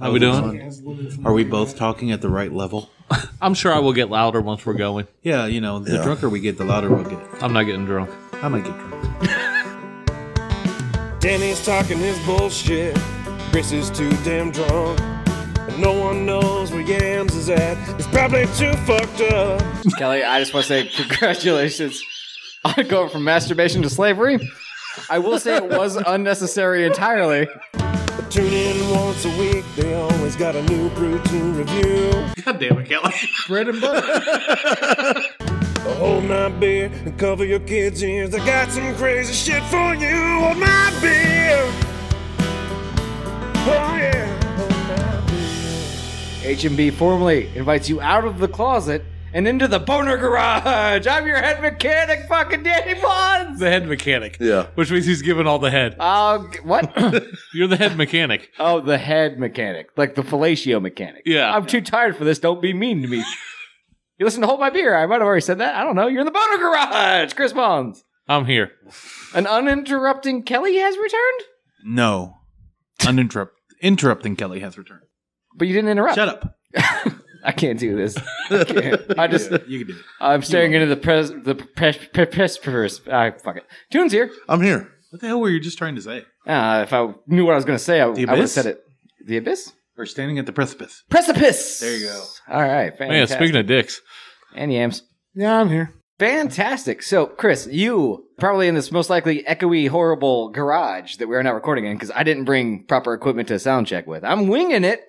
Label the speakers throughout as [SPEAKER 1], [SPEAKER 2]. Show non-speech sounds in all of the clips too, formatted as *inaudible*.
[SPEAKER 1] How we doing? Are we both talking at the right level?
[SPEAKER 2] I'm sure I will get louder once we're going.
[SPEAKER 1] Yeah, you know, the drunker we get, the louder we'll get.
[SPEAKER 2] I'm not getting drunk.
[SPEAKER 1] I might get drunk.
[SPEAKER 3] Danny's talking his bullshit. Chris is too damn drunk. And no one knows where Yams is at. He's probably too fucked up.
[SPEAKER 4] Kelly, I just want to say congratulations on going from masturbation to slavery. I will say it was unnecessary entirely.
[SPEAKER 3] Tune in once a week. They always got a new brew to review.
[SPEAKER 2] God damn it, Kelly.
[SPEAKER 4] Bread and butter.
[SPEAKER 3] Hold my beer and cover your kids' ears. I got some crazy shit for you. Hold my beer. Oh yeah. Hold my beer.
[SPEAKER 4] H&B formally invites you out of the closet and into the boner garage. I'm your head mechanic, fucking Danny Bonds.
[SPEAKER 2] The head mechanic.
[SPEAKER 5] Yeah.
[SPEAKER 2] Which means he's giving all the head.
[SPEAKER 4] Oh, g- what? *coughs*
[SPEAKER 2] You're the head mechanic.
[SPEAKER 4] oh, the head mechanic, like the fellatio mechanic.
[SPEAKER 2] Yeah.
[SPEAKER 4] I'm too tired for this. Don't be mean to me. you listen to Hold My Beer. I might have already said that. I don't know. You're in the boner garage, Chris Bonds.
[SPEAKER 2] I'm here.
[SPEAKER 4] An uninterrupting Kelly has returned,
[SPEAKER 1] No. Uninterrupt. Interrupting Kelly has returned.
[SPEAKER 4] but you didn't interrupt.
[SPEAKER 1] Shut up.
[SPEAKER 4] I can't do this.
[SPEAKER 1] *laughs*
[SPEAKER 4] I, can't. I just,
[SPEAKER 1] You can do it.
[SPEAKER 4] I'm staring into the pres, the pres, pres, pres, pres ah, fuck it. Tune's here.
[SPEAKER 5] I'm here.
[SPEAKER 1] What the hell were you just trying to say?
[SPEAKER 4] Uh, if I knew what I was going to say, I, I would have
[SPEAKER 1] abyss?
[SPEAKER 4] said it. The abyss?
[SPEAKER 1] We're standing at the precipice.
[SPEAKER 4] Precipice!
[SPEAKER 1] There you go.
[SPEAKER 4] All right. Fantastic.
[SPEAKER 2] Man, Oh, speaking of dicks,
[SPEAKER 4] and yams.
[SPEAKER 5] Yeah, I'm here.
[SPEAKER 4] Fantastic. So, Chris, you probably in this most likely echoey, horrible garage that we're not recording in because I didn't bring proper equipment to sound check with. I'm winging it.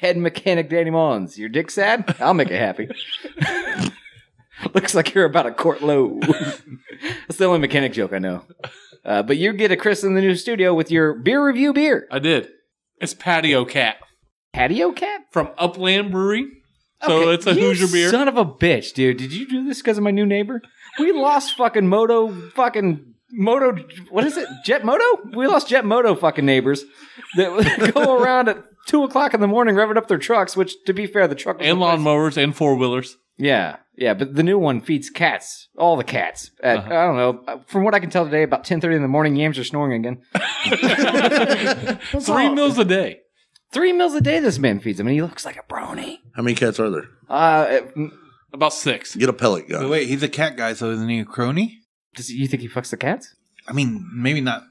[SPEAKER 4] Head mechanic Danny Mons. Your dick sad? I'll make it happy. *laughs* Looks like you're about a court low. *laughs* That's the only mechanic joke I know. Uh, but you get a Chris in the new studio with your beer review beer.
[SPEAKER 2] I did. It's Patio Cat
[SPEAKER 4] Patio cat?
[SPEAKER 2] from Upland Brewery. So
[SPEAKER 4] Okay,
[SPEAKER 2] it's a
[SPEAKER 4] you
[SPEAKER 2] Hoosier beer.
[SPEAKER 4] Son of a bitch, dude. Did you do this because of my new neighbor? We lost fucking Moto fucking Moto what is it? Jet Moto? We lost Jet Moto fucking neighbors that *laughs* go around at two o'clock in the morning revving up their trucks, which to be fair, the truck was
[SPEAKER 2] and
[SPEAKER 4] the best.
[SPEAKER 2] lawnmowers and four *laughs* wheelers.
[SPEAKER 4] Yeah. Yeah, but the new one feeds cats. All the cats. At,
[SPEAKER 2] Uh-huh.
[SPEAKER 4] I don't know. From what I can tell today, about ten thirty in the morning, yams are snoring again.
[SPEAKER 2] Three meals a day.
[SPEAKER 4] Three meals a day this man feeds them, and he looks like a brony.
[SPEAKER 5] How many cats are there?
[SPEAKER 4] Uh,
[SPEAKER 2] About six.
[SPEAKER 5] Get a pellet gun.
[SPEAKER 1] But wait, he's a cat guy, so isn't he a crony?
[SPEAKER 4] does he, you think he fucks the cats?
[SPEAKER 1] I mean, maybe not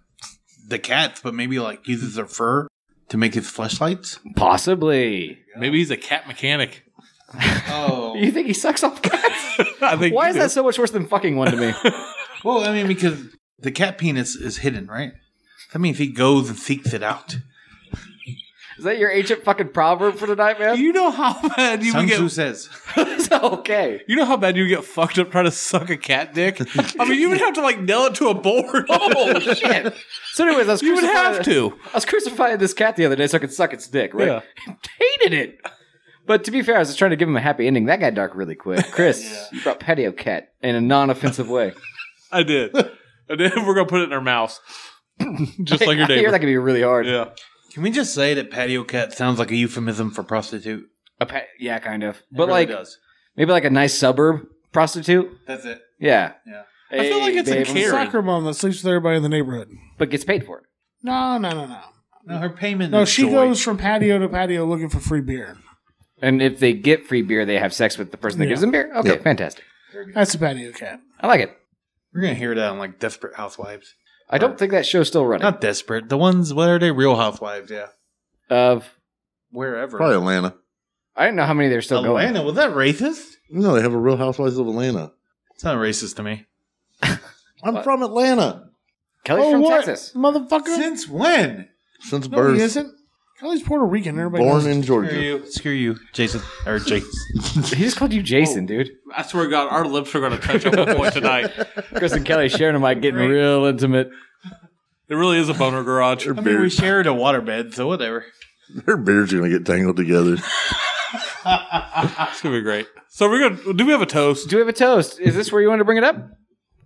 [SPEAKER 1] the cats, but maybe like uses their fur to make his fleshlights.
[SPEAKER 4] Possibly.
[SPEAKER 2] Maybe he's a cat mechanic.
[SPEAKER 1] Oh.
[SPEAKER 4] You think he sucks off cats?
[SPEAKER 2] *laughs* I think
[SPEAKER 4] Why
[SPEAKER 2] he
[SPEAKER 4] is
[SPEAKER 2] did.
[SPEAKER 4] that so much worse than fucking one
[SPEAKER 2] *laughs*
[SPEAKER 4] to me?
[SPEAKER 1] *laughs* Well, I mean, because the cat penis is hidden, right? That means he goes and seeks it out.
[SPEAKER 4] Is that your ancient fucking proverb for tonight, man?
[SPEAKER 2] You know how bad you
[SPEAKER 1] Sun
[SPEAKER 2] would get
[SPEAKER 1] Tzu says,
[SPEAKER 4] *laughs* It's okay.
[SPEAKER 2] You know how bad you get fucked up trying to suck a cat dick? I mean, you would have to like nail it to a board.
[SPEAKER 4] Oh shit! So, anyways, I
[SPEAKER 2] *laughs*
[SPEAKER 4] was
[SPEAKER 2] you would
[SPEAKER 4] crucifying-
[SPEAKER 2] have to.
[SPEAKER 4] I was crucifying this cat the other day so I could suck its dick, right? *laughs* Hated it. But to be fair, I was just trying to give him a happy ending. That got dark
[SPEAKER 2] *laughs*
[SPEAKER 4] really quick. Chris, you brought patio cat in a non-offensive way.
[SPEAKER 2] I did. I did. We're going to put it in our mouths. *laughs* Just
[SPEAKER 4] *laughs*
[SPEAKER 2] like your
[SPEAKER 4] I hear
[SPEAKER 2] neighbor.
[SPEAKER 4] that could be really hard.
[SPEAKER 2] yeah.
[SPEAKER 1] "Can we just say that patio cat sounds like a euphemism for prostitute?"
[SPEAKER 4] A pa- yeah, kind of.
[SPEAKER 1] It
[SPEAKER 4] But
[SPEAKER 1] really
[SPEAKER 4] like,
[SPEAKER 1] does.
[SPEAKER 4] maybe like a nice suburb prostitute.
[SPEAKER 1] that's it.
[SPEAKER 4] Yeah.
[SPEAKER 1] Yeah.
[SPEAKER 2] I feel like it's in
[SPEAKER 4] babe.
[SPEAKER 2] Cary.
[SPEAKER 6] soccer mom that sleeps with everybody in the neighborhood.
[SPEAKER 4] but gets paid for it.
[SPEAKER 6] No, no, no, no.
[SPEAKER 1] No, her payment.
[SPEAKER 6] No,
[SPEAKER 1] is
[SPEAKER 6] she
[SPEAKER 1] joy.
[SPEAKER 6] goes from patio to patio looking for free beer.
[SPEAKER 4] And if they get free beer, they have sex with the person that
[SPEAKER 6] Yeah.
[SPEAKER 4] gives them beer. Okay,
[SPEAKER 5] Yeah.
[SPEAKER 4] fantastic.
[SPEAKER 6] That's a patio cat.
[SPEAKER 4] I like it.
[SPEAKER 1] We're gonna hear that on like Desperate Housewives.
[SPEAKER 4] I don't think that show's still running.
[SPEAKER 1] Not desperate. The ones what are they? Real Housewives. Yeah.
[SPEAKER 4] Of
[SPEAKER 1] Wherever.
[SPEAKER 5] Probably Atlanta.
[SPEAKER 4] I don't know how many they're still going.
[SPEAKER 1] Atlanta. Was that racist?
[SPEAKER 5] No, they have a Real Housewives of Atlanta.
[SPEAKER 1] It's not racist to me.
[SPEAKER 5] I'm from Atlanta Oh,
[SPEAKER 4] Kelly's
[SPEAKER 1] Oh,
[SPEAKER 4] from
[SPEAKER 6] what?
[SPEAKER 4] Texas.
[SPEAKER 6] Motherfucker.
[SPEAKER 1] Since when?
[SPEAKER 5] since
[SPEAKER 6] no, he
[SPEAKER 5] birth.
[SPEAKER 6] isn't. Kelly's Puerto Rican. Everybody
[SPEAKER 5] Born
[SPEAKER 6] knows.
[SPEAKER 5] in
[SPEAKER 1] Screw
[SPEAKER 5] Georgia.
[SPEAKER 1] you. Screw you, Jason or
[SPEAKER 5] *laughs*
[SPEAKER 1] Jason.
[SPEAKER 4] He just called you Jason, dude.
[SPEAKER 2] I swear to God, our lips are going to touch at one
[SPEAKER 4] *laughs*
[SPEAKER 2] point tonight.
[SPEAKER 4] Chris and Kelly sharing a mic, getting real intimate.
[SPEAKER 2] It really is a boner garage.
[SPEAKER 5] Their,
[SPEAKER 1] I mean, we
[SPEAKER 5] beard,
[SPEAKER 1] shared a waterbed, so whatever.
[SPEAKER 5] their beards are going to get tangled together.
[SPEAKER 2] It's going to be great. So we're going to. Do we have a toast?
[SPEAKER 4] Do we have a toast? Is this where you want to bring it up?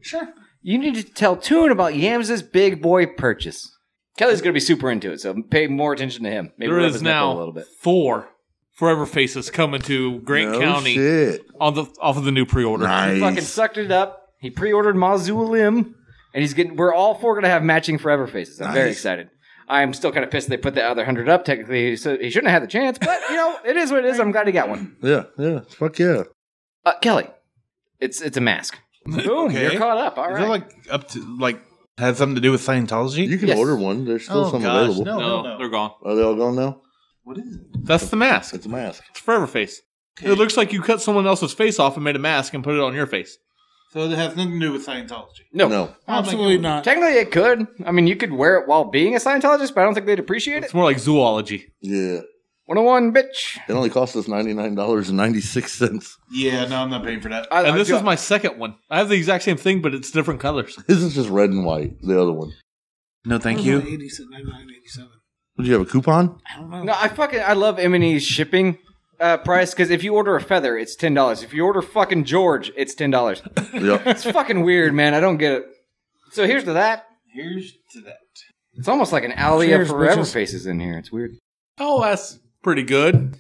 [SPEAKER 4] Sure. You need to tell Toon about Yams' big boy purchase. Kelly's going to be super into it, so pay more attention to him. Maybe
[SPEAKER 2] There
[SPEAKER 4] rub
[SPEAKER 2] is
[SPEAKER 4] his nipple
[SPEAKER 2] now
[SPEAKER 4] a little bit.
[SPEAKER 2] four Forever Faces coming to Grant
[SPEAKER 5] No
[SPEAKER 2] County
[SPEAKER 5] Oh, shit.
[SPEAKER 2] on the off of the new pre order.
[SPEAKER 5] Nice.
[SPEAKER 4] fucking *laughs* sucked it up. He pre-ordered Mazulim, and he's getting. We're all four gonna have matching forever faces. I'm very
[SPEAKER 5] Nice.
[SPEAKER 4] excited. I'm still kind of pissed they put the other hundred up. Technically, he so he shouldn't have had the chance, but you know, it is what it is. I'm glad he got one.
[SPEAKER 5] Yeah, yeah. Fuck yeah.
[SPEAKER 4] Uh, Kelly, it's it's a mask. Boom,
[SPEAKER 1] Okay.
[SPEAKER 4] you're caught up. All
[SPEAKER 1] Is
[SPEAKER 4] right.
[SPEAKER 1] that like up to like has something to do with Scientology?
[SPEAKER 5] You can
[SPEAKER 4] Yes.
[SPEAKER 5] order one. There's still
[SPEAKER 1] Oh,
[SPEAKER 5] some
[SPEAKER 1] gosh,
[SPEAKER 5] available.
[SPEAKER 1] no.
[SPEAKER 2] No, they're gone.
[SPEAKER 5] Are they all gone now?
[SPEAKER 1] What is it?
[SPEAKER 2] That's the mask.
[SPEAKER 5] It's a mask.
[SPEAKER 2] It's forever face. It looks like you cut someone else's face off and made a mask and put it on your face.
[SPEAKER 1] So it has nothing to do with Scientology.
[SPEAKER 4] no.
[SPEAKER 5] No.
[SPEAKER 6] Absolutely not.
[SPEAKER 4] Technically, it could. I mean, you could wear it while being a Scientologist, but I don't think they'd appreciate it.
[SPEAKER 2] It's more like zoology.
[SPEAKER 5] Yeah.
[SPEAKER 4] 101, bitch.
[SPEAKER 5] It only cost us ninety nine dollars and ninety six cents. *laughs*
[SPEAKER 1] Yeah, no, I'm not paying for that.
[SPEAKER 4] I-
[SPEAKER 5] Uh,
[SPEAKER 2] And
[SPEAKER 4] I
[SPEAKER 2] this
[SPEAKER 4] do-
[SPEAKER 2] is my second one. I have the exact same thing, but it's different colors.
[SPEAKER 5] This is just red and white. The other one.
[SPEAKER 1] No, thank
[SPEAKER 6] It was
[SPEAKER 1] you.
[SPEAKER 6] like 87, 99, 87.
[SPEAKER 5] Would you have a coupon?
[SPEAKER 6] I don't know.
[SPEAKER 4] No, I fucking I love M and E's shipping uh, price because if you order a feather, it's ten dollars. If you order fucking George, it's ten dollars.
[SPEAKER 5] Yeah.
[SPEAKER 4] It's fucking weird, man. I don't get it. So here's to that.
[SPEAKER 1] Here's to that.
[SPEAKER 4] It's almost like an alley
[SPEAKER 6] Cheers,
[SPEAKER 4] of forever
[SPEAKER 6] bitches.
[SPEAKER 4] faces in here. It's weird.
[SPEAKER 2] Oh, that's pretty good.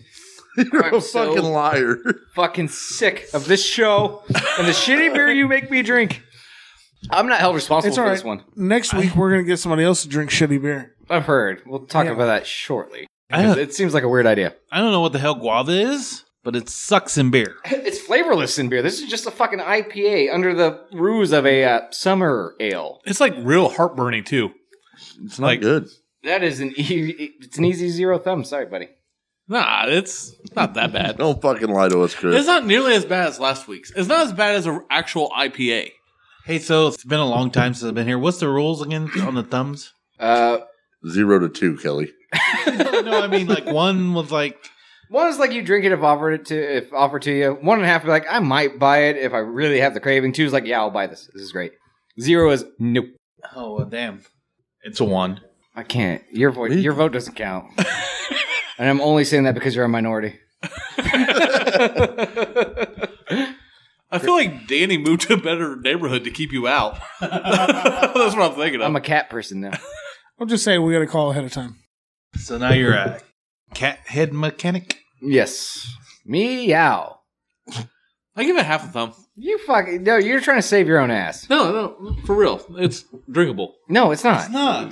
[SPEAKER 5] You're
[SPEAKER 4] I'm
[SPEAKER 5] a
[SPEAKER 4] so-
[SPEAKER 5] fucking liar. *laughs*
[SPEAKER 4] Fucking sick of this show and the shitty beer you make me drink. I'm not held responsible
[SPEAKER 6] It's
[SPEAKER 4] for
[SPEAKER 6] all
[SPEAKER 4] this
[SPEAKER 6] right.
[SPEAKER 4] one.
[SPEAKER 6] Next week we're gonna get somebody else to drink shitty beer.
[SPEAKER 4] I've heard. We'll talk
[SPEAKER 6] Yeah.
[SPEAKER 4] about that shortly.
[SPEAKER 1] I
[SPEAKER 4] 'Cause
[SPEAKER 1] don't,
[SPEAKER 4] It seems like a weird idea.
[SPEAKER 1] I don't know what the hell guava is, but it sucks in beer.
[SPEAKER 4] It's flavorless in beer. This is just a fucking IPA under the ruse of a uh, summer ale.
[SPEAKER 2] It's like real heartburny too.
[SPEAKER 5] It's not
[SPEAKER 2] Like-
[SPEAKER 5] good.
[SPEAKER 4] That is an e- it's an easy zero thumb. Sorry, buddy.
[SPEAKER 2] Nah, it's not that bad.
[SPEAKER 5] Don't fucking lie to us, Chris.
[SPEAKER 2] It's not nearly as bad as last week's. It's not as bad as an actual IPA.
[SPEAKER 1] Hey, so it's been a long time since I've been here. What's the rules again on the thumbs?
[SPEAKER 4] Uh,
[SPEAKER 5] Zero to two, Kelly.
[SPEAKER 1] *laughs* no, I mean like one was like
[SPEAKER 4] one is like you drink it if offered it to if offered to you. One and a half be like I might buy it if I really have the craving. Two is like yeah I'll buy this. This is great. Zero is nope.
[SPEAKER 1] oh well, damn, it's a one.
[SPEAKER 4] I can't. Your vote
[SPEAKER 5] Me?
[SPEAKER 4] your vote doesn't *laughs* count. and I'm only saying that because you're a minority.
[SPEAKER 2] I feel like Danny moved to a better neighborhood to keep you out. *laughs* That's what I'm thinking of.
[SPEAKER 4] I'm a cat person *laughs* now.
[SPEAKER 6] I'm just saying we gotta call ahead of time.
[SPEAKER 1] So now you're a cat head mechanic.
[SPEAKER 4] yes. Meow.
[SPEAKER 2] I give it half a thumb.
[SPEAKER 4] You fucking no. You're trying to save your own ass.
[SPEAKER 2] No, no, for real. It's drinkable.
[SPEAKER 4] No, it's not. *laughs*
[SPEAKER 1] Not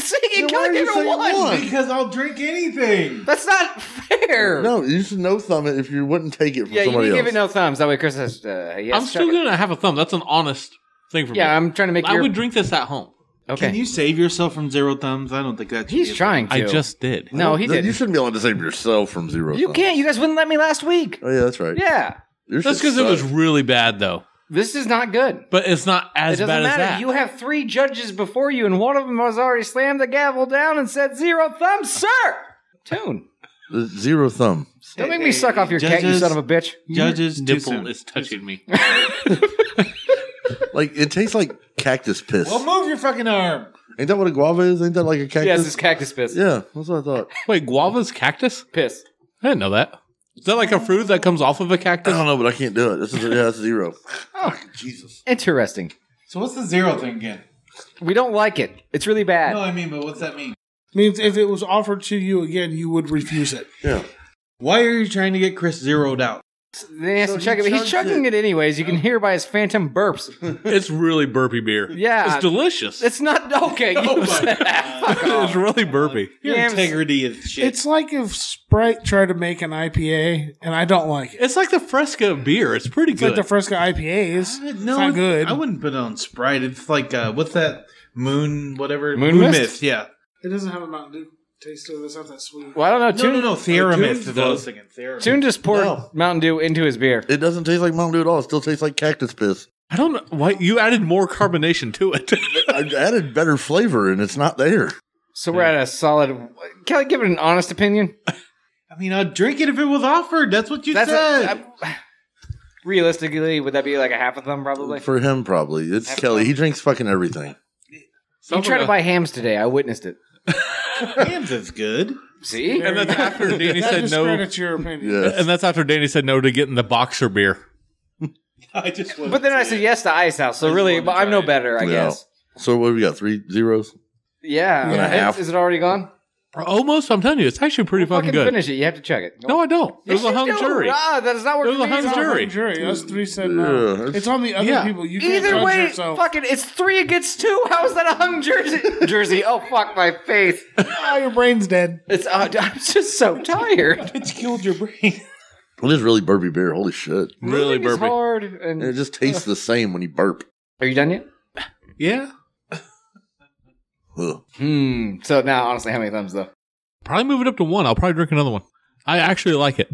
[SPEAKER 4] See, you can't give it a one.
[SPEAKER 1] because I'll drink anything.
[SPEAKER 4] That's not fair.
[SPEAKER 5] No, you should no thumb it if you wouldn't take it from
[SPEAKER 4] Yeah, you
[SPEAKER 5] somebody
[SPEAKER 4] didn't
[SPEAKER 5] else.
[SPEAKER 4] give it no thumbs. That way, Chris has to. Uh, yes,
[SPEAKER 2] I'm still
[SPEAKER 4] check it.
[SPEAKER 2] giving it a half a thumb. That's an honest thing for me.
[SPEAKER 4] Yeah, I'm trying to make
[SPEAKER 2] I
[SPEAKER 4] your.
[SPEAKER 2] would drink this at home.
[SPEAKER 4] okay.
[SPEAKER 1] Can you save yourself from zero thumbs? I don't think that's
[SPEAKER 4] He's trying to.
[SPEAKER 2] I just did.
[SPEAKER 4] No, he
[SPEAKER 5] Then
[SPEAKER 4] didn't.
[SPEAKER 5] You
[SPEAKER 4] You,
[SPEAKER 5] shouldn't be allowed to save yourself from zero. thumbs.
[SPEAKER 4] can't. You guys wouldn't let me last week.
[SPEAKER 5] Oh yeah, that's right.
[SPEAKER 4] Yeah.
[SPEAKER 5] Your
[SPEAKER 2] That's
[SPEAKER 5] shit
[SPEAKER 2] because it was
[SPEAKER 5] sucks.
[SPEAKER 2] really bad, though.
[SPEAKER 4] This is not good.
[SPEAKER 2] But it's not as
[SPEAKER 4] it doesn't
[SPEAKER 2] bad as
[SPEAKER 4] matter.
[SPEAKER 2] that.
[SPEAKER 4] You have three judges before you, and one of them has already slammed the gavel down and said zero thumbs, sir. Tune.
[SPEAKER 5] The zero thumb.
[SPEAKER 4] Don't make me suck off your cat, you
[SPEAKER 1] Judges-
[SPEAKER 4] son of a bitch.
[SPEAKER 1] Judges too
[SPEAKER 2] Nipple
[SPEAKER 1] soon.
[SPEAKER 2] is touching me. *laughs*
[SPEAKER 5] Like it tastes like cactus piss.
[SPEAKER 1] Well, move your fucking arm.
[SPEAKER 5] Ain't that what a guava is? Ain't that like a
[SPEAKER 4] Yes, it's
[SPEAKER 5] cactus?
[SPEAKER 4] cactus piss.
[SPEAKER 5] yeah, that's what I thought.
[SPEAKER 2] Wait, guava's cactus?
[SPEAKER 4] Piss.
[SPEAKER 2] I didn't know that. Is that like a fruit that comes off of a
[SPEAKER 5] I
[SPEAKER 2] cactus?
[SPEAKER 5] don't know, but I can't do it. This is yeah, that's zero. Jesus.
[SPEAKER 4] Interesting.
[SPEAKER 1] So what's the zero thing again?
[SPEAKER 4] We don't like it. It's really bad.
[SPEAKER 1] No, I mean, but what's that mean?
[SPEAKER 6] Means if it was offered to you again, you would refuse it.
[SPEAKER 5] Yeah.
[SPEAKER 1] Why are you trying to get Chris zeroed out?
[SPEAKER 4] They asked
[SPEAKER 5] So
[SPEAKER 4] him to check
[SPEAKER 5] he
[SPEAKER 4] it, but he's
[SPEAKER 5] chugs
[SPEAKER 4] chugging it.
[SPEAKER 5] it.
[SPEAKER 4] anyways. You can hear by his phantom burps.
[SPEAKER 2] It's really burpy beer.
[SPEAKER 4] Yeah.
[SPEAKER 2] It's delicious. *laughs* Oh
[SPEAKER 4] It's not okay. You said that. *laughs* Fuck
[SPEAKER 2] it's
[SPEAKER 4] off.
[SPEAKER 2] really burpy.
[SPEAKER 1] Your
[SPEAKER 4] Yeah,
[SPEAKER 1] integrity is shit.
[SPEAKER 6] It's like if Sprite tried to make an IPA and I don't like it.
[SPEAKER 2] It's like the Fresca beer. It's pretty
[SPEAKER 6] It's like
[SPEAKER 2] good.
[SPEAKER 6] the Fresca IPAs.
[SPEAKER 1] no,
[SPEAKER 6] it's not good.
[SPEAKER 1] I wouldn't put it on Sprite. It's like uh, what's that moon whatever
[SPEAKER 4] Moon mist?
[SPEAKER 1] Yeah.
[SPEAKER 6] it doesn't have a Mountain Dew taste to it. It's not that sweet.
[SPEAKER 4] Well, I don't know.
[SPEAKER 1] No, no,
[SPEAKER 4] Tune,
[SPEAKER 1] no. Theorem is
[SPEAKER 2] Dunes
[SPEAKER 1] what I was
[SPEAKER 2] does.
[SPEAKER 1] thinking. Theorem.
[SPEAKER 4] Tune just poured
[SPEAKER 5] No.
[SPEAKER 4] Mountain Dew into his beer.
[SPEAKER 5] It doesn't taste like Mountain Dew at all. It still tastes like cactus piss.
[SPEAKER 2] I don't know why you added more carbonation to it. *laughs*
[SPEAKER 5] I added better flavor and it's not there.
[SPEAKER 4] So we're at a solid. Kelly, give it an honest opinion.
[SPEAKER 1] I mean, I'd drink it if it was offered. That's what you
[SPEAKER 4] That's
[SPEAKER 1] said.
[SPEAKER 4] a, I- realistically, would that be like a half a thumb? Probably.
[SPEAKER 5] For him probably. It's
[SPEAKER 4] Have
[SPEAKER 5] Kelly.
[SPEAKER 4] fun.
[SPEAKER 5] He drinks fucking everything.
[SPEAKER 4] You tried to buy hams today. I witnessed it.
[SPEAKER 1] Hams is good. *laughs*
[SPEAKER 4] See,
[SPEAKER 2] and *laughs* that's after Danny
[SPEAKER 6] that
[SPEAKER 2] said no.
[SPEAKER 6] discredits your opinion.
[SPEAKER 5] Yeah.
[SPEAKER 2] And that's after Danny said no to getting the boxer beer.
[SPEAKER 1] I just.
[SPEAKER 4] but then I said yes to Ice House. So really, but I'm no better, I
[SPEAKER 5] Yeah.
[SPEAKER 4] guess.
[SPEAKER 5] So what have we got? Three zeros?
[SPEAKER 4] Yeah.
[SPEAKER 5] And a
[SPEAKER 4] Hey,
[SPEAKER 5] half.
[SPEAKER 4] Is it already gone?
[SPEAKER 2] Almost, I'm telling you, it's actually pretty fucking
[SPEAKER 4] Fucking
[SPEAKER 2] good.
[SPEAKER 4] finish it. You have to check it.
[SPEAKER 2] No, I don't. It was a
[SPEAKER 4] Yes, you
[SPEAKER 2] hung
[SPEAKER 4] do.
[SPEAKER 2] jury.
[SPEAKER 4] Ah, that is not
[SPEAKER 2] It
[SPEAKER 4] working.
[SPEAKER 2] was a hung jury.
[SPEAKER 6] jury. Us three said no.
[SPEAKER 5] Yeah,
[SPEAKER 6] it's on the other
[SPEAKER 2] yeah.
[SPEAKER 6] people. You can't
[SPEAKER 4] Either
[SPEAKER 6] judge
[SPEAKER 4] way,
[SPEAKER 6] yourself.
[SPEAKER 4] fucking, it's three against two. How is that a hung jersey?
[SPEAKER 2] *laughs*
[SPEAKER 4] jersey. Oh fuck my face.
[SPEAKER 6] Ah, your brain's dead.
[SPEAKER 4] It's uh, *laughs* I'm just so tired.
[SPEAKER 1] It's killed your brain. *laughs*
[SPEAKER 5] It is really burpy beer. Holy shit.
[SPEAKER 2] Really
[SPEAKER 4] Moving is
[SPEAKER 2] burpy.
[SPEAKER 4] hard. And
[SPEAKER 5] And It just tastes the same when you burp.
[SPEAKER 4] are you done yet?
[SPEAKER 2] Yeah.
[SPEAKER 5] Ugh.
[SPEAKER 4] Hmm. So now, honestly, how many thumbs though?
[SPEAKER 2] Probably move it up to one. I'll probably drink another one. I actually like it.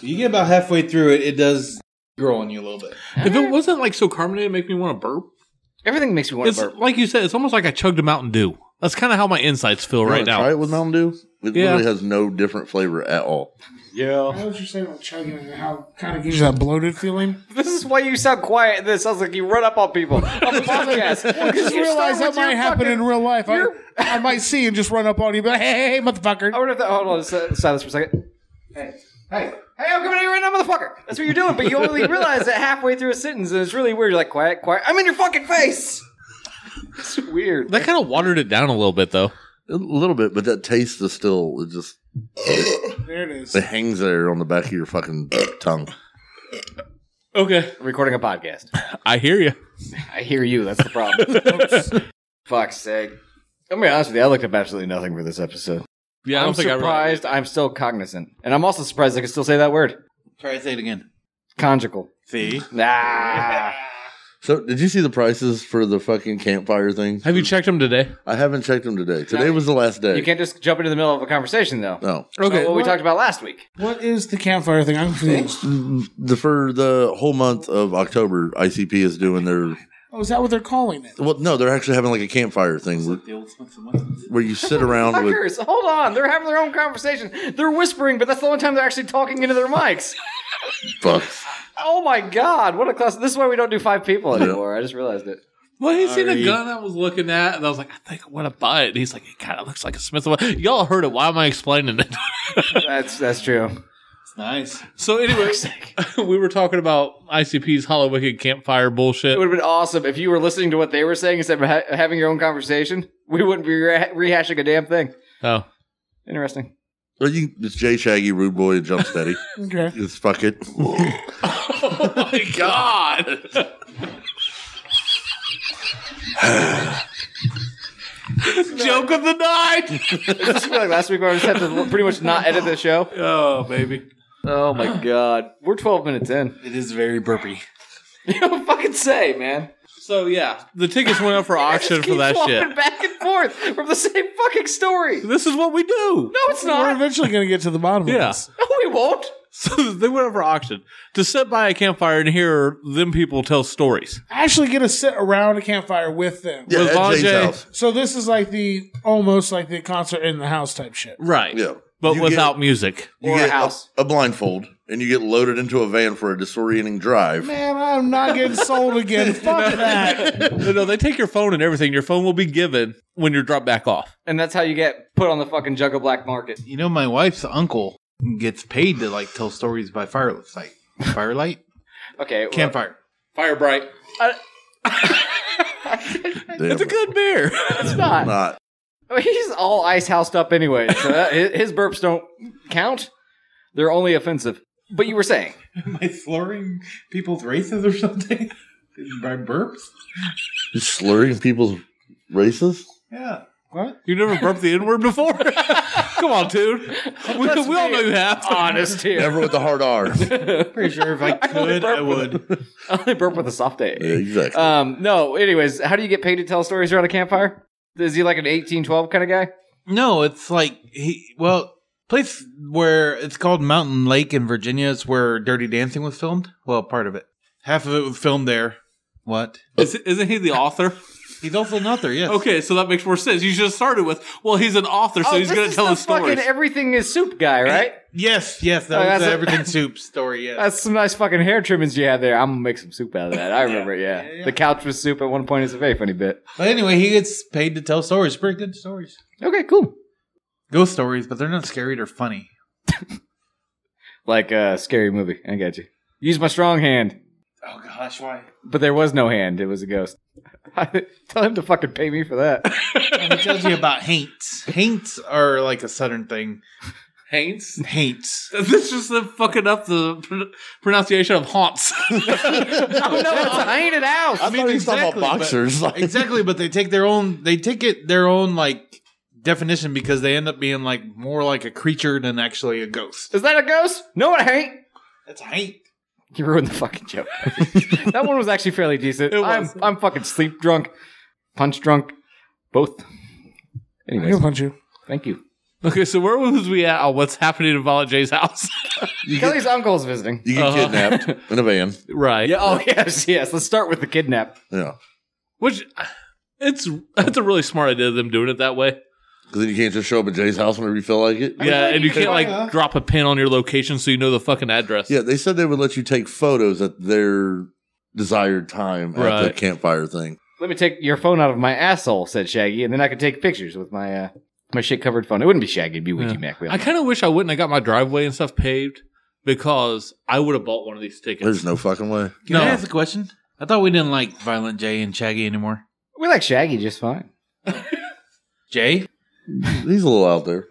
[SPEAKER 7] You get about halfway through it, it does grow on you a little bit.
[SPEAKER 2] If it wasn't like so carbonated, it'd make me want to burp.
[SPEAKER 4] Everything makes me want
[SPEAKER 2] It's
[SPEAKER 4] to burp.
[SPEAKER 2] like you said, it's almost like I chugged a Mountain Dew. That's kind of how my insides feel
[SPEAKER 5] You
[SPEAKER 2] right
[SPEAKER 5] wanna Try
[SPEAKER 2] now.
[SPEAKER 5] it with Mountain Dew. It
[SPEAKER 2] Yeah.
[SPEAKER 5] literally has no different flavor at all.
[SPEAKER 6] I know what you're saying about chugging and how it kind of gives you that bloated feeling.
[SPEAKER 4] This is why you sound quiet. This sounds like you run up on *laughs* people on the podcast.
[SPEAKER 6] Just realize that might happen in real life. I,
[SPEAKER 4] you're-
[SPEAKER 6] I might see and just run up on you, but hey, hey, hey, motherfucker.
[SPEAKER 4] I wonder if that. Hold on, si- silence for a second. Hey, hey, hey! I'm coming at you right now, motherfucker. That's what you're doing, but you only *laughs* realize that halfway through a sentence, and it's really weird. You're like, quiet, quiet. I'm in your fucking face. It's weird.
[SPEAKER 2] That kind of watered it down a little bit, though.
[SPEAKER 5] A little bit, but that taste is still, it just
[SPEAKER 6] There it is.
[SPEAKER 5] it hangs there on the back of your fucking tongue.
[SPEAKER 2] Okay,
[SPEAKER 4] *laughs* Recording a podcast.
[SPEAKER 2] I hear you.
[SPEAKER 4] I hear you. That's the problem. *laughs* Fuck's sake. I'm gonna be honest with you. I looked up absolutely nothing for this episode.
[SPEAKER 2] Yeah, I
[SPEAKER 4] I'm
[SPEAKER 2] don't think
[SPEAKER 4] surprised. I am still cognizant, and I'm also surprised I can still say that word.
[SPEAKER 1] Try to say it again.
[SPEAKER 4] Conjugal.
[SPEAKER 1] See?
[SPEAKER 4] Nah.
[SPEAKER 5] So, did you see the prices for the fucking campfire thing?
[SPEAKER 2] I. Have you checked them today?
[SPEAKER 5] I haven't checked them today. Today was the last day.
[SPEAKER 4] You can't just jump into the middle of a conversation, though.
[SPEAKER 5] No.
[SPEAKER 4] Okay. What we
[SPEAKER 6] what-
[SPEAKER 4] talked about last week.
[SPEAKER 6] What is the campfire thing? I'm confused.
[SPEAKER 5] The, for the whole month of October, ICP is doing their.
[SPEAKER 6] Oh, is that what they're calling it?
[SPEAKER 5] Well, no, they're actually having like a campfire thing where,
[SPEAKER 1] The old Smith and Wesson.
[SPEAKER 5] where you sit around
[SPEAKER 6] *laughs*
[SPEAKER 5] with.
[SPEAKER 4] Fuckers, hold on. They're having their own conversation. They're whispering, but that's the only time they're actually talking into their mics.
[SPEAKER 2] *laughs*
[SPEAKER 5] Fuck.
[SPEAKER 4] oh my god, what a class. This is why we don't do five people anymore. I just realized it.
[SPEAKER 2] Well, he's seen
[SPEAKER 1] Sorry.
[SPEAKER 2] a gun I was looking at, and I was like, I think I want to buy it. And he's like, it kind of looks like a Smith. and Wesson. Y'all heard it. Why am I explaining it? *laughs*
[SPEAKER 4] That's that's true.
[SPEAKER 1] It's nice.
[SPEAKER 2] so, anyway, *laughs* we were talking about ICP's Hollow Wicked campfire bullshit.
[SPEAKER 4] It would have been awesome if you were listening to what they were saying instead of ha- having your own conversation. We wouldn't be re- rehashing a damn thing.
[SPEAKER 2] Oh,
[SPEAKER 4] Interesting.
[SPEAKER 5] Well, you, it's Jay Shaggy, Rude Boy, and Jump *laughs* Steady.
[SPEAKER 6] Okay.
[SPEAKER 5] It's fuck *laughs* it.
[SPEAKER 2] *laughs* oh my *laughs* god! Joke of the night.
[SPEAKER 4] Does this feel like last week where I just had to pretty much not edit the show?
[SPEAKER 2] Oh baby.
[SPEAKER 4] Oh *gasps* my god. We're 12 minutes in.
[SPEAKER 1] It is very burpy.
[SPEAKER 4] *laughs* You don't fucking say, man.
[SPEAKER 2] So yeah, the tickets went
[SPEAKER 4] *laughs*
[SPEAKER 2] up for auction for
[SPEAKER 4] Keep
[SPEAKER 2] that
[SPEAKER 4] swapping
[SPEAKER 2] shit.
[SPEAKER 4] back and forth from the same fucking story. No,
[SPEAKER 2] This is what we do.
[SPEAKER 4] it's
[SPEAKER 6] We're
[SPEAKER 4] not.
[SPEAKER 6] eventually going to get to the bottom of
[SPEAKER 2] Yeah.
[SPEAKER 6] this.
[SPEAKER 4] No, we won't.
[SPEAKER 2] *laughs* So they went up for auction to sit by a campfire and hear them people tell stories.
[SPEAKER 6] Actually, going to sit around a campfire with them.
[SPEAKER 5] Yeah,
[SPEAKER 2] With
[SPEAKER 5] at Jay's
[SPEAKER 2] Vajay.
[SPEAKER 5] house.
[SPEAKER 6] So this is like the almost like the concert in the house type shit.
[SPEAKER 2] Right.
[SPEAKER 5] Yeah.
[SPEAKER 2] But
[SPEAKER 5] You
[SPEAKER 2] without
[SPEAKER 4] *laughs*
[SPEAKER 2] music.
[SPEAKER 5] get, you
[SPEAKER 4] Or a
[SPEAKER 5] get
[SPEAKER 4] house.
[SPEAKER 5] A, blindfold, and you get loaded into a van for a disorienting drive.
[SPEAKER 6] Man, I'm not getting sold again. Fuck that.
[SPEAKER 2] *laughs* no, no, they take your phone and everything. Your phone will be given when you're dropped back off.
[SPEAKER 4] And that's how you get put on the fucking Jugga Black Market.
[SPEAKER 1] You know, my wife's uncle gets paid to like tell stories by firelight. *laughs* Firelight?
[SPEAKER 4] Okay. well,
[SPEAKER 1] Campfire.
[SPEAKER 2] Fire bright.
[SPEAKER 5] Damn
[SPEAKER 2] It's a
[SPEAKER 5] it.
[SPEAKER 2] good beer. *laughs*
[SPEAKER 4] It's not.
[SPEAKER 5] Not.
[SPEAKER 4] I mean, he's all ice housed up anyway.
[SPEAKER 2] *laughs*
[SPEAKER 4] So that, his his burps don't count. They're only offensive. But you were saying.
[SPEAKER 1] Am I slurring people's races or something? *laughs* by burps?
[SPEAKER 5] You slurring people's races?
[SPEAKER 1] Yeah.
[SPEAKER 2] you never burped the N word
[SPEAKER 4] *laughs*
[SPEAKER 2] before? *laughs* Come on, dude. We, we
[SPEAKER 4] Let's
[SPEAKER 2] all
[SPEAKER 4] be
[SPEAKER 2] know you have.
[SPEAKER 4] Honest here.
[SPEAKER 5] Never with the hard R. *laughs* yeah,
[SPEAKER 1] Pretty sure if *laughs* I could, I would.
[SPEAKER 4] *laughs* I only burp with a soft A.
[SPEAKER 2] Uh,
[SPEAKER 4] *laughs*
[SPEAKER 5] exactly.
[SPEAKER 4] Um, no, anyways, how do you get paid to tell stories around a campfire? Is he like an 1812 kind of guy?
[SPEAKER 1] No, it's like he. Well, place where it's called Mountain Lake in Virginia. It's where Dirty Dancing was filmed. Well, part of it. Half of it was filmed there. What?
[SPEAKER 2] *laughs* Is, isn't he the author?
[SPEAKER 1] He's also an author. Yes.
[SPEAKER 2] Okay, so that makes more sense. You should have started with, well, he's an author, so
[SPEAKER 4] Oh,
[SPEAKER 2] he's
[SPEAKER 4] this
[SPEAKER 2] going to
[SPEAKER 4] is
[SPEAKER 2] tell
[SPEAKER 4] the
[SPEAKER 2] his stories.
[SPEAKER 4] Fucking everything is soup guy, right?
[SPEAKER 1] Yes. Yes. That
[SPEAKER 4] Oh,
[SPEAKER 1] was
[SPEAKER 4] that's
[SPEAKER 1] the *laughs*
[SPEAKER 4] it.
[SPEAKER 1] Everton Soup story. Yes.
[SPEAKER 4] That's some nice fucking hair trimmings you had there. I'm gonna make some soup out of that. I remember it, yeah. The couch with soup at one point is a very funny bit.
[SPEAKER 1] But anyway, he gets paid to tell stories. Pretty good stories.
[SPEAKER 4] Okay, cool.
[SPEAKER 1] Ghost stories, but they're not scary. They're funny.
[SPEAKER 4] Like a uh, scary movie. I got you. Use my strong hand.
[SPEAKER 7] Oh gosh, why?
[SPEAKER 4] But there was no hand. It was a ghost. *laughs* Tell him to fucking pay me for that.
[SPEAKER 1] It tells you about haints. Haints are like a southern thing.
[SPEAKER 2] *laughs* Haynes?
[SPEAKER 1] Haints.
[SPEAKER 2] *laughs* This is the fucking up the pr- pronunciation of haunts. *laughs*
[SPEAKER 4] oh no, it's a haunted house.
[SPEAKER 5] I, thought he was talking
[SPEAKER 1] exactly, but-
[SPEAKER 5] about boxers. like,
[SPEAKER 1] Exactly, but they take their own they take it their own like definition because they end up being like more like a creature than actually a ghost.
[SPEAKER 4] Is that a ghost? No, it ain't.
[SPEAKER 1] That's haint.
[SPEAKER 4] *laughs* You ruined the fucking joke. that one was actually fairly decent.
[SPEAKER 2] It
[SPEAKER 4] I'm,
[SPEAKER 2] was.
[SPEAKER 4] I'm fucking sleep drunk, punch drunk, both.
[SPEAKER 6] I can
[SPEAKER 4] Anyways,
[SPEAKER 6] punch you.
[SPEAKER 4] thank you.
[SPEAKER 2] okay, so where was we at on what's happening in Violet J's house? *laughs*
[SPEAKER 5] You get,
[SPEAKER 4] Kelly's uncle's visiting.
[SPEAKER 5] *laughs* you get
[SPEAKER 2] Uh-huh. *laughs*
[SPEAKER 5] kidnapped in a van.
[SPEAKER 2] right.
[SPEAKER 4] Yeah. Oh *laughs* yes, yes. Let's start with the kidnap.
[SPEAKER 5] Yeah.
[SPEAKER 2] Which it's that's a really smart idea of them doing it that way.
[SPEAKER 5] Because then you can't just show up at Jay's house whenever you feel like it.
[SPEAKER 2] Yeah, and you can't like
[SPEAKER 7] yeah.
[SPEAKER 2] drop a pin on your location so you know the fucking address.
[SPEAKER 5] Yeah, they said they would let you take photos at their desired time at the
[SPEAKER 2] Right.
[SPEAKER 5] campfire thing.
[SPEAKER 4] Let me take your phone out of my asshole," said Shaggy, and then I could take pictures with my uh, my shit covered phone. It wouldn't be Shaggy; it'd be Wiki
[SPEAKER 2] Yeah.
[SPEAKER 4] Mac. We all
[SPEAKER 2] I
[SPEAKER 4] know.
[SPEAKER 2] kind of wish I wouldn't have got my driveway and stuff paved because I would have bought one of these tickets.
[SPEAKER 5] There's no fucking way.
[SPEAKER 1] Can I ask a question? I thought we didn't like Violent J and Shaggy anymore.
[SPEAKER 4] we like Shaggy just fine.
[SPEAKER 1] Jay?
[SPEAKER 5] He's a little out there.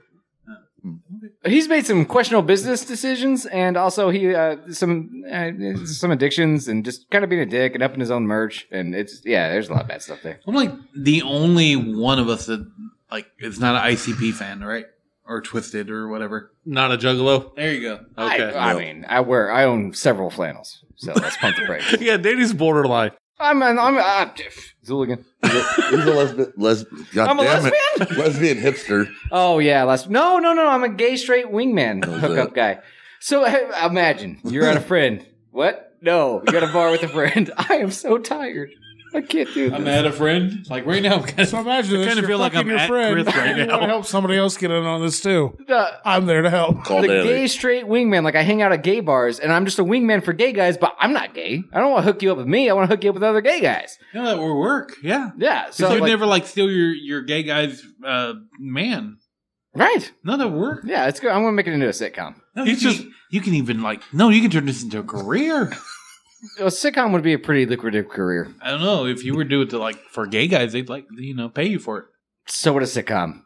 [SPEAKER 4] He's made some questionable business decisions, and also he uh, some uh, some addictions, and just kind of being a dick, and up in his own merch, and it's yeah, there's a lot of bad stuff there.
[SPEAKER 1] I'm like the only one of us that like is not an ICP fan, right? Or twisted or whatever.
[SPEAKER 2] Not a juggalo. *laughs*
[SPEAKER 1] There you go.
[SPEAKER 2] Okay.
[SPEAKER 4] I, I mean, I wear I own several flannels, so let's pump the brakes.
[SPEAKER 2] yeah, Danny's borderline.
[SPEAKER 4] *laughs* I'm an, I'm uh, Zooligan.
[SPEAKER 5] He's a lesbian. Les- God
[SPEAKER 4] I'm a
[SPEAKER 5] damn It. lesbian hipster.
[SPEAKER 4] Oh yeah, last no no no, I'm a gay straight wingman hookup guy. So *laughs* hey, imagine you're at a friend. What? No, you're at a bar with a friend. *laughs* I am so tired. I can't do this.
[SPEAKER 7] I'm at a friend. Like right now, *laughs* I'm kind
[SPEAKER 6] So
[SPEAKER 7] of
[SPEAKER 6] imagine this.
[SPEAKER 1] kinda
[SPEAKER 6] You're
[SPEAKER 1] feel like I'm
[SPEAKER 6] fucking your
[SPEAKER 1] at
[SPEAKER 6] friend.
[SPEAKER 1] Griff right
[SPEAKER 6] you want
[SPEAKER 1] now.
[SPEAKER 6] to help somebody else get in on this too.
[SPEAKER 4] The-
[SPEAKER 6] I'm there to help.
[SPEAKER 5] Call
[SPEAKER 4] the
[SPEAKER 5] Danny.
[SPEAKER 4] gay straight wingman. Like I hang out at gay bars, and I'm just a wingman for gay guys. But I'm not gay. I don't want to hook you up with me. I want to hook you up with other gay guys.
[SPEAKER 1] No, that would work. Yeah.
[SPEAKER 4] Yeah.
[SPEAKER 1] So
[SPEAKER 4] So
[SPEAKER 1] you'd
[SPEAKER 4] like-
[SPEAKER 1] never like steal your your gay guy's uh, man.
[SPEAKER 4] right.
[SPEAKER 1] No, that would work.
[SPEAKER 4] Yeah, it's good. I'm gonna make it into a sitcom.
[SPEAKER 1] No,
[SPEAKER 2] He's
[SPEAKER 1] you can, e,
[SPEAKER 2] just-
[SPEAKER 1] you can even like no, you can turn this into a career. *laughs*
[SPEAKER 4] A sitcom would be a pretty lucrative career.
[SPEAKER 1] I don't know if you were do it to like for gay guys, they'd like you know pay you for it.
[SPEAKER 4] So would a sitcom.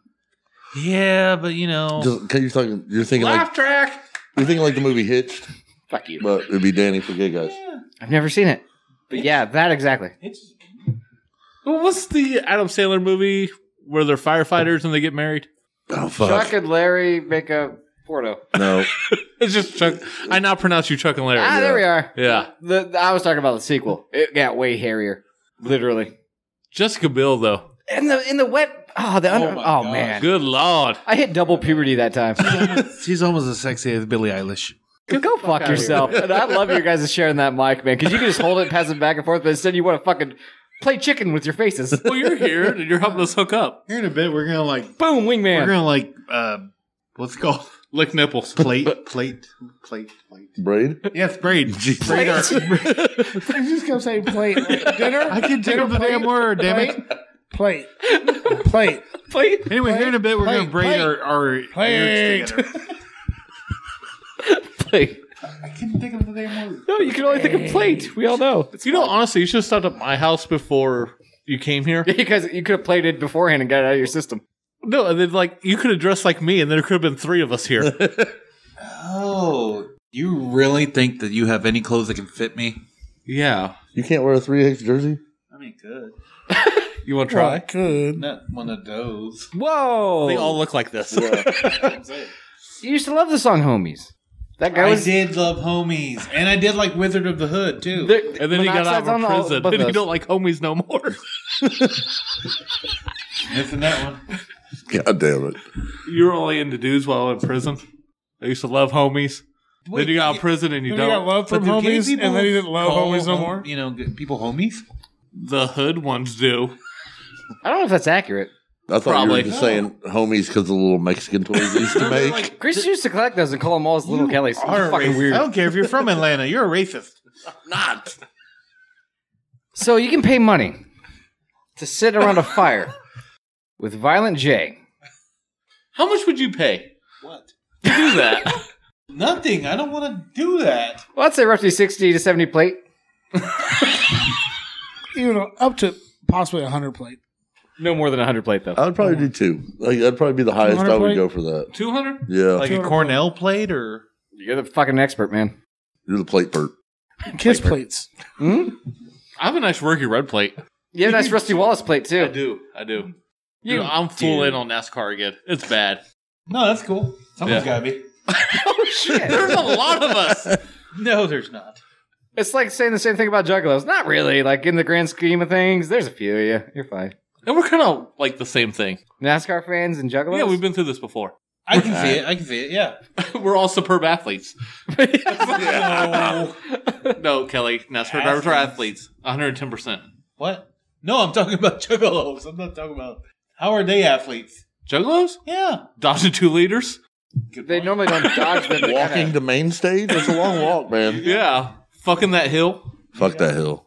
[SPEAKER 1] Yeah, but you know,
[SPEAKER 5] Just because you're talking, you're thinking like
[SPEAKER 1] track.
[SPEAKER 5] you're thinking like the movie Hitched,
[SPEAKER 4] Fuck you.
[SPEAKER 5] but it'd be Danny for gay guys.
[SPEAKER 4] I've never seen it. But yeah, that exactly.
[SPEAKER 2] Well, What's the Adam Sandler movie where they're firefighters and they get married?
[SPEAKER 5] Oh fuck,
[SPEAKER 4] Chuck and Larry make a Porto.
[SPEAKER 5] no!
[SPEAKER 2] It's just Chuck. I now pronounce you Chuck and Larry.
[SPEAKER 4] Ah, there we are.
[SPEAKER 2] yeah.
[SPEAKER 4] The, the- I was talking about the sequel. It got way hairier, literally.
[SPEAKER 2] Jessica Biel, though.
[SPEAKER 4] And the in the wet. Oh, the under.
[SPEAKER 7] my
[SPEAKER 4] Oh,
[SPEAKER 7] gosh.
[SPEAKER 4] man,
[SPEAKER 2] Good lord.
[SPEAKER 4] I hit double puberty that *laughs* time.
[SPEAKER 1] She's almost as sexy as Billie Eilish.
[SPEAKER 4] Go fuck yourself. And I love you guys sharing that mic, man, because you can just hold it, pass it back and forth, but instead you want to fucking play chicken with your *laughs* faces.
[SPEAKER 2] Well, you're here and you're helping us hook up.
[SPEAKER 1] Here in a bit, we're gonna like
[SPEAKER 4] Boom, wingman.
[SPEAKER 1] we're gonna like uh, what's it called *laughs*
[SPEAKER 2] Lick nipples.
[SPEAKER 1] plate plate plate plate.
[SPEAKER 5] Braid.
[SPEAKER 1] Yes, *laughs* braid. braid our,
[SPEAKER 6] I just kept saying plate. Like dinner?
[SPEAKER 1] I can take up the damn word, damn it.
[SPEAKER 6] Plate. Plate.
[SPEAKER 4] Play-
[SPEAKER 1] Anyway, here in a bit, we're
[SPEAKER 6] Plate,
[SPEAKER 1] gonna braid
[SPEAKER 6] plate,
[SPEAKER 1] our our
[SPEAKER 6] plate.
[SPEAKER 1] ears
[SPEAKER 6] *laughs*
[SPEAKER 1] together.
[SPEAKER 4] play.
[SPEAKER 1] I can think of the damn word.
[SPEAKER 4] No, you can only think of plate. We all *laughs* know.
[SPEAKER 2] You know, honestly, you should have stopped at my house before you came here.
[SPEAKER 4] You guys, you could have played it beforehand and got it out of your system.
[SPEAKER 2] No, and then, like, you could have dressed like me, and there could have been three of us
[SPEAKER 4] *laughs*
[SPEAKER 2] here.
[SPEAKER 1] Oh, you really think that you have any clothes that can fit me?
[SPEAKER 2] yeah.
[SPEAKER 5] You can't wear a three X jersey.
[SPEAKER 1] I mean, good.
[SPEAKER 2] You want to try?
[SPEAKER 6] Good.
[SPEAKER 1] Not one of *laughs* those.
[SPEAKER 4] Whoa!
[SPEAKER 2] They all look like this.
[SPEAKER 4] you used to love the song "Homies." That guy was.
[SPEAKER 1] I did love homies, and I did like Wizard of the Hood too.
[SPEAKER 2] *laughs*
[SPEAKER 4] the-
[SPEAKER 2] And then he got out
[SPEAKER 4] Monoxide's
[SPEAKER 2] of
[SPEAKER 4] on all-
[SPEAKER 2] prison,
[SPEAKER 4] both
[SPEAKER 2] and
[SPEAKER 4] of
[SPEAKER 2] he
[SPEAKER 4] us.
[SPEAKER 2] don't like homies no more. *laughs*
[SPEAKER 1] Missing that one.
[SPEAKER 5] *laughs* God damn it!
[SPEAKER 2] you were only into dudes while in prison. I used to love homies.
[SPEAKER 1] Wait,
[SPEAKER 2] then you got out of prison and you
[SPEAKER 6] Then
[SPEAKER 2] don't.
[SPEAKER 6] you got love from
[SPEAKER 1] do gay
[SPEAKER 6] homies,
[SPEAKER 1] people
[SPEAKER 6] and then he didn't love
[SPEAKER 1] call
[SPEAKER 6] homies no
[SPEAKER 1] hom-
[SPEAKER 6] more.
[SPEAKER 1] You know, g- people homies.
[SPEAKER 2] The hood ones do.
[SPEAKER 4] I don't know if that's accurate.
[SPEAKER 5] I thought you
[SPEAKER 2] Probably.
[SPEAKER 5] were just saying homies because the little Mexican toys they
[SPEAKER 4] *laughs*
[SPEAKER 5] used to make.
[SPEAKER 4] Chris used to collect those and call them all his little Kellys. It was fucking
[SPEAKER 1] I
[SPEAKER 4] weird.
[SPEAKER 1] don't care if you're from Atlanta. You're a racist.
[SPEAKER 2] Not.
[SPEAKER 4] So you can pay money to sit around
[SPEAKER 2] *laughs*
[SPEAKER 4] a fire with Violent J.
[SPEAKER 2] How much would you pay
[SPEAKER 1] What?
[SPEAKER 2] to do that? *laughs*
[SPEAKER 1] Nothing. I don't want to do that.
[SPEAKER 4] Well, I'd say roughly sixty to seventy plate.
[SPEAKER 6] even up to possibly a hundred plate.
[SPEAKER 4] No more than a hundred plate though.
[SPEAKER 2] Uh,
[SPEAKER 5] I would probably do two. Like that'd probably be the highest I
[SPEAKER 6] 200
[SPEAKER 5] would go for that.
[SPEAKER 2] 200?
[SPEAKER 5] Yeah,
[SPEAKER 1] Like a Cornell plate or
[SPEAKER 4] You're the fucking expert, man.
[SPEAKER 5] you're the
[SPEAKER 4] *laughs*
[SPEAKER 5] plate bird.
[SPEAKER 6] Kiss plates.
[SPEAKER 4] Hmm?
[SPEAKER 2] I have a nice rookie red plate.
[SPEAKER 4] You have a nice Rusty Wallace plate too.
[SPEAKER 2] I do. I do. You I'm full in on NASCAR again. It's bad.
[SPEAKER 7] No, that's cool. Someone's
[SPEAKER 2] Yeah.
[SPEAKER 7] got to be.
[SPEAKER 4] Oh shit!
[SPEAKER 2] There's a lot of us.
[SPEAKER 7] No, there's not.
[SPEAKER 4] it's like saying the same thing about juggalos. Not really. Like in the grand scheme of things, there's a few of you. You're fine.
[SPEAKER 2] And we're kind of like the same thing.
[SPEAKER 4] NASCAR fans and juggalos.
[SPEAKER 2] Yeah, we've been through this before. *laughs*
[SPEAKER 7] I can see it. I can see it. Yeah.
[SPEAKER 2] we're all superb athletes.
[SPEAKER 1] *laughs*
[SPEAKER 7] No.
[SPEAKER 2] No, Kelly, NASCAR drivers are athletes. 110%.
[SPEAKER 7] What? No, I'm talking
[SPEAKER 1] *laughs*
[SPEAKER 7] about juggalos. I'm not talking about how are they athletes?
[SPEAKER 2] Juggalos?
[SPEAKER 7] Yeah.
[SPEAKER 2] Dodging two liters?
[SPEAKER 7] Good
[SPEAKER 4] They
[SPEAKER 7] point.
[SPEAKER 4] normally
[SPEAKER 2] *laughs*
[SPEAKER 4] don't dodge them. They
[SPEAKER 5] Walking
[SPEAKER 4] kinda-
[SPEAKER 5] to main stage. That's a long walk, man.
[SPEAKER 2] Yeah. Fucking that hill.
[SPEAKER 5] Fuck that hill.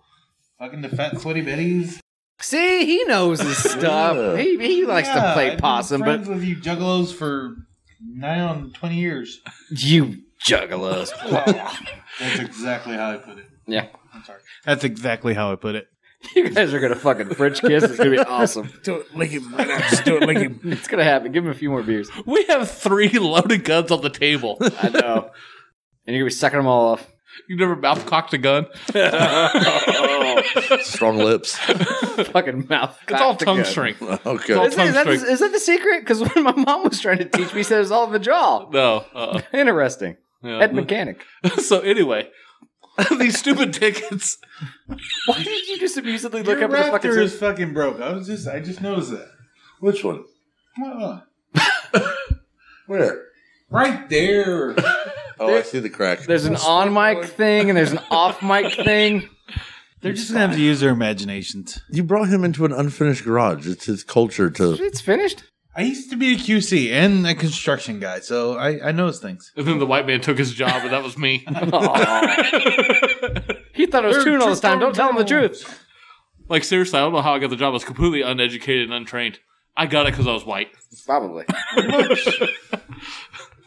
[SPEAKER 7] fucking the fat sweaty betties.
[SPEAKER 4] See, he knows his stuff.
[SPEAKER 5] Yeah.
[SPEAKER 4] He, he *laughs* likes to
[SPEAKER 7] Yeah, I've
[SPEAKER 4] play
[SPEAKER 7] been
[SPEAKER 4] possum,
[SPEAKER 7] friends
[SPEAKER 4] but
[SPEAKER 7] with you juggalos for nine on twenty
[SPEAKER 1] *laughs*
[SPEAKER 7] years.
[SPEAKER 4] you juggalos.
[SPEAKER 7] That's exactly how I put it.
[SPEAKER 4] yeah,
[SPEAKER 1] that's exactly how I put it.
[SPEAKER 4] you guys are gonna fucking French kiss. It's gonna be awesome.
[SPEAKER 6] Do it, lick him. Right now. Just do it,
[SPEAKER 1] *laughs*
[SPEAKER 6] lick him.
[SPEAKER 4] It's gonna happen. Give him a few more beers.
[SPEAKER 2] We have three *laughs* loaded guns on the *laughs* table.
[SPEAKER 4] I know. And you're gonna be sucking them all off.
[SPEAKER 2] You never mouth cocked a gun.
[SPEAKER 5] Strong lips. *laughs*
[SPEAKER 4] fucking mouth.
[SPEAKER 2] It's all tongue string.
[SPEAKER 5] Okay.
[SPEAKER 4] Is, that- is that-
[SPEAKER 2] Tongue string.
[SPEAKER 4] is that the secret? Because when my mom was trying to teach me, she said it was all vajal.
[SPEAKER 2] No. Uh,
[SPEAKER 4] Interesting.
[SPEAKER 2] *laughs*
[SPEAKER 4] Head mechanic.
[SPEAKER 2] so anyway, *laughs* these stupid tickets.
[SPEAKER 4] Why did *laughs* you just amusedly look
[SPEAKER 7] Your
[SPEAKER 4] up at the
[SPEAKER 7] raptor
[SPEAKER 4] fucking?
[SPEAKER 7] is fucking broke. I was just I just noticed that.
[SPEAKER 5] Which one?
[SPEAKER 7] Uh-uh.
[SPEAKER 5] Where?
[SPEAKER 7] Right
[SPEAKER 4] *laughs*
[SPEAKER 7] there.
[SPEAKER 5] Oh, I see the crack.
[SPEAKER 4] There's an on mic thing
[SPEAKER 2] *laughs*
[SPEAKER 4] and there's an off mic thing.
[SPEAKER 1] They're just gonna have to use their imaginations.
[SPEAKER 5] You brought him into an unfinished garage. It's his culture to.
[SPEAKER 2] *laughs*
[SPEAKER 4] It's finished.
[SPEAKER 1] I used to be a QC and a construction guy, so I, I notice things.
[SPEAKER 2] And then the white man took his job, and that was me. *laughs*
[SPEAKER 4] *laughs* He thought it was tune all this time. Don't tell him the truth.
[SPEAKER 2] like seriously, I don't know how I got the job. I was completely uneducated and untrained. I got it because I was white.
[SPEAKER 4] Probably.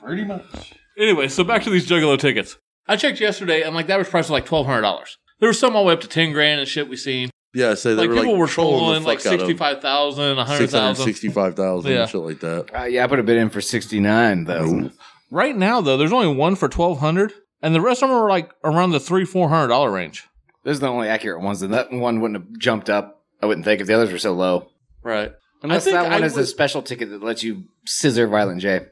[SPEAKER 7] Pretty much.
[SPEAKER 2] Anyway, so back to these Juggalo tickets. I checked yesterday, and like the average price was like twelve hundred dollars. There was some all the way up to ten grand and shit we seen.
[SPEAKER 5] Yeah, I say they
[SPEAKER 2] Like
[SPEAKER 5] were
[SPEAKER 2] people
[SPEAKER 5] like
[SPEAKER 2] were
[SPEAKER 5] trolling
[SPEAKER 2] trolling
[SPEAKER 5] the
[SPEAKER 2] like
[SPEAKER 5] fuck out of
[SPEAKER 2] sixty
[SPEAKER 5] him.
[SPEAKER 2] five thousand, a hundred thousand.
[SPEAKER 5] 665,000
[SPEAKER 2] Yeah.
[SPEAKER 5] and shit like that.
[SPEAKER 4] Uh, yeah, I put a bid in for sixty nine though.
[SPEAKER 2] Right now though, there's only one for twelve hundred, and the rest of them are like around the three four hundred dollar range.
[SPEAKER 4] Those are the only accurate ones, and that one wouldn't have jumped up. I wouldn't think if the others were so low.
[SPEAKER 2] Right.
[SPEAKER 4] Unless
[SPEAKER 2] think
[SPEAKER 4] that one
[SPEAKER 2] I
[SPEAKER 4] is a
[SPEAKER 2] would-
[SPEAKER 4] special ticket that lets you scissor Violent J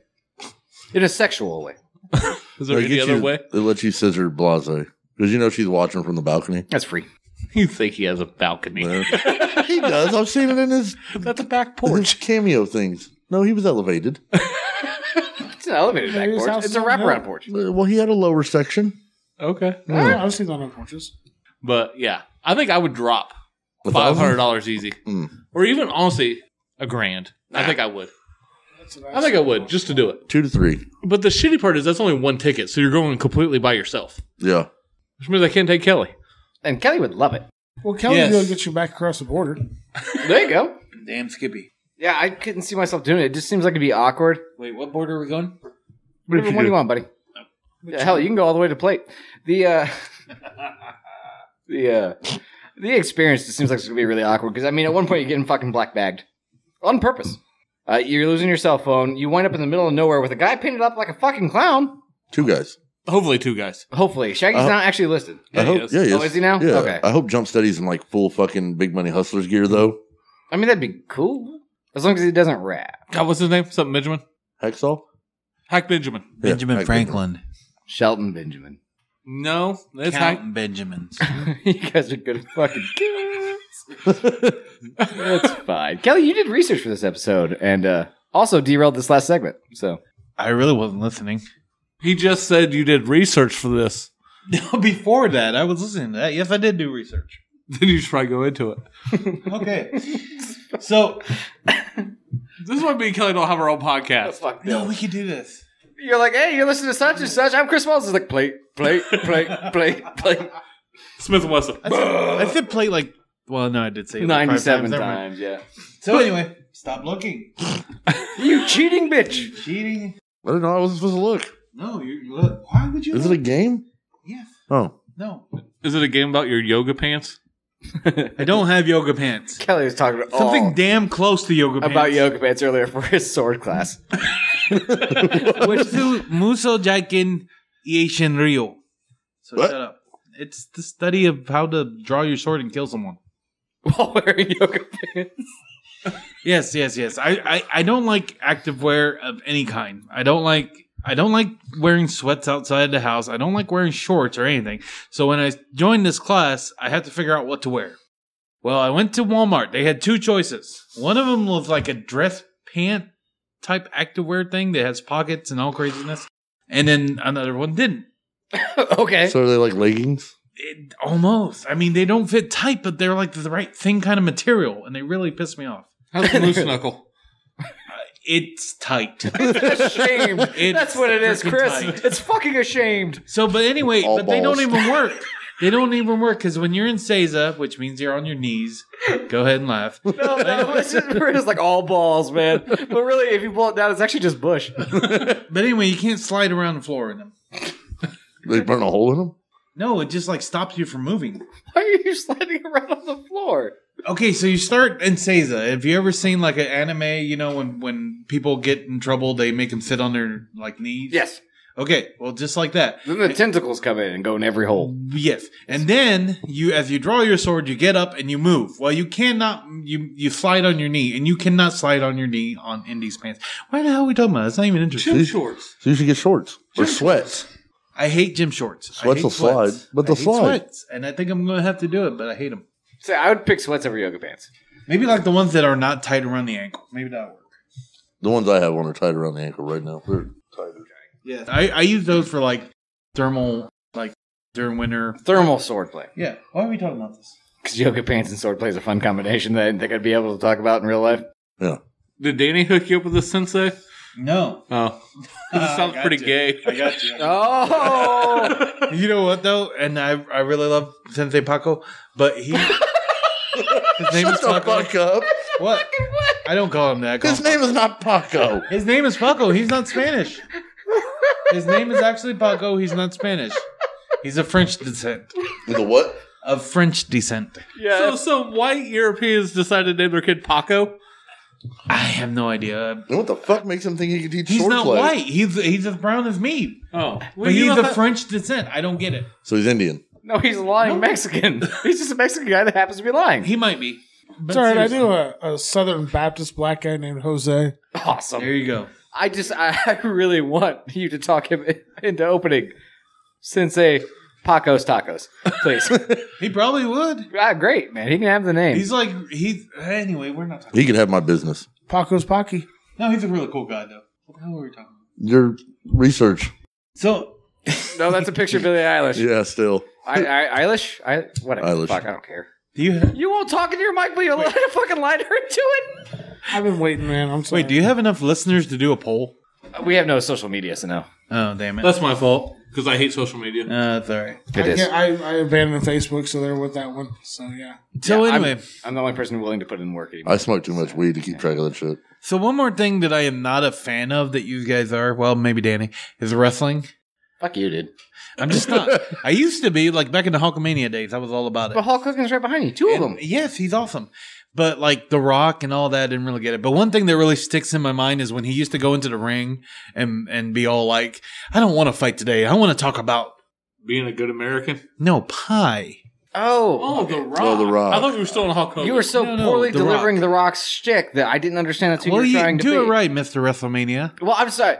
[SPEAKER 4] in a sexual way.
[SPEAKER 2] Is there
[SPEAKER 5] They
[SPEAKER 2] any
[SPEAKER 5] get
[SPEAKER 2] other
[SPEAKER 5] you-
[SPEAKER 2] way? *laughs*
[SPEAKER 5] They let you scissor Blase because you know she's watching from
[SPEAKER 2] *laughs*
[SPEAKER 5] the balcony.
[SPEAKER 4] That's free.
[SPEAKER 2] You think he has a balcony?
[SPEAKER 5] Yeah. he does. I've seen it in his,
[SPEAKER 2] That's a back
[SPEAKER 5] in
[SPEAKER 2] porch.
[SPEAKER 5] his cameo things. No, he was elevated.
[SPEAKER 4] It's an elevated back
[SPEAKER 6] Maybe his
[SPEAKER 4] porch.
[SPEAKER 6] house
[SPEAKER 4] It's
[SPEAKER 6] is
[SPEAKER 4] a
[SPEAKER 6] on a hill.
[SPEAKER 4] wraparound porch.
[SPEAKER 5] Uh, Well, he had a lower section.
[SPEAKER 2] okay.
[SPEAKER 1] Hmm.
[SPEAKER 6] Yeah, I've seen that on porches.
[SPEAKER 2] But yeah, I think I would drop
[SPEAKER 5] A
[SPEAKER 2] five
[SPEAKER 5] thousand?
[SPEAKER 2] hundred dollars easy,
[SPEAKER 5] Mm.
[SPEAKER 2] or even honestly a grand. I think I would. I think I would just to do it.
[SPEAKER 5] Two to three.
[SPEAKER 2] But the shitty part is that's only one ticket, so you're going completely by yourself,
[SPEAKER 5] Yeah.
[SPEAKER 2] which means I can't take Kelly.
[SPEAKER 4] And Kelly would love it.
[SPEAKER 6] Well, Kelly
[SPEAKER 7] Yes.
[SPEAKER 6] will get you back across the border.
[SPEAKER 4] There you go.
[SPEAKER 7] Damn Skippy.
[SPEAKER 4] Yeah, I couldn't see myself doing it. It just seems like it'd be awkward.
[SPEAKER 7] Wait, what border are we going?
[SPEAKER 4] What do you want, buddy? Yeah, hell, you can go all the way to plate. The uh, *laughs* the uh, the experience just seems like it's gonna be really awkward because I mean, at one point you're getting fucking black bagged on purpose. Uh, you're losing your cell phone. You wind up in the middle of nowhere with a guy painted up like a fucking clown.
[SPEAKER 5] Two guys.
[SPEAKER 2] Hopefully, two guys.
[SPEAKER 4] Hopefully, Shaggy's
[SPEAKER 5] Uh-huh.
[SPEAKER 4] not actually listed.
[SPEAKER 5] I
[SPEAKER 2] Yeah,
[SPEAKER 5] hope.
[SPEAKER 2] he is.
[SPEAKER 5] Yeah,
[SPEAKER 4] Oh, is he now?
[SPEAKER 5] Yeah.
[SPEAKER 4] Okay.
[SPEAKER 5] I hope Jump Steady's in like full fucking big money hustlers gear though.
[SPEAKER 4] I mean, that'd be cool as long as he doesn't rap.
[SPEAKER 2] God, what's his name? Something Benjamin.
[SPEAKER 5] Hacksaw.
[SPEAKER 2] Hack Benjamin.
[SPEAKER 5] Yeah,
[SPEAKER 1] Benjamin
[SPEAKER 5] Hack
[SPEAKER 1] Franklin.
[SPEAKER 4] Shelton Benjamin,
[SPEAKER 2] No, it's
[SPEAKER 1] Count
[SPEAKER 2] Hack.
[SPEAKER 1] Benjamins. *laughs*
[SPEAKER 4] *laughs* you guys are good fucking kids. *laughs* That's fine, Kelly. You did research for this episode and uh, also derailed this last segment. So
[SPEAKER 1] I really wasn't listening.
[SPEAKER 2] He just said you did research for this. *laughs*
[SPEAKER 1] *laughs*
[SPEAKER 7] No, before that, I was listening to that. Yes, I did do research.
[SPEAKER 2] Then you should probably go into it.
[SPEAKER 4] *laughs*
[SPEAKER 7] Okay. so
[SPEAKER 2] This is why me and Kelly don't have our own podcast.
[SPEAKER 4] fuck
[SPEAKER 7] no, we could do this.
[SPEAKER 4] You're like, hey, you're listening to such and such. I'm Chris Wallace. It's like, plate, plate,
[SPEAKER 1] *laughs*
[SPEAKER 4] plate, plate, plate.
[SPEAKER 2] Smith and Wesson.
[SPEAKER 1] I said, I said play like. Well, no, I did say it like five
[SPEAKER 4] 97
[SPEAKER 1] never mind.
[SPEAKER 4] times, yeah.
[SPEAKER 7] So anyway, stop looking.
[SPEAKER 4] You cheating bitch.
[SPEAKER 7] Cheating.
[SPEAKER 5] I don't know. I wasn't supposed to look.
[SPEAKER 7] No, you look. Why would you?
[SPEAKER 5] Is it
[SPEAKER 7] look?
[SPEAKER 5] a game?
[SPEAKER 7] yes.
[SPEAKER 5] Oh,
[SPEAKER 7] No.
[SPEAKER 2] Is it a game about your yoga pants?
[SPEAKER 1] I don't have yoga pants.
[SPEAKER 4] Kelly was talking about
[SPEAKER 1] Something
[SPEAKER 4] all
[SPEAKER 1] damn close to yoga pants.
[SPEAKER 4] Oh. about yoga pants earlier for his sword class. *laughs*
[SPEAKER 1] *laughs* Wetsu Muso Jaiken Eishin Ryo. So
[SPEAKER 5] What?
[SPEAKER 1] shut up. It's the study of how to draw your sword and kill someone.
[SPEAKER 4] While wearing yoga pants. *laughs*
[SPEAKER 1] Yes, yes, yes. I, I, I don't like activewear of any kind. I don't like I don't like wearing sweats outside the house. I don't like wearing shorts or anything. So when I joined this class, I had to figure out what to wear. Well, I went to Walmart. They had two choices. One of them was like a dress pant type activewear thing that has pockets and all craziness, and then another one didn't.
[SPEAKER 4] okay.
[SPEAKER 5] So are they like leggings?
[SPEAKER 1] It, almost. I mean, they don't fit tight, but they're like the right thing kind of material, and they really piss me off.
[SPEAKER 2] How's the moose knuckle?
[SPEAKER 1] It's tight.
[SPEAKER 4] ashamed.
[SPEAKER 1] It's
[SPEAKER 4] That's what it is,
[SPEAKER 1] freaking
[SPEAKER 4] Chris.
[SPEAKER 1] tight.
[SPEAKER 4] It's fucking ashamed.
[SPEAKER 1] So, but anyway,
[SPEAKER 5] All
[SPEAKER 1] but they don't
[SPEAKER 5] balls. *laughs*
[SPEAKER 1] even work. They don't even work because when you're in Seiza, which means you're on your knees, go ahead and laugh.
[SPEAKER 4] No, no, it's just, *laughs* we're just like all balls, man. But really, if you pull it down, it's actually just bush.
[SPEAKER 1] But anyway, you can't slide around the floor in them.
[SPEAKER 5] They burn a hole in them?
[SPEAKER 1] No, it just like stops you from moving.
[SPEAKER 4] Why are you sliding around on the floor?
[SPEAKER 1] Okay, so you start in Seiza. Have you ever seen like an anime? You know, when when people get in trouble, they make them sit on their like knees.
[SPEAKER 4] Yes.
[SPEAKER 1] Okay, well, just like that.
[SPEAKER 4] Then the tentacles come in and go in every hole.
[SPEAKER 1] Yes, and then you, as you draw your sword, you get up and you move. Well, you cannot. You you slide on your knee, and you cannot slide on your knee on in these pants. Why the hell are we talking about? It's not even interesting.
[SPEAKER 2] Gym shorts.
[SPEAKER 5] So you should get shorts or sweats.
[SPEAKER 1] I hate gym shorts. I
[SPEAKER 5] Sweats
[SPEAKER 1] hate
[SPEAKER 5] will slide,
[SPEAKER 1] sweats. I
[SPEAKER 5] but they'll
[SPEAKER 1] hate
[SPEAKER 5] slide.
[SPEAKER 1] Sweats, and I think I'm going to have to do it, but I hate them.
[SPEAKER 4] So I would pick sweats over yoga pants.
[SPEAKER 1] Maybe like the ones that are not tight around the ankle. Maybe that'll work.
[SPEAKER 5] The ones I have on are tight around the ankle right now. They're tighter.
[SPEAKER 1] Yeah, I, I use those for like thermal, like during winter.
[SPEAKER 4] Thermal swordplay.
[SPEAKER 1] Yeah. Why are we talking about this?
[SPEAKER 4] Because yoga pants and swordplay is a fun combination that I didn't think I'd be able to talk about in real life.
[SPEAKER 5] Yeah.
[SPEAKER 2] Did Danny hook you up with a sensei?
[SPEAKER 1] No.
[SPEAKER 2] Oh.
[SPEAKER 1] *laughs*
[SPEAKER 2] it sounds pretty gay.
[SPEAKER 1] I got *laughs* you.
[SPEAKER 4] *laughs* Oh!
[SPEAKER 1] You know what though, and I I really love Sensei Paco, but
[SPEAKER 5] *laughs*
[SPEAKER 1] he his name is
[SPEAKER 5] Shut the
[SPEAKER 1] Paco.
[SPEAKER 5] fuck up.
[SPEAKER 1] What? I don't call him that. I call
[SPEAKER 5] His
[SPEAKER 1] him
[SPEAKER 5] name is not Paco.
[SPEAKER 1] Paco. His name is Paco. He's not Spanish. His name is actually Paco. He's not Spanish. He's of French descent.
[SPEAKER 5] The what?
[SPEAKER 1] Of French descent.
[SPEAKER 2] So some white Europeans decided to name their kid Paco.
[SPEAKER 1] I have no idea.
[SPEAKER 5] And what the fuck makes him think he could teach
[SPEAKER 1] He's not
[SPEAKER 5] swordplay?
[SPEAKER 1] white. He's he's as brown as me.
[SPEAKER 2] Oh. Well,
[SPEAKER 1] But he's
[SPEAKER 2] you know
[SPEAKER 1] of
[SPEAKER 2] that-
[SPEAKER 1] French descent. I don't get it.
[SPEAKER 5] So he's Indian.
[SPEAKER 4] no, he's a lying Mexican. He's just a Mexican guy that happens to be lying.
[SPEAKER 1] He might be. But
[SPEAKER 6] It's all right. I
[SPEAKER 1] seriously.
[SPEAKER 6] knew a, a Southern Baptist black guy named Jose.
[SPEAKER 4] Awesome.
[SPEAKER 1] There you go.
[SPEAKER 4] I just, I, *laughs* I really want you to talk him *laughs* into opening Sensei Paco's Tacos, please.
[SPEAKER 1] He probably would.
[SPEAKER 4] ah, great, man. He can have the name.
[SPEAKER 1] He's like he's anyway. We're not talking.
[SPEAKER 5] He could have my business.
[SPEAKER 6] Paco's Pocky.
[SPEAKER 1] No, he's a really cool guy, though. What the hell were we talking about?
[SPEAKER 5] Your research.
[SPEAKER 1] So,
[SPEAKER 4] no, that's a picture of Billie Eilish.
[SPEAKER 5] Yeah, still.
[SPEAKER 4] *laughs* I, I, Eilish? I, whatever.
[SPEAKER 5] Eilish.
[SPEAKER 4] Fuck, I don't care.
[SPEAKER 1] do you
[SPEAKER 4] You won't talk into your mic, but you'll let a *laughs* fucking lie to her into
[SPEAKER 6] I've been waiting, man. I'm sorry.
[SPEAKER 1] wait? Do you have enough listeners to do a poll?
[SPEAKER 4] it. We have no social media, so no.
[SPEAKER 1] Oh, damn it!
[SPEAKER 2] That's my fault because I hate social media.
[SPEAKER 1] Uh, that's all right.
[SPEAKER 4] It
[SPEAKER 6] I,
[SPEAKER 4] is.
[SPEAKER 6] can't- I, I abandoned Facebook, so they're with that one. So yeah.
[SPEAKER 1] So
[SPEAKER 4] Yeah, I'm-
[SPEAKER 1] anyway,
[SPEAKER 4] I'm the only person willing to put in work anymore.
[SPEAKER 5] I smoke too much weed to keep track of that shit.
[SPEAKER 1] so one more thing that I am not a fan of that you guys are. Well, maybe Danny is wrestling.
[SPEAKER 4] Fuck you, dude.
[SPEAKER 1] I'm just *laughs* not. I used to be like back in the Hulkamania days. I was all about it.
[SPEAKER 4] But Hulk Hogan's right behind you. Two of them.
[SPEAKER 1] And yes, he's awesome. But like The Rock and all that, I didn't really get it. But one thing that really sticks in my mind is when he used to go into the ring and and be all like, "I don't want to fight today. I want to talk about
[SPEAKER 2] Being a good American.
[SPEAKER 1] no pie."
[SPEAKER 4] Oh.
[SPEAKER 2] Oh, The Rock.
[SPEAKER 5] Oh, The Rock.
[SPEAKER 2] I thought we were still on Hulk Hogan.
[SPEAKER 4] You were so
[SPEAKER 1] Oh, No, no,
[SPEAKER 4] poorly
[SPEAKER 1] The
[SPEAKER 4] delivering
[SPEAKER 1] Rock.
[SPEAKER 4] The Rock's shtick that I didn't understand that's who
[SPEAKER 1] Well,
[SPEAKER 4] you were
[SPEAKER 1] you
[SPEAKER 4] trying to
[SPEAKER 1] do
[SPEAKER 4] be.
[SPEAKER 1] it right, Mister WrestleMania.
[SPEAKER 4] Well, I'm sorry.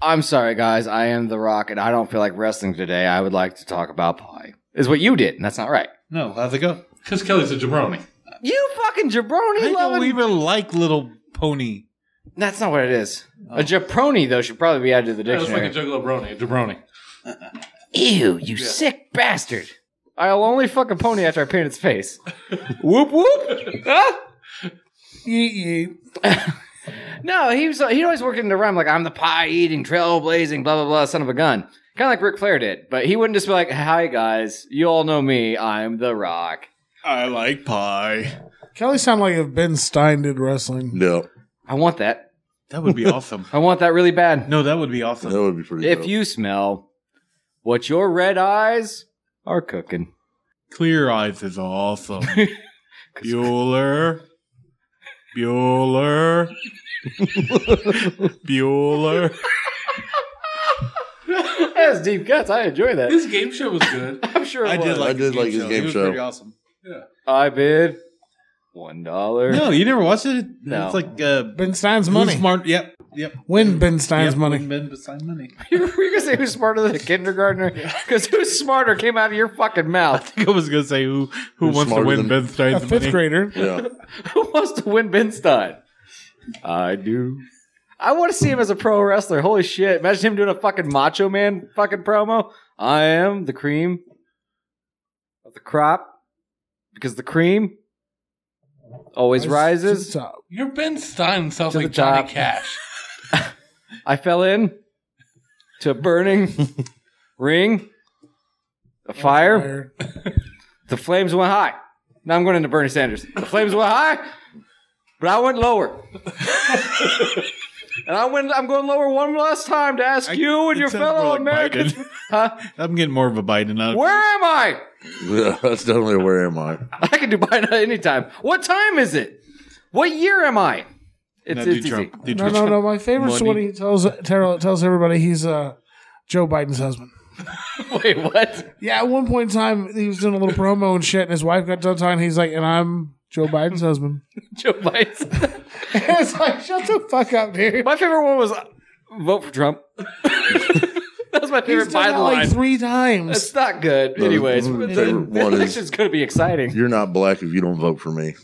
[SPEAKER 4] I'm sorry, guys. I am The Rock, and I don't feel like wrestling today. I would like to talk about pie. Is what you did, and that's not right.
[SPEAKER 1] No, how's it go?
[SPEAKER 2] because Kelly's a jabroni.
[SPEAKER 4] You fucking jabroni
[SPEAKER 1] I
[SPEAKER 4] loving.
[SPEAKER 1] don't even like Little Pony.
[SPEAKER 4] That's not what it is. A jabroni, though, should probably be added to the
[SPEAKER 2] Oh. That's like a
[SPEAKER 4] dictionary.
[SPEAKER 2] juggalo brony, a jabroni.
[SPEAKER 4] Ew, you sick bastard. I'll only fuck a pony after I paint its face.
[SPEAKER 2] *laughs*
[SPEAKER 4] whoop whoop. Huh?
[SPEAKER 6] Yeet, yeet.
[SPEAKER 4] No, he was he always worked in the rhyme like I'm the pie eating, trailblazing, blah blah blah, son of a gun. Kind of like Ric Flair did, but he wouldn't just be like, "Hi guys, you all know me. I'm The Rock."
[SPEAKER 1] I like pie.
[SPEAKER 6] Kelly sounded like if Ben Stein did wrestling.
[SPEAKER 5] Yeah,
[SPEAKER 4] I want that.
[SPEAKER 1] That would be awesome.
[SPEAKER 4] I want that really bad.
[SPEAKER 1] No, that would be awesome.
[SPEAKER 5] that would be pretty.
[SPEAKER 4] If
[SPEAKER 5] dope.
[SPEAKER 4] you smell what your red eyes are cooking,
[SPEAKER 1] *laughs* Clear Eyes is awesome. Bueller. Bueller. Bueller.
[SPEAKER 4] That's deep cuts. I enjoy that.
[SPEAKER 2] *laughs*
[SPEAKER 7] This game show was good.
[SPEAKER 4] I'm sure it
[SPEAKER 2] I did
[SPEAKER 4] was.
[SPEAKER 2] like
[SPEAKER 5] I did like his
[SPEAKER 2] It
[SPEAKER 5] game
[SPEAKER 2] was
[SPEAKER 5] show.
[SPEAKER 2] pretty awesome.
[SPEAKER 4] I bid one dollar.
[SPEAKER 1] No, you never watched it?
[SPEAKER 4] No.
[SPEAKER 1] It's like uh,
[SPEAKER 6] Ben Stein's
[SPEAKER 1] Who's
[SPEAKER 6] money.
[SPEAKER 1] Smart. Yep. Yep.
[SPEAKER 6] Win Ben Stein's
[SPEAKER 1] yep.
[SPEAKER 6] money.
[SPEAKER 1] Ben beside money. I
[SPEAKER 4] Were *laughs* you gonna say who's smarter than a kindergartner? Because who's smarter came out of your fucking mouth.
[SPEAKER 1] think *laughs* I was gonna say who who
[SPEAKER 5] Who's
[SPEAKER 1] wants to
[SPEAKER 5] smarter
[SPEAKER 1] win
[SPEAKER 5] than-
[SPEAKER 1] Ben
[SPEAKER 6] A
[SPEAKER 1] Stein's
[SPEAKER 6] fifth
[SPEAKER 1] money.
[SPEAKER 6] grader.
[SPEAKER 5] Yeah.
[SPEAKER 4] *laughs* Who wants to win Ben Stein? I do. I want to see him as a pro wrestler. Holy shit! Imagine him doing a fucking Macho Man fucking promo. I am the cream of the crop because the cream always rises.
[SPEAKER 6] To the top.
[SPEAKER 7] Your Ben Stein sounds
[SPEAKER 4] To the
[SPEAKER 7] like Johnny
[SPEAKER 4] top.
[SPEAKER 7] Cash.
[SPEAKER 4] I fell in to
[SPEAKER 1] *laughs*
[SPEAKER 4] a burning ring, a fire.
[SPEAKER 6] Fire.
[SPEAKER 4] *laughs* The flames went high. Now I'm going into Bernie Sanders. The flames went high, but I
[SPEAKER 1] *laughs*
[SPEAKER 4] went lower. and I went, I'm going lower one last time to ask you and
[SPEAKER 1] it
[SPEAKER 4] your
[SPEAKER 1] sounds more
[SPEAKER 4] fellow
[SPEAKER 1] like
[SPEAKER 4] Americans.
[SPEAKER 1] *laughs* Biden.
[SPEAKER 4] Huh?
[SPEAKER 1] I'm getting more of a Biden out of
[SPEAKER 4] Where am I?
[SPEAKER 5] yeah. That's definitely where am I?
[SPEAKER 4] I can do Biden at any time. What time is it? What year am I? It's,
[SPEAKER 1] No,
[SPEAKER 4] it's
[SPEAKER 1] do
[SPEAKER 4] easy.
[SPEAKER 1] Trump. Do
[SPEAKER 6] No,
[SPEAKER 1] Trump.
[SPEAKER 6] no, no. My favorite is
[SPEAKER 1] Money.
[SPEAKER 6] when he tells Terrell tells everybody he's uh, Joe Biden's husband.
[SPEAKER 4] *laughs* Wait, what?
[SPEAKER 6] Yeah, at one point in time, he was doing a little promo and shit, and his wife got done talking. He's like, and I'm Joe Biden's husband. *laughs*
[SPEAKER 4] Joe Biden. *laughs*
[SPEAKER 6] it's like, shut the fuck up, dude.
[SPEAKER 4] my favorite one was uh, vote for Trump. that was my
[SPEAKER 6] He's
[SPEAKER 4] favorite
[SPEAKER 6] done that
[SPEAKER 4] Biden line.
[SPEAKER 6] like three
[SPEAKER 4] It's
[SPEAKER 6] times.
[SPEAKER 4] not good.
[SPEAKER 5] The-
[SPEAKER 4] Anyways,
[SPEAKER 5] the
[SPEAKER 4] this
[SPEAKER 5] favorite one is-
[SPEAKER 4] election's going to be exciting.
[SPEAKER 5] You're not black if you don't vote for me.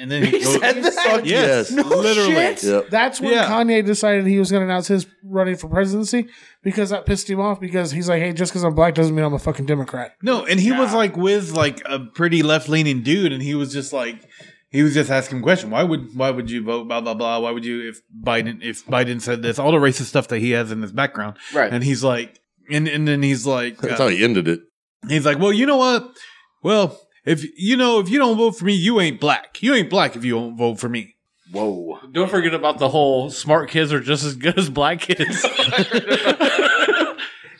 [SPEAKER 1] And then he
[SPEAKER 4] He
[SPEAKER 1] goes,
[SPEAKER 4] said that?
[SPEAKER 5] Yes.
[SPEAKER 4] No
[SPEAKER 1] literally.
[SPEAKER 4] shit.
[SPEAKER 5] Yep.
[SPEAKER 6] That's when
[SPEAKER 1] Yeah.
[SPEAKER 6] Kanye decided he was going to announce his running for presidency because that pissed him off because he's like, hey, just because I'm black doesn't mean I'm a fucking Democrat.
[SPEAKER 1] No, and he was like with like a pretty left leaning dude, and he was just like he was just asking him question. Why would why would you vote blah blah blah? Why would you if Biden if Biden said this all the racist stuff that he has in his background?
[SPEAKER 4] Right.
[SPEAKER 1] And he's like, and and then he's like,
[SPEAKER 5] That's
[SPEAKER 1] uh,
[SPEAKER 5] how he ended it.
[SPEAKER 1] he's like, well, you know what? Well, if you know if you don't vote for me, you ain't black. You ain't black if you don't vote for me.
[SPEAKER 4] Whoa.
[SPEAKER 2] Don't forget about the whole smart kids are just as good as black
[SPEAKER 4] *laughs*
[SPEAKER 2] kids.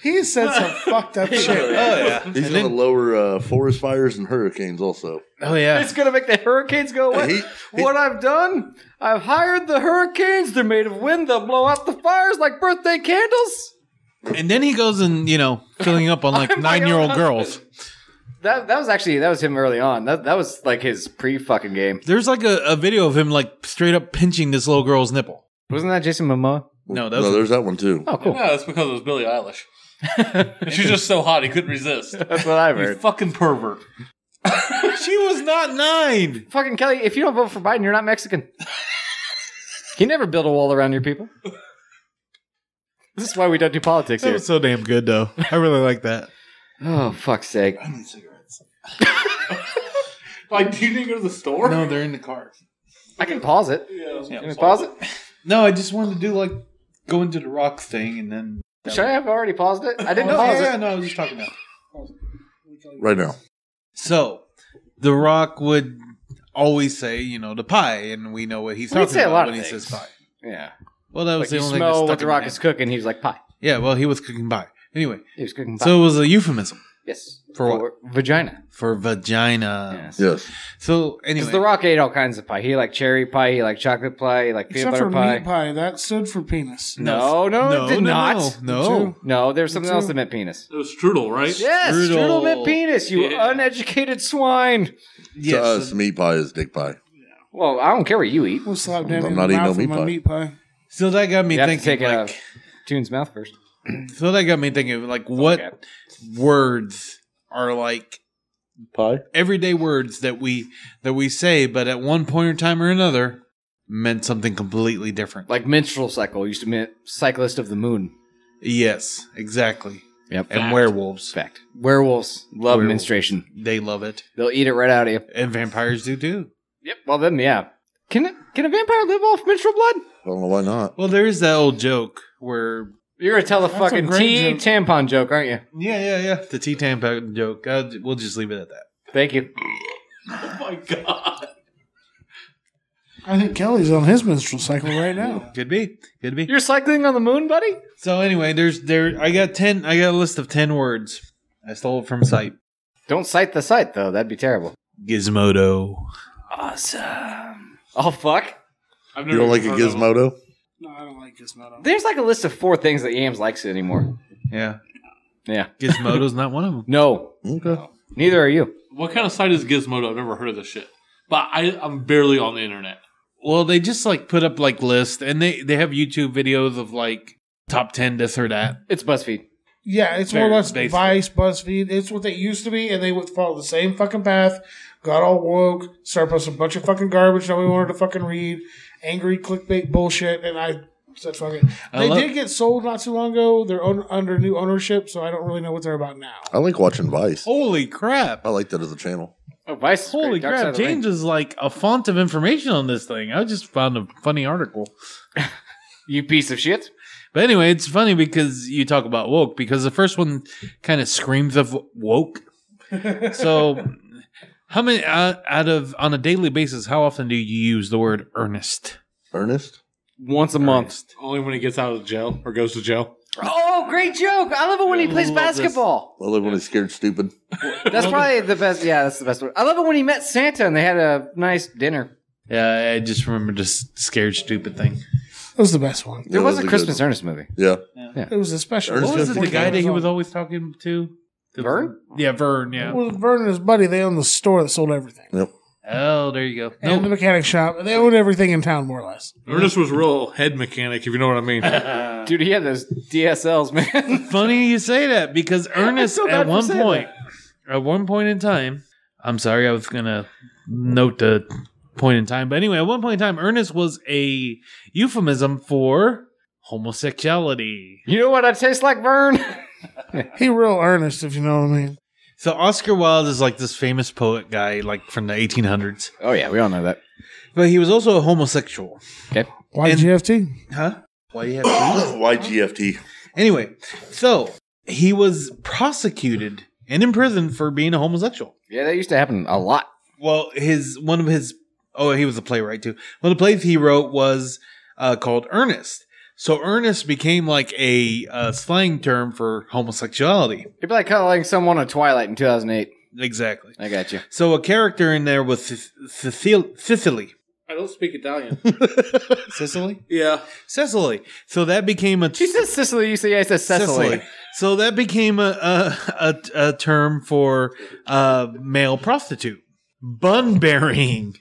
[SPEAKER 6] He said some fucked up shit.
[SPEAKER 1] Oh yeah.
[SPEAKER 5] He's going to lower uh, forest fires and hurricanes also.
[SPEAKER 1] *laughs* Oh yeah.
[SPEAKER 4] It's going to make the hurricanes go away.
[SPEAKER 5] He- he-
[SPEAKER 4] what I've done, I've hired the hurricanes. They're made of wind. They'll blow out the fires like birthday candles.
[SPEAKER 1] And then he goes and you know filling up on like
[SPEAKER 4] I'm my
[SPEAKER 1] nine year old
[SPEAKER 4] own
[SPEAKER 1] girls.
[SPEAKER 4] That, that was actually, that was him early on. That, that was like his pre-fucking game.
[SPEAKER 1] There's like a, a video of him like straight up pinching this little girl's nipple.
[SPEAKER 4] Wasn't that Jason Momoa?
[SPEAKER 1] No, that
[SPEAKER 5] No,
[SPEAKER 1] was
[SPEAKER 5] there's that one too.
[SPEAKER 4] Oh, cool.
[SPEAKER 2] No, that's because it was Billie
[SPEAKER 4] *laughs*
[SPEAKER 2] Eilish. She's just so hot he couldn't
[SPEAKER 5] *laughs*
[SPEAKER 2] resist.
[SPEAKER 4] That's what I've
[SPEAKER 2] You
[SPEAKER 4] heard.
[SPEAKER 2] fucking pervert.
[SPEAKER 1] She was not nine.
[SPEAKER 4] Fucking Kelly, if you don't vote for Biden, you're
[SPEAKER 1] *laughs*
[SPEAKER 4] not Mexican. you never build a wall around your people. This is why we don't do politics
[SPEAKER 1] That
[SPEAKER 4] here.
[SPEAKER 1] was so damn good, though. I really like that.
[SPEAKER 4] Oh, fuck's sake.
[SPEAKER 2] Like, do you need to go to the store?
[SPEAKER 1] No, they're in the car.
[SPEAKER 4] I can pause it.
[SPEAKER 2] Yeah.
[SPEAKER 4] Can we pause it?
[SPEAKER 1] No, I just wanted to do like go into the rock thing and then.
[SPEAKER 4] Should I have already paused it? I didn't
[SPEAKER 1] No, yeah,
[SPEAKER 4] pause
[SPEAKER 1] Oh, yeah,
[SPEAKER 4] it.
[SPEAKER 1] no, I was just talking about.
[SPEAKER 5] Right now.
[SPEAKER 1] So, the rock would always say, you know, the pie, and we know what he's
[SPEAKER 4] Well, he'd
[SPEAKER 1] talking
[SPEAKER 4] say a
[SPEAKER 1] about
[SPEAKER 4] lot
[SPEAKER 1] when
[SPEAKER 4] of
[SPEAKER 1] he says
[SPEAKER 4] things.
[SPEAKER 1] pie.
[SPEAKER 4] Yeah.
[SPEAKER 1] Well, that was
[SPEAKER 4] Like
[SPEAKER 1] the
[SPEAKER 4] you
[SPEAKER 1] only thing that
[SPEAKER 4] smell
[SPEAKER 1] stuck
[SPEAKER 4] what the
[SPEAKER 1] in
[SPEAKER 4] rock
[SPEAKER 1] my
[SPEAKER 4] is
[SPEAKER 1] head.
[SPEAKER 4] cooking. He was like pie.
[SPEAKER 1] Yeah, well, he was cooking pie anyway.
[SPEAKER 4] He was cooking pie.
[SPEAKER 1] So it was a euphemism
[SPEAKER 4] yes,
[SPEAKER 1] for what?
[SPEAKER 4] vagina.
[SPEAKER 1] for vagina.
[SPEAKER 4] Yes.
[SPEAKER 5] Yes.
[SPEAKER 1] So anyway,
[SPEAKER 4] Because The Rock ate all kinds of pie. He liked cherry pie. He liked chocolate pie. He liked peanut
[SPEAKER 6] Except
[SPEAKER 4] butter
[SPEAKER 6] for
[SPEAKER 4] pie.
[SPEAKER 6] meat pie. That stood for penis.
[SPEAKER 4] No, no, it did not.
[SPEAKER 1] No, no.
[SPEAKER 4] No, there's something
[SPEAKER 6] too.
[SPEAKER 4] else that meant penis.
[SPEAKER 2] It was Strudel, right?
[SPEAKER 4] Yes, strudel,
[SPEAKER 1] Strudel.
[SPEAKER 4] meant penis. You
[SPEAKER 2] Yeah.
[SPEAKER 4] uneducated swine.
[SPEAKER 5] To
[SPEAKER 1] Yes.
[SPEAKER 5] us, meat pie is dick pie.
[SPEAKER 4] Well, I don't care what you eat.
[SPEAKER 6] We'll slap down
[SPEAKER 5] I'm
[SPEAKER 6] in
[SPEAKER 5] not
[SPEAKER 6] the
[SPEAKER 5] eating
[SPEAKER 6] mouth
[SPEAKER 5] no
[SPEAKER 6] with
[SPEAKER 5] meat
[SPEAKER 6] my
[SPEAKER 5] pie.
[SPEAKER 6] meat pie.
[SPEAKER 1] So that got me
[SPEAKER 4] You have to
[SPEAKER 1] thinking.
[SPEAKER 4] take it out
[SPEAKER 1] like,
[SPEAKER 4] of Tune's mouth first.
[SPEAKER 1] So that got me thinking, like, what
[SPEAKER 4] Okay.
[SPEAKER 1] words are like
[SPEAKER 5] Pie?
[SPEAKER 1] everyday words that we that we say, but at one point in time or another, meant something completely different.
[SPEAKER 4] Like menstrual cycle used to mean cyclist of the moon.
[SPEAKER 1] yes, exactly.
[SPEAKER 4] Yep.
[SPEAKER 1] And werewolves,
[SPEAKER 4] fact. Werewolves love
[SPEAKER 1] Werewolves.
[SPEAKER 4] menstruation.
[SPEAKER 1] they love it,
[SPEAKER 4] They'll eat it right out of you.
[SPEAKER 1] and vampires do too.
[SPEAKER 4] Yep. Well, then, yeah. Can can a vampire live off menstrual blood?
[SPEAKER 5] I don't know why not.
[SPEAKER 1] Well, there is that old joke where,
[SPEAKER 4] You're gonna tell a fucking
[SPEAKER 6] great
[SPEAKER 4] tea
[SPEAKER 6] joke.
[SPEAKER 4] tampon joke, aren't you?
[SPEAKER 1] yeah, yeah, yeah, the tea tampon joke. I'll, we'll just leave it at that.
[SPEAKER 4] Thank you.
[SPEAKER 2] Oh my god.
[SPEAKER 6] I think Kelly's on his menstrual cycle right now.
[SPEAKER 1] Could be, could be.
[SPEAKER 4] You're cycling on the moon, buddy.
[SPEAKER 1] So anyway, there's there. I got ten. I got a list of ten words. I stole it from site.
[SPEAKER 4] Don't cite the site though. That'd be terrible.
[SPEAKER 1] Gizmodo.
[SPEAKER 4] Awesome. Oh fuck.
[SPEAKER 2] I've
[SPEAKER 5] You don't like a
[SPEAKER 2] heard of them.
[SPEAKER 5] Gizmodo?
[SPEAKER 6] No, I don't like Gizmodo.
[SPEAKER 4] There's like a list of four things that Yams likes anymore.
[SPEAKER 1] Yeah.
[SPEAKER 4] Yeah. *laughs*
[SPEAKER 1] Gizmodo's not one of them.
[SPEAKER 4] No.
[SPEAKER 5] Okay.
[SPEAKER 4] Neither are you.
[SPEAKER 2] What kind of site is Gizmodo? I've never heard of this shit. But I, I'm barely on the internet.
[SPEAKER 1] Well, they just like put up like lists and they they have YouTube videos of like top 10 this or that.
[SPEAKER 4] It's BuzzFeed.
[SPEAKER 6] Yeah, it's more or
[SPEAKER 1] Very
[SPEAKER 6] less
[SPEAKER 1] basic.
[SPEAKER 6] Vice, BuzzFeed. It's what they used to be, and they would follow the same fucking path. Got all woke, started posting a bunch of fucking garbage nobody wanted to fucking read, angry clickbait bullshit, and I said fuck it.
[SPEAKER 1] I
[SPEAKER 6] They
[SPEAKER 1] love-
[SPEAKER 6] did get sold not too long ago. They're own, under new ownership, so I don't really know what they're about now.
[SPEAKER 5] I like watching Vice.
[SPEAKER 1] Holy crap.
[SPEAKER 5] I like that as a channel.
[SPEAKER 4] Oh, Vice. is
[SPEAKER 1] Holy
[SPEAKER 4] great. Dark Side
[SPEAKER 1] crap.
[SPEAKER 4] of the Ring.
[SPEAKER 1] James is like a font of information on this thing. I just found a funny article.
[SPEAKER 4] You piece of shit.
[SPEAKER 1] But anyway, it's funny because you talk about woke because the first one kind of screams of
[SPEAKER 4] *laughs*
[SPEAKER 1] woke. so, how many uh, out of on a daily basis? How often do you use the word earnest?
[SPEAKER 5] Ernest?
[SPEAKER 4] Once a month.
[SPEAKER 2] Only when he gets out of jail or goes to jail.
[SPEAKER 4] Oh, great joke. I love it when he plays
[SPEAKER 1] love this.
[SPEAKER 4] basketball.
[SPEAKER 5] I love when he's scared stupid.
[SPEAKER 4] That's probably the best. Yeah, that's the best one. I love it when he met Santa and they had a nice dinner.
[SPEAKER 1] Yeah, I just remember this scared stupid thing.
[SPEAKER 6] That was the best one.
[SPEAKER 4] There
[SPEAKER 5] Yeah,
[SPEAKER 4] was a
[SPEAKER 5] that good
[SPEAKER 4] Christmas
[SPEAKER 5] one.
[SPEAKER 4] Ernest movie.
[SPEAKER 5] Yeah.
[SPEAKER 6] It was a special.
[SPEAKER 5] Ernest
[SPEAKER 1] What was it? The
[SPEAKER 5] Fourteen
[SPEAKER 1] guy that he was always talking to. The-
[SPEAKER 4] Vern?
[SPEAKER 1] Yeah, Vern. Yeah.
[SPEAKER 6] Well, Vern and his buddy, they owned the store that sold everything.
[SPEAKER 1] Oh, there you go.
[SPEAKER 6] And the
[SPEAKER 1] No,
[SPEAKER 6] mechanic shop. They owned everything in town, more or less.
[SPEAKER 2] Ernest was a real head mechanic, if you know what I
[SPEAKER 4] *laughs*
[SPEAKER 2] mean.
[SPEAKER 4] Dude, he had those DSLs, *laughs* man.
[SPEAKER 1] funny you say that because Ernest
[SPEAKER 4] feel bad
[SPEAKER 1] at
[SPEAKER 4] for
[SPEAKER 1] one
[SPEAKER 4] saying
[SPEAKER 1] point, at one point in time, I'm sorry, I was gonna note the point in time, but anyway, at one point in time, Ernest was a euphemism for homosexuality.
[SPEAKER 4] you know what I taste like, Vern?
[SPEAKER 6] He real earnest, if you know what I mean.
[SPEAKER 1] So Oscar Wilde is like this famous poet guy, like from the 1800s,
[SPEAKER 4] Oh, yeah, we all know that.
[SPEAKER 1] but he was also a homosexual.
[SPEAKER 6] Why
[SPEAKER 1] And-
[SPEAKER 6] GFT?
[SPEAKER 1] Huh? Why you have
[SPEAKER 5] *clears throat* Why GFT?
[SPEAKER 1] Anyway, so he was prosecuted and imprisoned for being a homosexual.
[SPEAKER 4] Yeah, that used to happen a lot.
[SPEAKER 1] Well, his one of his oh he was a playwright too. One of the plays he wrote was uh, called Ernest. So Ernest became like a uh, slang term for homosexuality.
[SPEAKER 4] It'd be like kind of like someone on Twilight in 2008.
[SPEAKER 1] Exactly.
[SPEAKER 4] I got you.
[SPEAKER 1] So a character in there was Sic- Sicil- Sicily.
[SPEAKER 2] I don't speak
[SPEAKER 4] *laughs*
[SPEAKER 2] Italian.
[SPEAKER 1] Sicily.
[SPEAKER 2] yeah.
[SPEAKER 1] Sicily. So that became a
[SPEAKER 4] She says Sicily. You say yeah, I said Cecily.
[SPEAKER 1] So that became a a, a, a term for uh, male prostitute. Bun burying.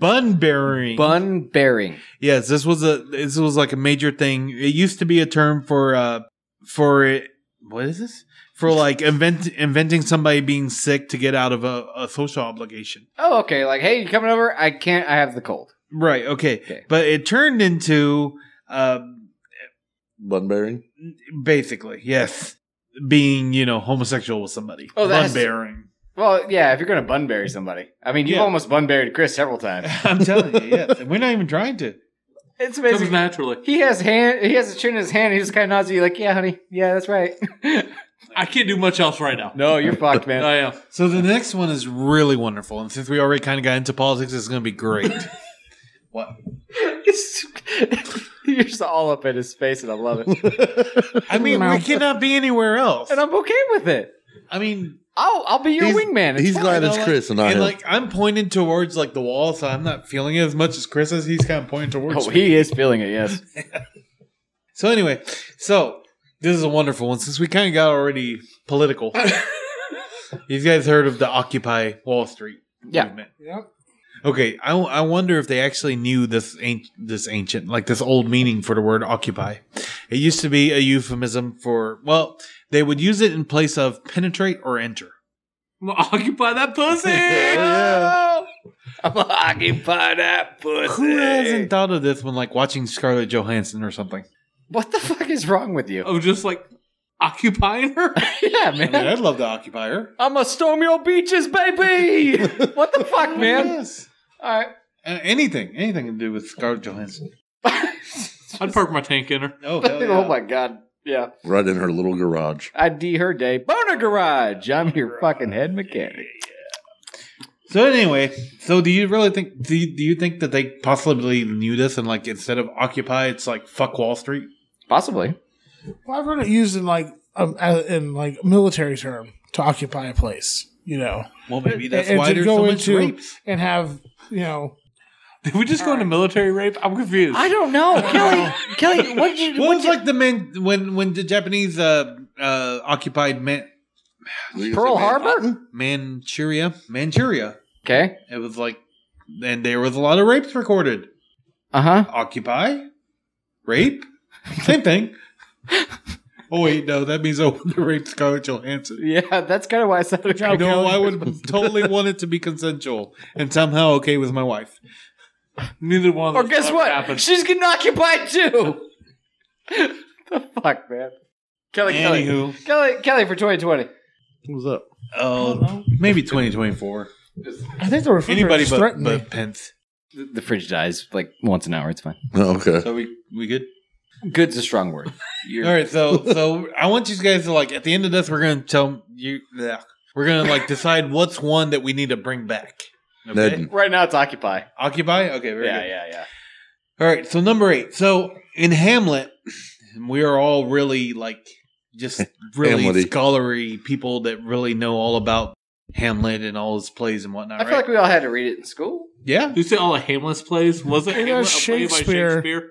[SPEAKER 1] Bun burying.
[SPEAKER 4] Bun bearing.
[SPEAKER 1] Yes, this was a this was like a major thing. It used to be a term for uh for it, what is this? For like invent inventing somebody being sick to get out of a, a social obligation.
[SPEAKER 4] Oh, okay. Like, hey, you coming over? I can't. I have the cold.
[SPEAKER 1] Right, okay.
[SPEAKER 4] Okay.
[SPEAKER 1] But it turned into uh
[SPEAKER 5] Bun bearing?
[SPEAKER 1] basically, yes, being, you know, homosexual with somebody.
[SPEAKER 4] Oh, that's-
[SPEAKER 1] Bun-bearing.
[SPEAKER 4] Well, yeah, if you're going to bun bury somebody. I mean, you've
[SPEAKER 1] Yeah.
[SPEAKER 4] almost bun buried Chris several times.
[SPEAKER 1] I'm telling you, yes. We're not even trying to.
[SPEAKER 4] *laughs* It's
[SPEAKER 2] Comes
[SPEAKER 4] amazing.
[SPEAKER 2] naturally.
[SPEAKER 4] He has hand. He has a chin in his hand. He just kind of nods at you, like, "Yeah, honey. Yeah, that's right."
[SPEAKER 2] I can't do much else right now.
[SPEAKER 4] *laughs* no, you're fucked, man. *laughs*
[SPEAKER 2] I am.
[SPEAKER 1] So the next one is really wonderful, and since we already kind of got into politics, it's going to be great. what?
[SPEAKER 4] *laughs* you're just all up in his face, and I *laughs* love it.
[SPEAKER 1] I mean, we
[SPEAKER 6] Mouth.
[SPEAKER 1] cannot be anywhere else.
[SPEAKER 4] and I'm okay with it.
[SPEAKER 1] I mean,
[SPEAKER 4] I'll I'll be your
[SPEAKER 5] He's-
[SPEAKER 4] wingman. It's
[SPEAKER 5] he's
[SPEAKER 4] fine.
[SPEAKER 5] glad it's
[SPEAKER 1] like-
[SPEAKER 5] Chris and not
[SPEAKER 1] and
[SPEAKER 5] him.
[SPEAKER 1] like I'm pointed towards like the wall, so I'm not feeling it as much as Chris is. He's kind of pointing towards.
[SPEAKER 4] Oh,
[SPEAKER 1] me.
[SPEAKER 4] he is feeling it. Yes.
[SPEAKER 1] So anyway, so this is a wonderful one since we kind of got already
[SPEAKER 4] *laughs*
[SPEAKER 1] political. you guys heard of the Occupy Wall Street
[SPEAKER 4] Yeah.
[SPEAKER 1] movement?
[SPEAKER 6] Yep.
[SPEAKER 1] Okay, I, I wonder if they actually knew this an- this ancient like this old meaning for the word occupy. It used to be a euphemism for well, they would use it in place of penetrate or enter.
[SPEAKER 2] I'm gonna occupy
[SPEAKER 4] *laughs*
[SPEAKER 2] that pussy.
[SPEAKER 4] *laughs* I'm occupy that
[SPEAKER 1] Who
[SPEAKER 4] pussy.
[SPEAKER 1] hasn't thought of this when like watching Scarlett Johansson or something?
[SPEAKER 4] What the fuck is wrong with you?
[SPEAKER 2] I'm just like occupying her.
[SPEAKER 4] Oh, *laughs* yeah, man.
[SPEAKER 1] I'd love to occupy her.
[SPEAKER 4] I'm gonna storm your beaches, *laughs* baby. what the fuck, man?
[SPEAKER 1] Yes.
[SPEAKER 4] All right.
[SPEAKER 1] Uh, anything, anything to do with Scarlett Johansson.
[SPEAKER 2] I'd park my tank in her.
[SPEAKER 1] Oh, hell yeah.
[SPEAKER 4] *laughs* oh my god. Yeah.
[SPEAKER 5] Right in her little garage.
[SPEAKER 4] I'd D her day. Boner garage. I'm your fucking head mechanic.
[SPEAKER 1] So anyway, so do you really think do you, do you think that they possibly knew this and like instead of occupy, it's like fuck Wall Street?
[SPEAKER 4] Possibly.
[SPEAKER 6] Well, I've heard it used in like um, as- in like military term to occupy a place. you know,
[SPEAKER 1] Well, maybe that's
[SPEAKER 6] and
[SPEAKER 1] why
[SPEAKER 6] to
[SPEAKER 1] there's
[SPEAKER 6] go
[SPEAKER 1] so much
[SPEAKER 6] into
[SPEAKER 1] rapes.
[SPEAKER 6] and have you know
[SPEAKER 2] *laughs* Did we just go into military rape? I'm confused.
[SPEAKER 4] I don't *laughs* know, Kelly. Kelly, what did you?
[SPEAKER 1] What
[SPEAKER 4] What
[SPEAKER 1] was like the men when when the Japanese uh, uh, occupied Man-
[SPEAKER 4] Pearl Harbor?
[SPEAKER 1] Manchuria? Manchuria.
[SPEAKER 4] Okay.
[SPEAKER 1] It was like, and there was a lot of rapes recorded.
[SPEAKER 4] Uh huh.
[SPEAKER 1] Occupy, rape, same thing. oh *laughs* wait, no, that means I would rape Scarlett Johansson.
[SPEAKER 4] Yeah, that's kind of why I said it.
[SPEAKER 1] No, I
[SPEAKER 4] *laughs*
[SPEAKER 1] would totally want it to be consensual and somehow okay with my wife.
[SPEAKER 2] Neither one. Of
[SPEAKER 4] Or
[SPEAKER 2] those
[SPEAKER 4] guess
[SPEAKER 2] ever
[SPEAKER 4] what?
[SPEAKER 2] happened.
[SPEAKER 4] She's getting occupied too. *laughs* the fuck, man. Kelly,
[SPEAKER 1] Anywho,
[SPEAKER 4] Kelly, Kelly, Kelly for 2020.
[SPEAKER 5] What's up?
[SPEAKER 1] oh, maybe 2024.
[SPEAKER 6] I think the refrigerator
[SPEAKER 1] Anybody
[SPEAKER 6] is
[SPEAKER 1] but,
[SPEAKER 6] threatening me.
[SPEAKER 1] but Pence.
[SPEAKER 4] The, the fridge dies like once an hour. It's fine.
[SPEAKER 5] Oh, *laughs* okay.
[SPEAKER 1] So we we good?
[SPEAKER 4] Good's a
[SPEAKER 1] *laughs*
[SPEAKER 4] strong word. You're,
[SPEAKER 1] All right, so so I want you guys to like at the end of this, we're gonna tell you blech. we're gonna like decide what's one that we need to bring back. Okay,
[SPEAKER 5] Ned.
[SPEAKER 4] Right now, it's occupy.
[SPEAKER 1] occupy. Okay, very
[SPEAKER 4] yeah,
[SPEAKER 1] good.
[SPEAKER 4] yeah, yeah.
[SPEAKER 1] All right, so number eight. So in Hamlet, we are all really like just really
[SPEAKER 5] Hamlet-y.
[SPEAKER 1] scholarly people that really know all about Hamlet and all his plays and whatnot.
[SPEAKER 4] I
[SPEAKER 1] right?
[SPEAKER 4] feel like we all had to read it in school.
[SPEAKER 1] yeah,
[SPEAKER 2] Did you say all the Hamlet's plays? Was it
[SPEAKER 6] It
[SPEAKER 2] Hamlet,
[SPEAKER 6] was
[SPEAKER 2] a play by
[SPEAKER 6] Shakespeare.
[SPEAKER 2] Shakespeare?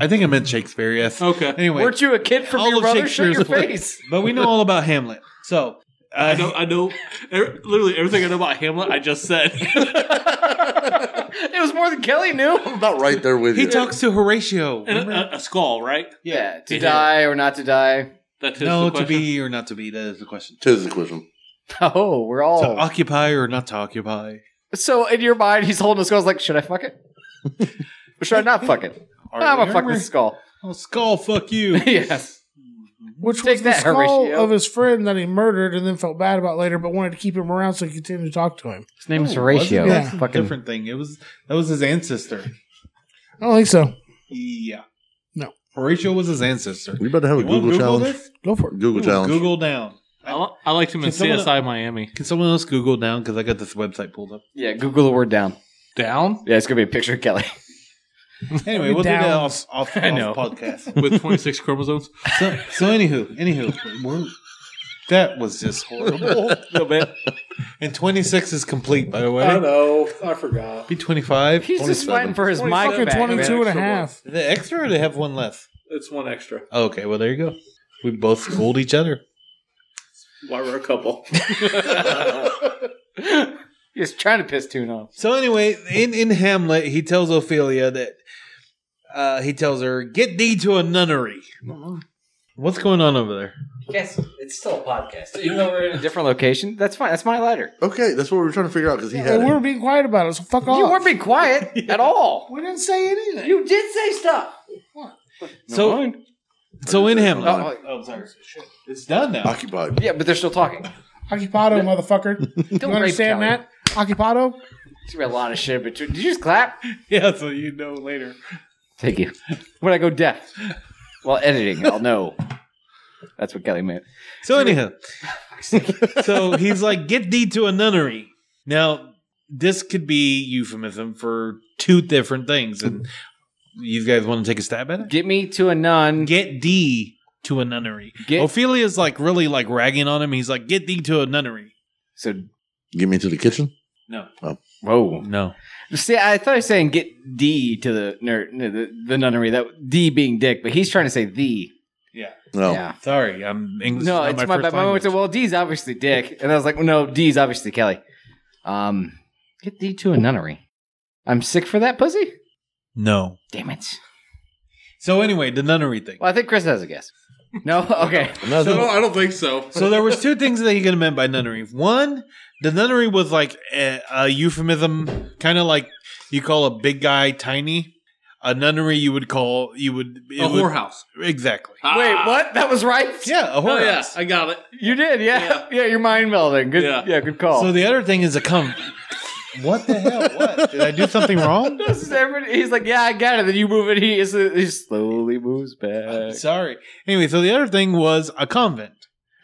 [SPEAKER 1] I think I meant Shakespeare. Yes.
[SPEAKER 2] Okay.
[SPEAKER 1] Anyway,
[SPEAKER 4] Weren't you a kid Oh, from
[SPEAKER 1] all
[SPEAKER 4] your
[SPEAKER 1] of
[SPEAKER 4] brother? Shut your
[SPEAKER 1] Shakespeare's work.
[SPEAKER 4] face. *laughs*
[SPEAKER 1] *laughs* but we know all about Hamlet. So uh,
[SPEAKER 2] I know. I know. er- Literally everything I know about Hamlet, I just said. *laughs*
[SPEAKER 4] it was more than Kelly knew.
[SPEAKER 1] *laughs*
[SPEAKER 5] I'm about right there with
[SPEAKER 1] he
[SPEAKER 5] you.
[SPEAKER 1] talks to Horatio.
[SPEAKER 2] And uh, a, a skull, right?
[SPEAKER 4] Yeah, to
[SPEAKER 2] Yeah.
[SPEAKER 4] die or not to die. *laughs*
[SPEAKER 2] That's
[SPEAKER 1] No,
[SPEAKER 2] the
[SPEAKER 1] to
[SPEAKER 2] question.
[SPEAKER 1] be or not to be. That is the question.
[SPEAKER 5] Tis the question.
[SPEAKER 4] Oh, we're all.
[SPEAKER 1] To occupy or not to occupy.
[SPEAKER 4] So in your mind, he's holding a skull. He's like, should I fuck *laughs* it? Or should I not fuck it? Ah, I'm gonna fuck this skull. *laughs*
[SPEAKER 1] Oh, skull, fuck you.
[SPEAKER 4] yes.
[SPEAKER 6] Which
[SPEAKER 4] Take
[SPEAKER 6] was the
[SPEAKER 4] that,
[SPEAKER 6] skull
[SPEAKER 4] Horatio.
[SPEAKER 6] of his friend that he murdered and then felt bad about later, but wanted to keep him around so he could continue to talk to him.
[SPEAKER 4] His name is
[SPEAKER 1] Horatio.
[SPEAKER 6] Yeah.
[SPEAKER 1] That's a different thing. It was that was his ancestor.
[SPEAKER 6] I don't think so.
[SPEAKER 1] Yeah.
[SPEAKER 6] No.
[SPEAKER 1] Horatio was his ancestor.
[SPEAKER 5] We better have a
[SPEAKER 1] You want
[SPEAKER 5] Google, challenge.
[SPEAKER 1] this?
[SPEAKER 6] Go for it.
[SPEAKER 5] Google
[SPEAKER 1] Ooh,
[SPEAKER 5] challenge.
[SPEAKER 1] Google down.
[SPEAKER 2] I, li- I liked him in
[SPEAKER 1] Can someone-
[SPEAKER 2] CSI Miami.
[SPEAKER 1] Can someone else Google down? Because I got this website pulled up.
[SPEAKER 4] Yeah, Google the word down.
[SPEAKER 2] Down
[SPEAKER 4] Yeah, it's gonna be a picture of Kelly.
[SPEAKER 1] Anyway, we'll do that off
[SPEAKER 6] Downs.
[SPEAKER 1] off, off
[SPEAKER 2] I know.
[SPEAKER 1] podcast.
[SPEAKER 2] with 26 *laughs* chromosomes.
[SPEAKER 1] So, so anywho, anywho, we're- that was just horrible. And twenty six is complete, by the way.
[SPEAKER 2] know. I forgot.
[SPEAKER 1] Be twenty five.
[SPEAKER 4] *laughs* He's just
[SPEAKER 5] 27.
[SPEAKER 4] fighting for his mic
[SPEAKER 6] Fucking
[SPEAKER 4] back.
[SPEAKER 6] 22
[SPEAKER 4] man.
[SPEAKER 6] and a half.
[SPEAKER 1] The extra, or they have one left.
[SPEAKER 2] It's one extra.
[SPEAKER 1] Oh, okay, well there you go. We both schooled each other.
[SPEAKER 2] Why we're a couple.
[SPEAKER 4] He's trying to piss Tune off.
[SPEAKER 1] So anyway, in in Hamlet, he tells Ophelia that uh, he tells her, "Get thee to a nunnery." What's going on over there?
[SPEAKER 4] Yes, it's still a podcast. Even though we're in a different location, that's fine. That's my letter.
[SPEAKER 5] Okay, that's what we were trying to figure out because he had
[SPEAKER 6] And we
[SPEAKER 5] it.
[SPEAKER 6] were being quiet about it, so fuck off.
[SPEAKER 4] You weren't being *laughs* quiet at all.
[SPEAKER 6] we didn't say anything.
[SPEAKER 4] You did say stuff.
[SPEAKER 1] so so in Hamlet,
[SPEAKER 4] Oh,
[SPEAKER 1] sorry, it's done now.
[SPEAKER 5] Occupied.
[SPEAKER 4] yeah, but they're still talking.
[SPEAKER 6] Occupado, motherfucker.
[SPEAKER 4] Don't
[SPEAKER 6] You understand
[SPEAKER 4] rape Kelly.
[SPEAKER 6] that? Occupado?
[SPEAKER 4] There's gonna be a lot of shit between. Did you just clap?
[SPEAKER 1] *laughs* Yeah, so you know later.
[SPEAKER 4] Thank you. When I go deaf while editing, I'll know. That's what Kelly meant.
[SPEAKER 1] So anyhow, *laughs* so he's like, "Get thee to a nunnery." Now this could be euphemism for two different things, and you guys want to take a stab at it?
[SPEAKER 4] Get me to a nun.
[SPEAKER 1] get D to a nunnery.
[SPEAKER 4] Get-
[SPEAKER 1] Ophelia's like really like ragging on him. He's like, get thee to a nunnery.
[SPEAKER 4] So,
[SPEAKER 5] Get me to the kitchen.
[SPEAKER 4] whoa.
[SPEAKER 1] No.
[SPEAKER 4] See, I thought he was saying get D to the ner- no, the, the nunnery. That D being dick, but he's trying to say the.
[SPEAKER 5] No.
[SPEAKER 4] Yeah.
[SPEAKER 1] Sorry, I'm English.
[SPEAKER 4] No,
[SPEAKER 1] is not
[SPEAKER 4] it's
[SPEAKER 1] my,
[SPEAKER 4] my
[SPEAKER 1] first
[SPEAKER 4] bad. My mom
[SPEAKER 1] language.
[SPEAKER 4] went to, well, D's obviously dick, and I was like, well, no, D's obviously Kelly. Um, get thee to a nunnery. I'm sick for that pussy.
[SPEAKER 1] No.
[SPEAKER 4] Damn it.
[SPEAKER 1] So anyway, the nunnery thing.
[SPEAKER 4] Well, I think Chris has a guess. No, *laughs* okay.
[SPEAKER 5] No,
[SPEAKER 2] No, I don't think so.
[SPEAKER 1] So there was two things that he could have meant by nunnery. One, the nunnery was like a, a euphemism, kind of like you call a big guy tiny. A nunnery you would call you would it
[SPEAKER 2] a
[SPEAKER 1] would-
[SPEAKER 2] whorehouse. Ah,
[SPEAKER 1] exactly.
[SPEAKER 4] Wait, what? That was right.
[SPEAKER 1] Ah. Yeah, a
[SPEAKER 2] Oh,
[SPEAKER 1] whorehouse.
[SPEAKER 2] yeah. I got it.
[SPEAKER 4] You did, yeah. *laughs* Yeah, you're mind melding. Good, yeah.
[SPEAKER 2] Yeah.
[SPEAKER 4] good call.
[SPEAKER 1] So the other thing is a cum. what the hell? What did I do something wrong?
[SPEAKER 4] This is everybody- he's like, yeah, I got it. Then you move it. He is. He slowly moves back.
[SPEAKER 1] Sorry. Anyway, so the other thing was a convent,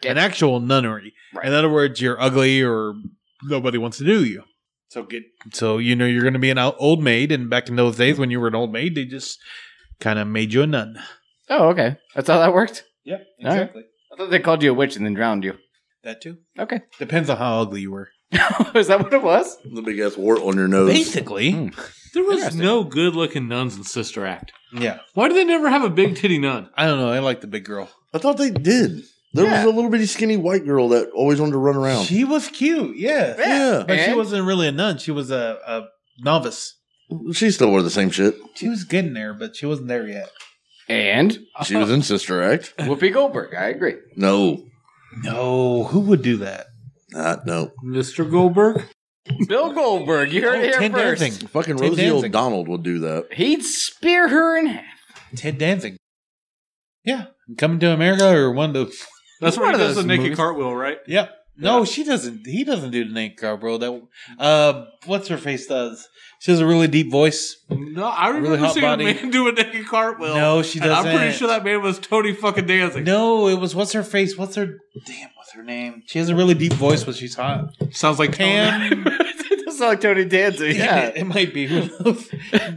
[SPEAKER 4] Yes.
[SPEAKER 1] an actual nunnery.
[SPEAKER 4] Right.
[SPEAKER 1] In other words, you're ugly or nobody wants to do you. So get so you know you're going to be an out- old maid, and back in those days when you were an old maid, they just kind of made you a nun.
[SPEAKER 4] Oh, okay. That's how that worked.
[SPEAKER 1] Yep,
[SPEAKER 4] exactly. I thought they called you a witch and then drowned you.
[SPEAKER 1] That too
[SPEAKER 4] Okay. *laughs*
[SPEAKER 1] depends on how ugly you were.
[SPEAKER 4] Is that what it was?
[SPEAKER 5] The big ass wart on your nose.
[SPEAKER 1] Basically,
[SPEAKER 4] Hmm.
[SPEAKER 2] There was no good looking nuns in Sister Act.
[SPEAKER 1] yeah.
[SPEAKER 2] Why do they never have a big titty nun?
[SPEAKER 1] I don't know. I like the big girl.
[SPEAKER 5] I thought they did. There
[SPEAKER 1] Yeah.
[SPEAKER 5] was a little bitty skinny white girl that always wanted to run around.
[SPEAKER 1] She was cute. Yeah,
[SPEAKER 5] yeah.
[SPEAKER 1] but she
[SPEAKER 4] And-
[SPEAKER 1] wasn't really a nun. She was a, a novice.
[SPEAKER 5] She still wore the same shit.
[SPEAKER 1] She was getting there, but she wasn't there yet.
[SPEAKER 4] And
[SPEAKER 5] She was in Sister Act.
[SPEAKER 4] Whoopi Goldberg. I agree.
[SPEAKER 5] No.
[SPEAKER 1] No, who would do that?
[SPEAKER 5] Not no.
[SPEAKER 2] Mr. Goldberg?
[SPEAKER 4] Bill Goldberg. You heard
[SPEAKER 1] Oh,
[SPEAKER 4] it here
[SPEAKER 1] Ted
[SPEAKER 4] first.
[SPEAKER 1] Dancing.
[SPEAKER 5] Fucking
[SPEAKER 1] Ted
[SPEAKER 5] Rosie
[SPEAKER 1] Danzig.
[SPEAKER 5] O'Donnell would do that.
[SPEAKER 4] He'd spear her in *laughs* half.
[SPEAKER 1] Ted Danzig. Yeah, coming to America or one of those.
[SPEAKER 2] That's
[SPEAKER 4] One
[SPEAKER 2] where he
[SPEAKER 4] of
[SPEAKER 2] does the
[SPEAKER 4] those
[SPEAKER 2] naked
[SPEAKER 4] movies.
[SPEAKER 2] cartwheel, right?
[SPEAKER 1] Yeah. No, she doesn't. He doesn't do the Nate Carbro. That uh, what's her face does. She has a really deep voice.
[SPEAKER 2] No, I remember
[SPEAKER 1] Really hot
[SPEAKER 2] seeing
[SPEAKER 1] body.
[SPEAKER 2] a man do a naked cartwheel.
[SPEAKER 1] No, she
[SPEAKER 2] And I'm pretty
[SPEAKER 1] doesn't.
[SPEAKER 2] sure that man was Tony fucking dancing.
[SPEAKER 1] No, it was what's her face? What's her damn? What's her name? She has a really deep voice, but she's hot.
[SPEAKER 2] Sounds like
[SPEAKER 4] *laughs*
[SPEAKER 2] Tony.
[SPEAKER 1] Pam.
[SPEAKER 4] That's like Tony Danzig.
[SPEAKER 1] it, it might be. Who
[SPEAKER 4] *laughs*
[SPEAKER 1] knows?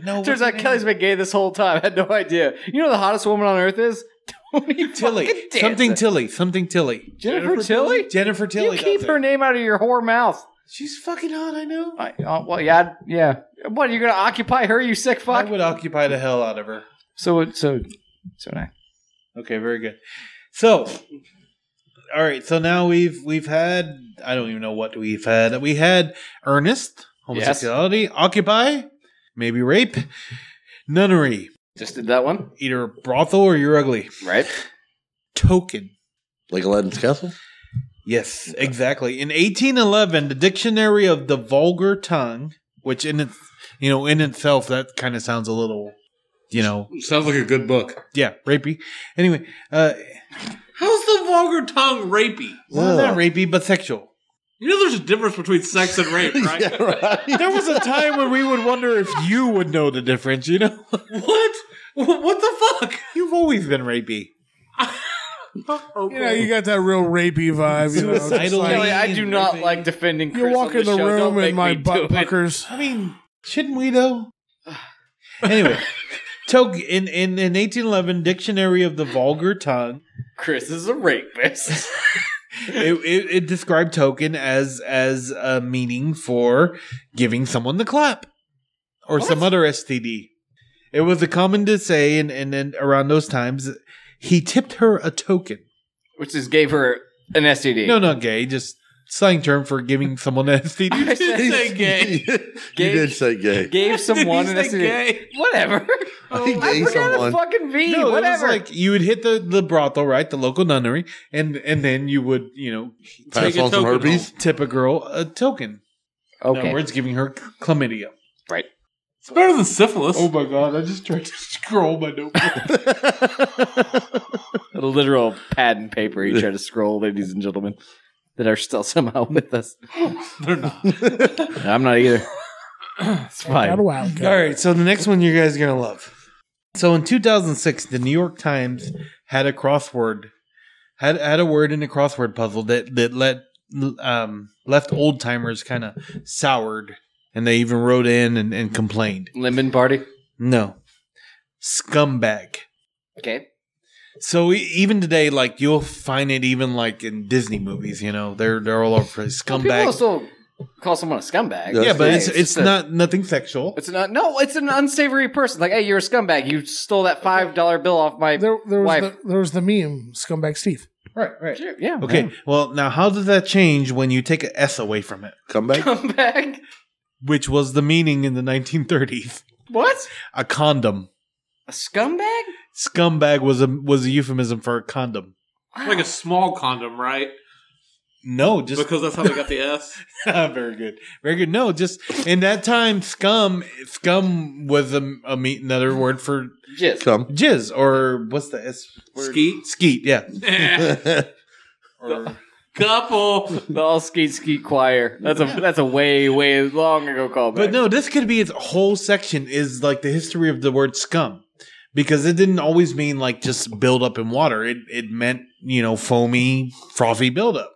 [SPEAKER 1] No.
[SPEAKER 4] Turns out Kelly's been gay this whole time. I had no idea. You know who the hottest woman on earth is *laughs* Tony
[SPEAKER 1] Tilly.
[SPEAKER 4] fucking Danza.
[SPEAKER 1] Something Tilly. Something Tilly.
[SPEAKER 4] Jennifer, Tilly.
[SPEAKER 1] Jennifer Tilly.
[SPEAKER 4] you keep
[SPEAKER 1] does
[SPEAKER 4] her
[SPEAKER 1] it.
[SPEAKER 4] name out of your whore mouth.
[SPEAKER 1] She's fucking hot. I know.
[SPEAKER 4] I, uh, well, yeah, I'd- yeah. What you're gonna occupy her? You sick
[SPEAKER 1] I
[SPEAKER 4] fuck.
[SPEAKER 1] would occupy the hell out of her.
[SPEAKER 4] So it- so so now.
[SPEAKER 1] Okay, very good. So, all right. So now we've we've had I don't even know what we've had. We had earnest homosexuality, occupy, maybe rape, nunnery,
[SPEAKER 4] Just did that one,
[SPEAKER 1] either brothel or you're ugly.
[SPEAKER 4] right?
[SPEAKER 1] Token.
[SPEAKER 5] Like Aladdin's Castle?
[SPEAKER 1] Yes, exactly. In 1811, the Dictionary of the Vulgar Tongue, which in its you know in itself that kind of sounds a little, you know,
[SPEAKER 2] *laughs* Sounds like a good book.
[SPEAKER 1] yeah, rapey. Anyway, uh,
[SPEAKER 2] How's the vulgar tongue rapey?
[SPEAKER 1] well, not rapey, but sexual.
[SPEAKER 2] You know there's a difference between sex and
[SPEAKER 1] *laughs*
[SPEAKER 2] rape, right?
[SPEAKER 1] There was a time when we would wonder if you would know the difference, you know?
[SPEAKER 2] What? Wh- What the fuck?
[SPEAKER 1] You've always been rapey.
[SPEAKER 6] You know, you got that real rapey vibe. You know, just
[SPEAKER 1] Suicidal.
[SPEAKER 6] like,
[SPEAKER 4] Kelly, I do not
[SPEAKER 1] Everything.
[SPEAKER 4] like defending. Chris
[SPEAKER 6] you walk
[SPEAKER 4] on
[SPEAKER 6] in
[SPEAKER 4] this
[SPEAKER 6] the
[SPEAKER 4] show. Don't
[SPEAKER 6] room
[SPEAKER 4] make
[SPEAKER 6] and my
[SPEAKER 4] me do
[SPEAKER 6] butt
[SPEAKER 4] it.
[SPEAKER 6] puckers.
[SPEAKER 1] I mean, shouldn't we though? *sighs* anyway, Tog in, in, in 1811, Dictionary of the Vulgar Tongue,
[SPEAKER 4] Chris is a rapist. *laughs*
[SPEAKER 1] it, it, it described token as as a meaning for giving someone the clap or some other STD. It was a common to say, and, and then around those times, he tipped her a token.
[SPEAKER 4] Which just gave her an STD.
[SPEAKER 1] No, not gay, just slang term for giving someone an *laughs* STD.
[SPEAKER 4] *laughs* I said
[SPEAKER 2] Say
[SPEAKER 5] *laughs*
[SPEAKER 2] gay.
[SPEAKER 5] you did say gay.
[SPEAKER 4] gave someone
[SPEAKER 2] *laughs*
[SPEAKER 4] an
[SPEAKER 2] He's
[SPEAKER 4] STD.
[SPEAKER 2] gay.
[SPEAKER 4] Whatever.
[SPEAKER 5] He
[SPEAKER 4] *laughs* I
[SPEAKER 5] gay
[SPEAKER 4] forgot a
[SPEAKER 5] someone.
[SPEAKER 4] fucking V.
[SPEAKER 1] No, it was
[SPEAKER 4] Whatever.
[SPEAKER 1] like you would hit the, the brothel, right, the local nunnery, and and then you would you know
[SPEAKER 5] Pass
[SPEAKER 2] Take a
[SPEAKER 5] on some
[SPEAKER 2] token
[SPEAKER 5] herpes.
[SPEAKER 1] tip a girl a token. In other words, giving her chlamydia.
[SPEAKER 2] It's better than syphilis.
[SPEAKER 1] Oh my god, I just tried to scroll my notebook.
[SPEAKER 4] *laughs* A literal pad and paper you try to scroll, ladies and gentlemen, that are still somehow with us.
[SPEAKER 2] They're not.
[SPEAKER 4] I'm not either. It's
[SPEAKER 6] Not a
[SPEAKER 4] fine.
[SPEAKER 1] *laughs*
[SPEAKER 6] wild
[SPEAKER 1] All
[SPEAKER 6] guy.
[SPEAKER 1] right, so the next one you guys are gonna love. So in 2006, the New York Times had a crossword, had had a word in the crossword puzzle that that let um, left old timers kind of soured, and they even wrote in and, and complained.
[SPEAKER 4] Lemon party.
[SPEAKER 1] No, scumbag.
[SPEAKER 4] Okay.
[SPEAKER 1] So e- even today, like you'll find it even like in Disney movies. You know, they're they're all over for scumbag.
[SPEAKER 4] People still call someone a scumbag.
[SPEAKER 5] Yeah,
[SPEAKER 1] yeah, but
[SPEAKER 4] Hey,
[SPEAKER 1] it's it's
[SPEAKER 4] a-
[SPEAKER 1] not nothing sexual.
[SPEAKER 4] It's not. No, it's an unsavory person. Like, hey, you're a scumbag. You stole that five dollar bill off my.
[SPEAKER 6] There, there was
[SPEAKER 4] Wife.
[SPEAKER 6] the, there was the meme scumbag Steve.
[SPEAKER 1] Right, right.
[SPEAKER 4] yeah.
[SPEAKER 1] Okay. Well, now how does that change when you take a S away from it?
[SPEAKER 5] Come
[SPEAKER 4] *laughs*
[SPEAKER 5] back.
[SPEAKER 4] Scumbag.
[SPEAKER 1] which was the meaning in the 1930s.
[SPEAKER 4] What?
[SPEAKER 1] A condom.
[SPEAKER 4] A scumbag?
[SPEAKER 1] Scumbag was a was a euphemism for a condom.
[SPEAKER 2] Like a small condom, right?
[SPEAKER 1] No, just *laughs* Ah,
[SPEAKER 2] Because that's how they got the S.
[SPEAKER 1] very good, very good. No, just in that time, scum scum was a, a meet another word for
[SPEAKER 4] Jizz.
[SPEAKER 5] Come. *laughs*
[SPEAKER 1] jizz or what's the s *laughs* word?
[SPEAKER 2] Skeet. *laughs*
[SPEAKER 1] Skeet, yeah.
[SPEAKER 2] Couple.
[SPEAKER 4] The all skeet skeet choir. That's a that's a way way long ago callback.
[SPEAKER 1] But no, this could be its whole section is like the history of the word scum. Because it didn't always mean like just build up in water. It it meant, you know, foamy, frothy buildup.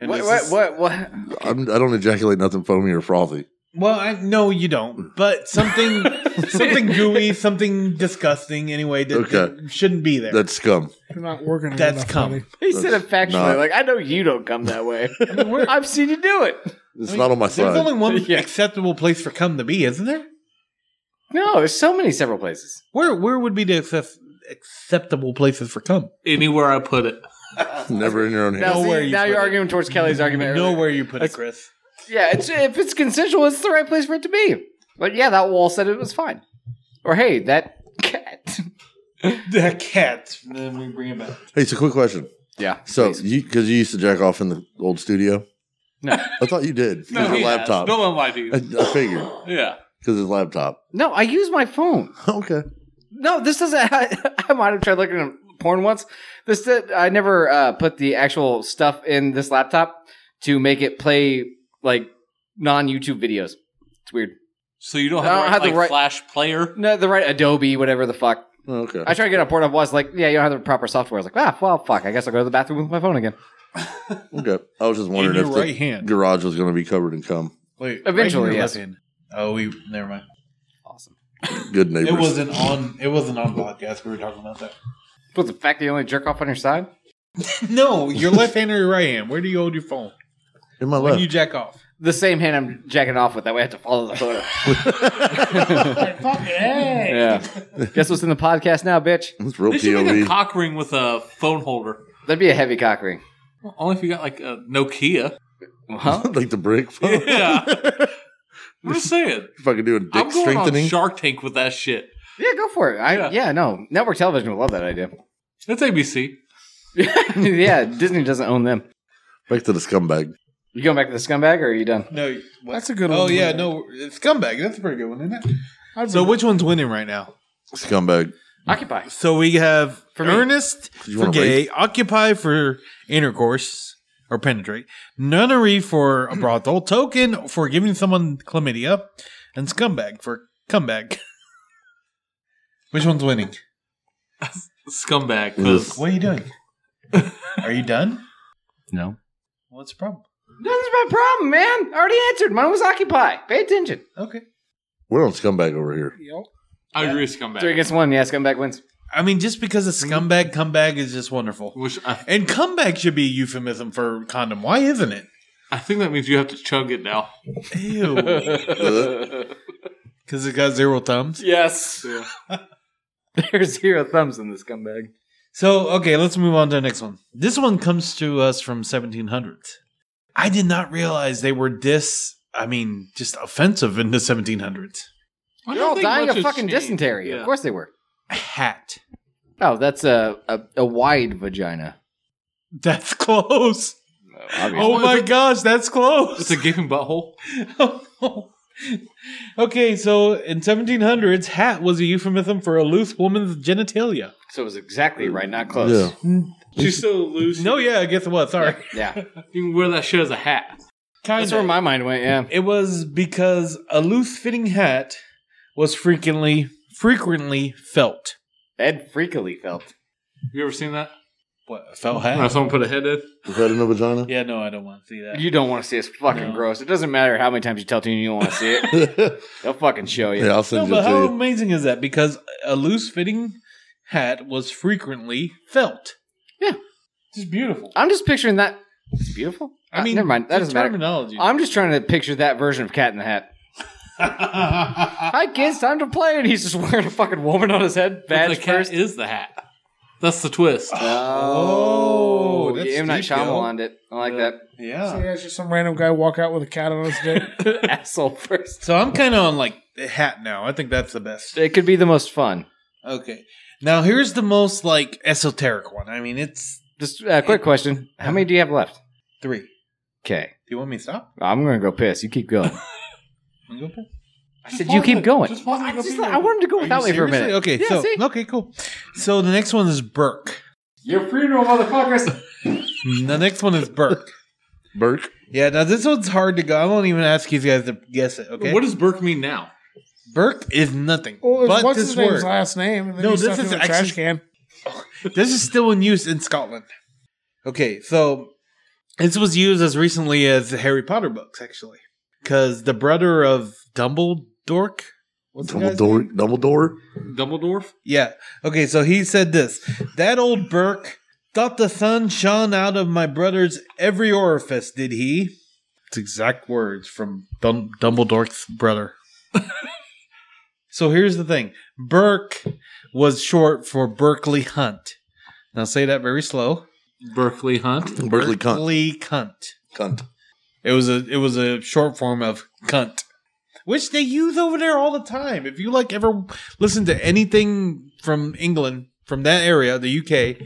[SPEAKER 1] And
[SPEAKER 4] What
[SPEAKER 1] this
[SPEAKER 4] what,
[SPEAKER 1] is-
[SPEAKER 4] what what
[SPEAKER 5] I'm, I don't ejaculate nothing foamy or frothy.
[SPEAKER 1] Well, I no, you don't. But
[SPEAKER 4] *laughs*
[SPEAKER 1] something, something gooey, something disgusting. Anyway, that,
[SPEAKER 5] Okay.
[SPEAKER 1] that shouldn't be there.
[SPEAKER 5] That's scum.
[SPEAKER 6] You're not working. hard
[SPEAKER 1] That's
[SPEAKER 6] enough,
[SPEAKER 1] cum.
[SPEAKER 6] buddy.
[SPEAKER 4] He said it factually.
[SPEAKER 5] not-
[SPEAKER 4] Like I know you don't come that *laughs* way.
[SPEAKER 5] *laughs*
[SPEAKER 4] I've seen you do it.
[SPEAKER 5] It's not on my
[SPEAKER 1] There's
[SPEAKER 5] side.
[SPEAKER 1] only one
[SPEAKER 4] *laughs* Yeah.
[SPEAKER 1] acceptable place for cum to be, isn't there?
[SPEAKER 4] No, there's so many several places.
[SPEAKER 1] Where where would be the access, acceptable places for cum?
[SPEAKER 2] Anywhere I put it.
[SPEAKER 5] Never in your own
[SPEAKER 4] Now,
[SPEAKER 5] hand.
[SPEAKER 1] Nowhere
[SPEAKER 4] see,
[SPEAKER 1] you
[SPEAKER 4] now
[SPEAKER 1] put
[SPEAKER 4] you're
[SPEAKER 1] it.
[SPEAKER 4] arguing towards Kelly's argument. earlier.
[SPEAKER 1] Nowhere you put it, Chris.
[SPEAKER 4] Yeah, it's, if it's consensual, it's the right place for it to be. But yeah, that wall said it was fine. Or hey, that cat. *laughs*
[SPEAKER 1] The cat. Then we bring it back.
[SPEAKER 5] Hey, it's a quick question.
[SPEAKER 4] Yeah.
[SPEAKER 5] So,
[SPEAKER 4] please.
[SPEAKER 5] you because you used to jack off in the old studio?
[SPEAKER 4] No.
[SPEAKER 5] I thought you did. 'cause your
[SPEAKER 2] he has.
[SPEAKER 5] laptop.
[SPEAKER 2] Bill unlied to you.
[SPEAKER 5] I, I figured.
[SPEAKER 1] Uh,
[SPEAKER 2] Yeah.
[SPEAKER 5] Because his laptop. *laughs*
[SPEAKER 4] no, I use my phone.
[SPEAKER 5] Okay.
[SPEAKER 4] No, this doesn't. *laughs* I, might have tried looking at porn once. This did, I never uh, put the actual stuff in this laptop to make it play like non YouTube videos. It's weird.
[SPEAKER 2] So you don't
[SPEAKER 4] I
[SPEAKER 2] have,
[SPEAKER 4] don't
[SPEAKER 2] the, right,
[SPEAKER 4] have the
[SPEAKER 2] like,
[SPEAKER 4] right-
[SPEAKER 2] flash player.
[SPEAKER 4] No, the right Adobe, whatever the fuck.
[SPEAKER 5] Oh, Okay.
[SPEAKER 4] I tried to get on Pornhub was like, yeah, you don't have the proper software. I was like, ah, well, fuck. I guess I'll go to the bathroom with my phone again.
[SPEAKER 5] Okay. I was just
[SPEAKER 1] In
[SPEAKER 5] wondering
[SPEAKER 1] your
[SPEAKER 5] if the
[SPEAKER 1] right hand.
[SPEAKER 5] garage was going to be covered in cum.
[SPEAKER 1] Wait,
[SPEAKER 4] Eventually,
[SPEAKER 1] right in your
[SPEAKER 4] yes.
[SPEAKER 1] left hand. Oh, we never mind.
[SPEAKER 4] Awesome.
[SPEAKER 5] Good neighbors.
[SPEAKER 1] It *laughs* wasn't on. It wasn't on podcast. We were talking about that.
[SPEAKER 4] What the fact that you only jerk off on your side?
[SPEAKER 1] *laughs* No, your left hand or your right hand. Where do you hold your phone
[SPEAKER 5] in my
[SPEAKER 1] when
[SPEAKER 5] left.
[SPEAKER 1] you jack off?
[SPEAKER 4] The same hand I'm jacking off with. That way I have to follow the photo.
[SPEAKER 1] *laughs*
[SPEAKER 6] Like, fuck yeah.
[SPEAKER 4] yeah. Guess what's in the podcast now, bitch?
[SPEAKER 5] It's real
[SPEAKER 2] They should make a
[SPEAKER 5] POV.
[SPEAKER 2] cock ring with a phone holder.
[SPEAKER 4] That'd be a heavy cock ring.
[SPEAKER 2] Well, only if you got like a Nokia.
[SPEAKER 4] Huh?
[SPEAKER 5] *laughs* like the brick. phone.
[SPEAKER 2] Yeah. I'm just saying.
[SPEAKER 5] if I could do a dick
[SPEAKER 2] I'm going
[SPEAKER 5] strengthening.
[SPEAKER 2] on Shark Tank with that shit.
[SPEAKER 4] Yeah, go for it. I, yeah.
[SPEAKER 2] Yeah.
[SPEAKER 4] no. Network television would love that *laughs* idea.
[SPEAKER 2] That's ABC.
[SPEAKER 4] yeah, Disney doesn't own them.
[SPEAKER 5] Back to the scumbag.
[SPEAKER 4] You going back to the scumbag or are you done?
[SPEAKER 1] No, what?
[SPEAKER 6] That's a good one.
[SPEAKER 1] Oh yeah, no, it's scumbag. That's a pretty good one, isn't it?
[SPEAKER 6] I'd
[SPEAKER 1] So
[SPEAKER 6] be-
[SPEAKER 1] which one's winning right now?
[SPEAKER 5] Scumbag.
[SPEAKER 4] Occupy.
[SPEAKER 1] So we have
[SPEAKER 4] For me.
[SPEAKER 1] earnest
[SPEAKER 5] You
[SPEAKER 1] for
[SPEAKER 5] wanna
[SPEAKER 1] gay, occupy for intercourse or penetrate, nunnery *clears throat* for a brothel, token for giving someone chlamydia, and scumbag for comeback. Which one's winning?
[SPEAKER 2] Scumbag. Because
[SPEAKER 1] What are you doing? are you done?
[SPEAKER 4] No.
[SPEAKER 1] What's the problem?
[SPEAKER 4] That's my problem, man. I already answered. Mine was Occupy. Pay attention.
[SPEAKER 1] Okay.
[SPEAKER 5] We're on scumbag over here.
[SPEAKER 6] Yep.
[SPEAKER 2] I agree with
[SPEAKER 4] Three
[SPEAKER 2] scumbag.
[SPEAKER 4] against one. Yeah, scumbag wins. *laughs*
[SPEAKER 1] I mean, just because a scumbag comeback is just wonderful.
[SPEAKER 2] Which I,
[SPEAKER 1] And comeback should be a euphemism for condom. Why isn't it?
[SPEAKER 2] I think that means you have to chug it now.
[SPEAKER 1] Ew. *laughs*
[SPEAKER 2] *laughs*
[SPEAKER 1] Because it got zero thumbs.
[SPEAKER 2] Yes.
[SPEAKER 4] There's zero thumbs in the scumbag.
[SPEAKER 1] So, okay, let's move on to the next one. This one comes to us from 1700s. I did not realize they were this, I mean, just offensive in the 1700s.
[SPEAKER 4] They're all dying of fucking dysentery. Of course they were.
[SPEAKER 1] Hat.
[SPEAKER 4] Oh, that's a, a, a wide vagina.
[SPEAKER 1] That's *laughs* close.
[SPEAKER 4] Obviously.
[SPEAKER 1] Oh my gosh, that's close.
[SPEAKER 2] It's a gaping butthole.
[SPEAKER 1] *laughs* okay, so in 1700s, hat was a euphemism for a loose woman's genitalia.
[SPEAKER 4] So it was exactly right, not
[SPEAKER 5] Yeah.
[SPEAKER 4] close.
[SPEAKER 2] She's so loose.
[SPEAKER 1] No, yeah, I guess it was. Sorry.
[SPEAKER 4] Yeah. *laughs*
[SPEAKER 2] You can wear that shit as a hat.
[SPEAKER 4] That's where
[SPEAKER 1] Kinda.
[SPEAKER 4] my mind went, yeah.
[SPEAKER 1] It was because a loose fitting hat was frequently frequently felt.
[SPEAKER 4] Ed freakily felt.
[SPEAKER 2] You ever seen that?
[SPEAKER 1] What a felt
[SPEAKER 2] When
[SPEAKER 4] *laughs*
[SPEAKER 1] hat?
[SPEAKER 2] someone put a head in?
[SPEAKER 5] Is that in a vagina?
[SPEAKER 1] Yeah, no, I don't want to see that.
[SPEAKER 4] You don't want to see it. It's fucking
[SPEAKER 1] No.
[SPEAKER 4] gross. It doesn't matter how many times you tell Tina you don't want to see it.
[SPEAKER 5] Yeah, *laughs*
[SPEAKER 4] They'll fucking show you.
[SPEAKER 5] I'll
[SPEAKER 1] no,
[SPEAKER 5] send you
[SPEAKER 1] but
[SPEAKER 5] it to
[SPEAKER 1] how
[SPEAKER 5] you.
[SPEAKER 1] amazing is that? Because a loose fitting hat was frequently felt.
[SPEAKER 4] Yeah.
[SPEAKER 1] just beautiful.
[SPEAKER 4] I'm just picturing that. It's beautiful.
[SPEAKER 1] I mean,
[SPEAKER 4] Uh, never mind. That
[SPEAKER 1] the
[SPEAKER 4] doesn't matter.
[SPEAKER 1] terminology.
[SPEAKER 4] I'm just trying to picture that version of Cat in the Hat. Hi kids, time to play, and he's just *laughs* wearing a fucking woman on his head.
[SPEAKER 2] But
[SPEAKER 4] Badge
[SPEAKER 2] the cat
[SPEAKER 4] first.
[SPEAKER 2] is the hat. That's the twist.
[SPEAKER 4] oh,
[SPEAKER 1] Oh, that's
[SPEAKER 4] M Night
[SPEAKER 1] deep, yo.
[SPEAKER 4] Shyamalan it. I like *laughs*
[SPEAKER 6] So
[SPEAKER 1] *laughs* yeah.
[SPEAKER 6] yeah, it's just some random guy walk out with a cat on his *laughs* dick.
[SPEAKER 4] that asshole first.
[SPEAKER 1] So I'm kind of on like the hat now. I think that's the best.
[SPEAKER 4] It could be the most fun.
[SPEAKER 1] Okay. Now here's the most like esoteric one. I mean, it's
[SPEAKER 4] Just a uh, quick question: How many do you have left?
[SPEAKER 1] three. Do
[SPEAKER 4] Okay,
[SPEAKER 1] you want me to stop?
[SPEAKER 4] I'm gonna go piss. You keep *laughs* going.
[SPEAKER 1] Wanna go back?
[SPEAKER 4] I said you keep going. I, just- I want him to go without me for a
[SPEAKER 1] Seriously?
[SPEAKER 4] minute.
[SPEAKER 1] Okay,
[SPEAKER 4] Yeah,
[SPEAKER 1] so
[SPEAKER 4] see?
[SPEAKER 1] okay, cool. So the next one is Burke.
[SPEAKER 4] You're free to motherfuckers.
[SPEAKER 1] The next one is Burke.
[SPEAKER 5] Burke.
[SPEAKER 1] yeah, now this one's hard to go. I won't even ask you guys to guess it. Okay,
[SPEAKER 2] What does Burke mean now?
[SPEAKER 1] Burke is nothing.
[SPEAKER 4] Oh,
[SPEAKER 6] Well, it's
[SPEAKER 1] but
[SPEAKER 6] what's
[SPEAKER 1] this
[SPEAKER 6] his
[SPEAKER 1] word,
[SPEAKER 6] name's last name? And then
[SPEAKER 1] No,
[SPEAKER 6] you
[SPEAKER 1] this
[SPEAKER 6] stuff
[SPEAKER 1] is
[SPEAKER 6] him in a
[SPEAKER 1] actually-
[SPEAKER 6] trash can.
[SPEAKER 1] this is still in use in Scotland. Okay, so this was used as recently as the Harry Potter books, actually. because the brother of Dumbledore. What's the guy's name?
[SPEAKER 5] Dumbledore, Dumbledore.
[SPEAKER 2] Dumbledore.
[SPEAKER 1] Yeah. Okay, so he said this. That old Burke thought the sun shone out of my brother's every orifice, did he? It's exact words from Dum- Dumbledore's brother. *laughs* so here's the thing Burke was short for Berkeley Hunt. Now say that very slow.
[SPEAKER 2] Berkeley Hunt.
[SPEAKER 5] Berkeley cunt.
[SPEAKER 1] Berkeley Cunt.
[SPEAKER 5] Cunt.
[SPEAKER 1] It was a it was a short form of cunt, which they use over there all the time. If you like ever listen to anything from England, from that area, the UK,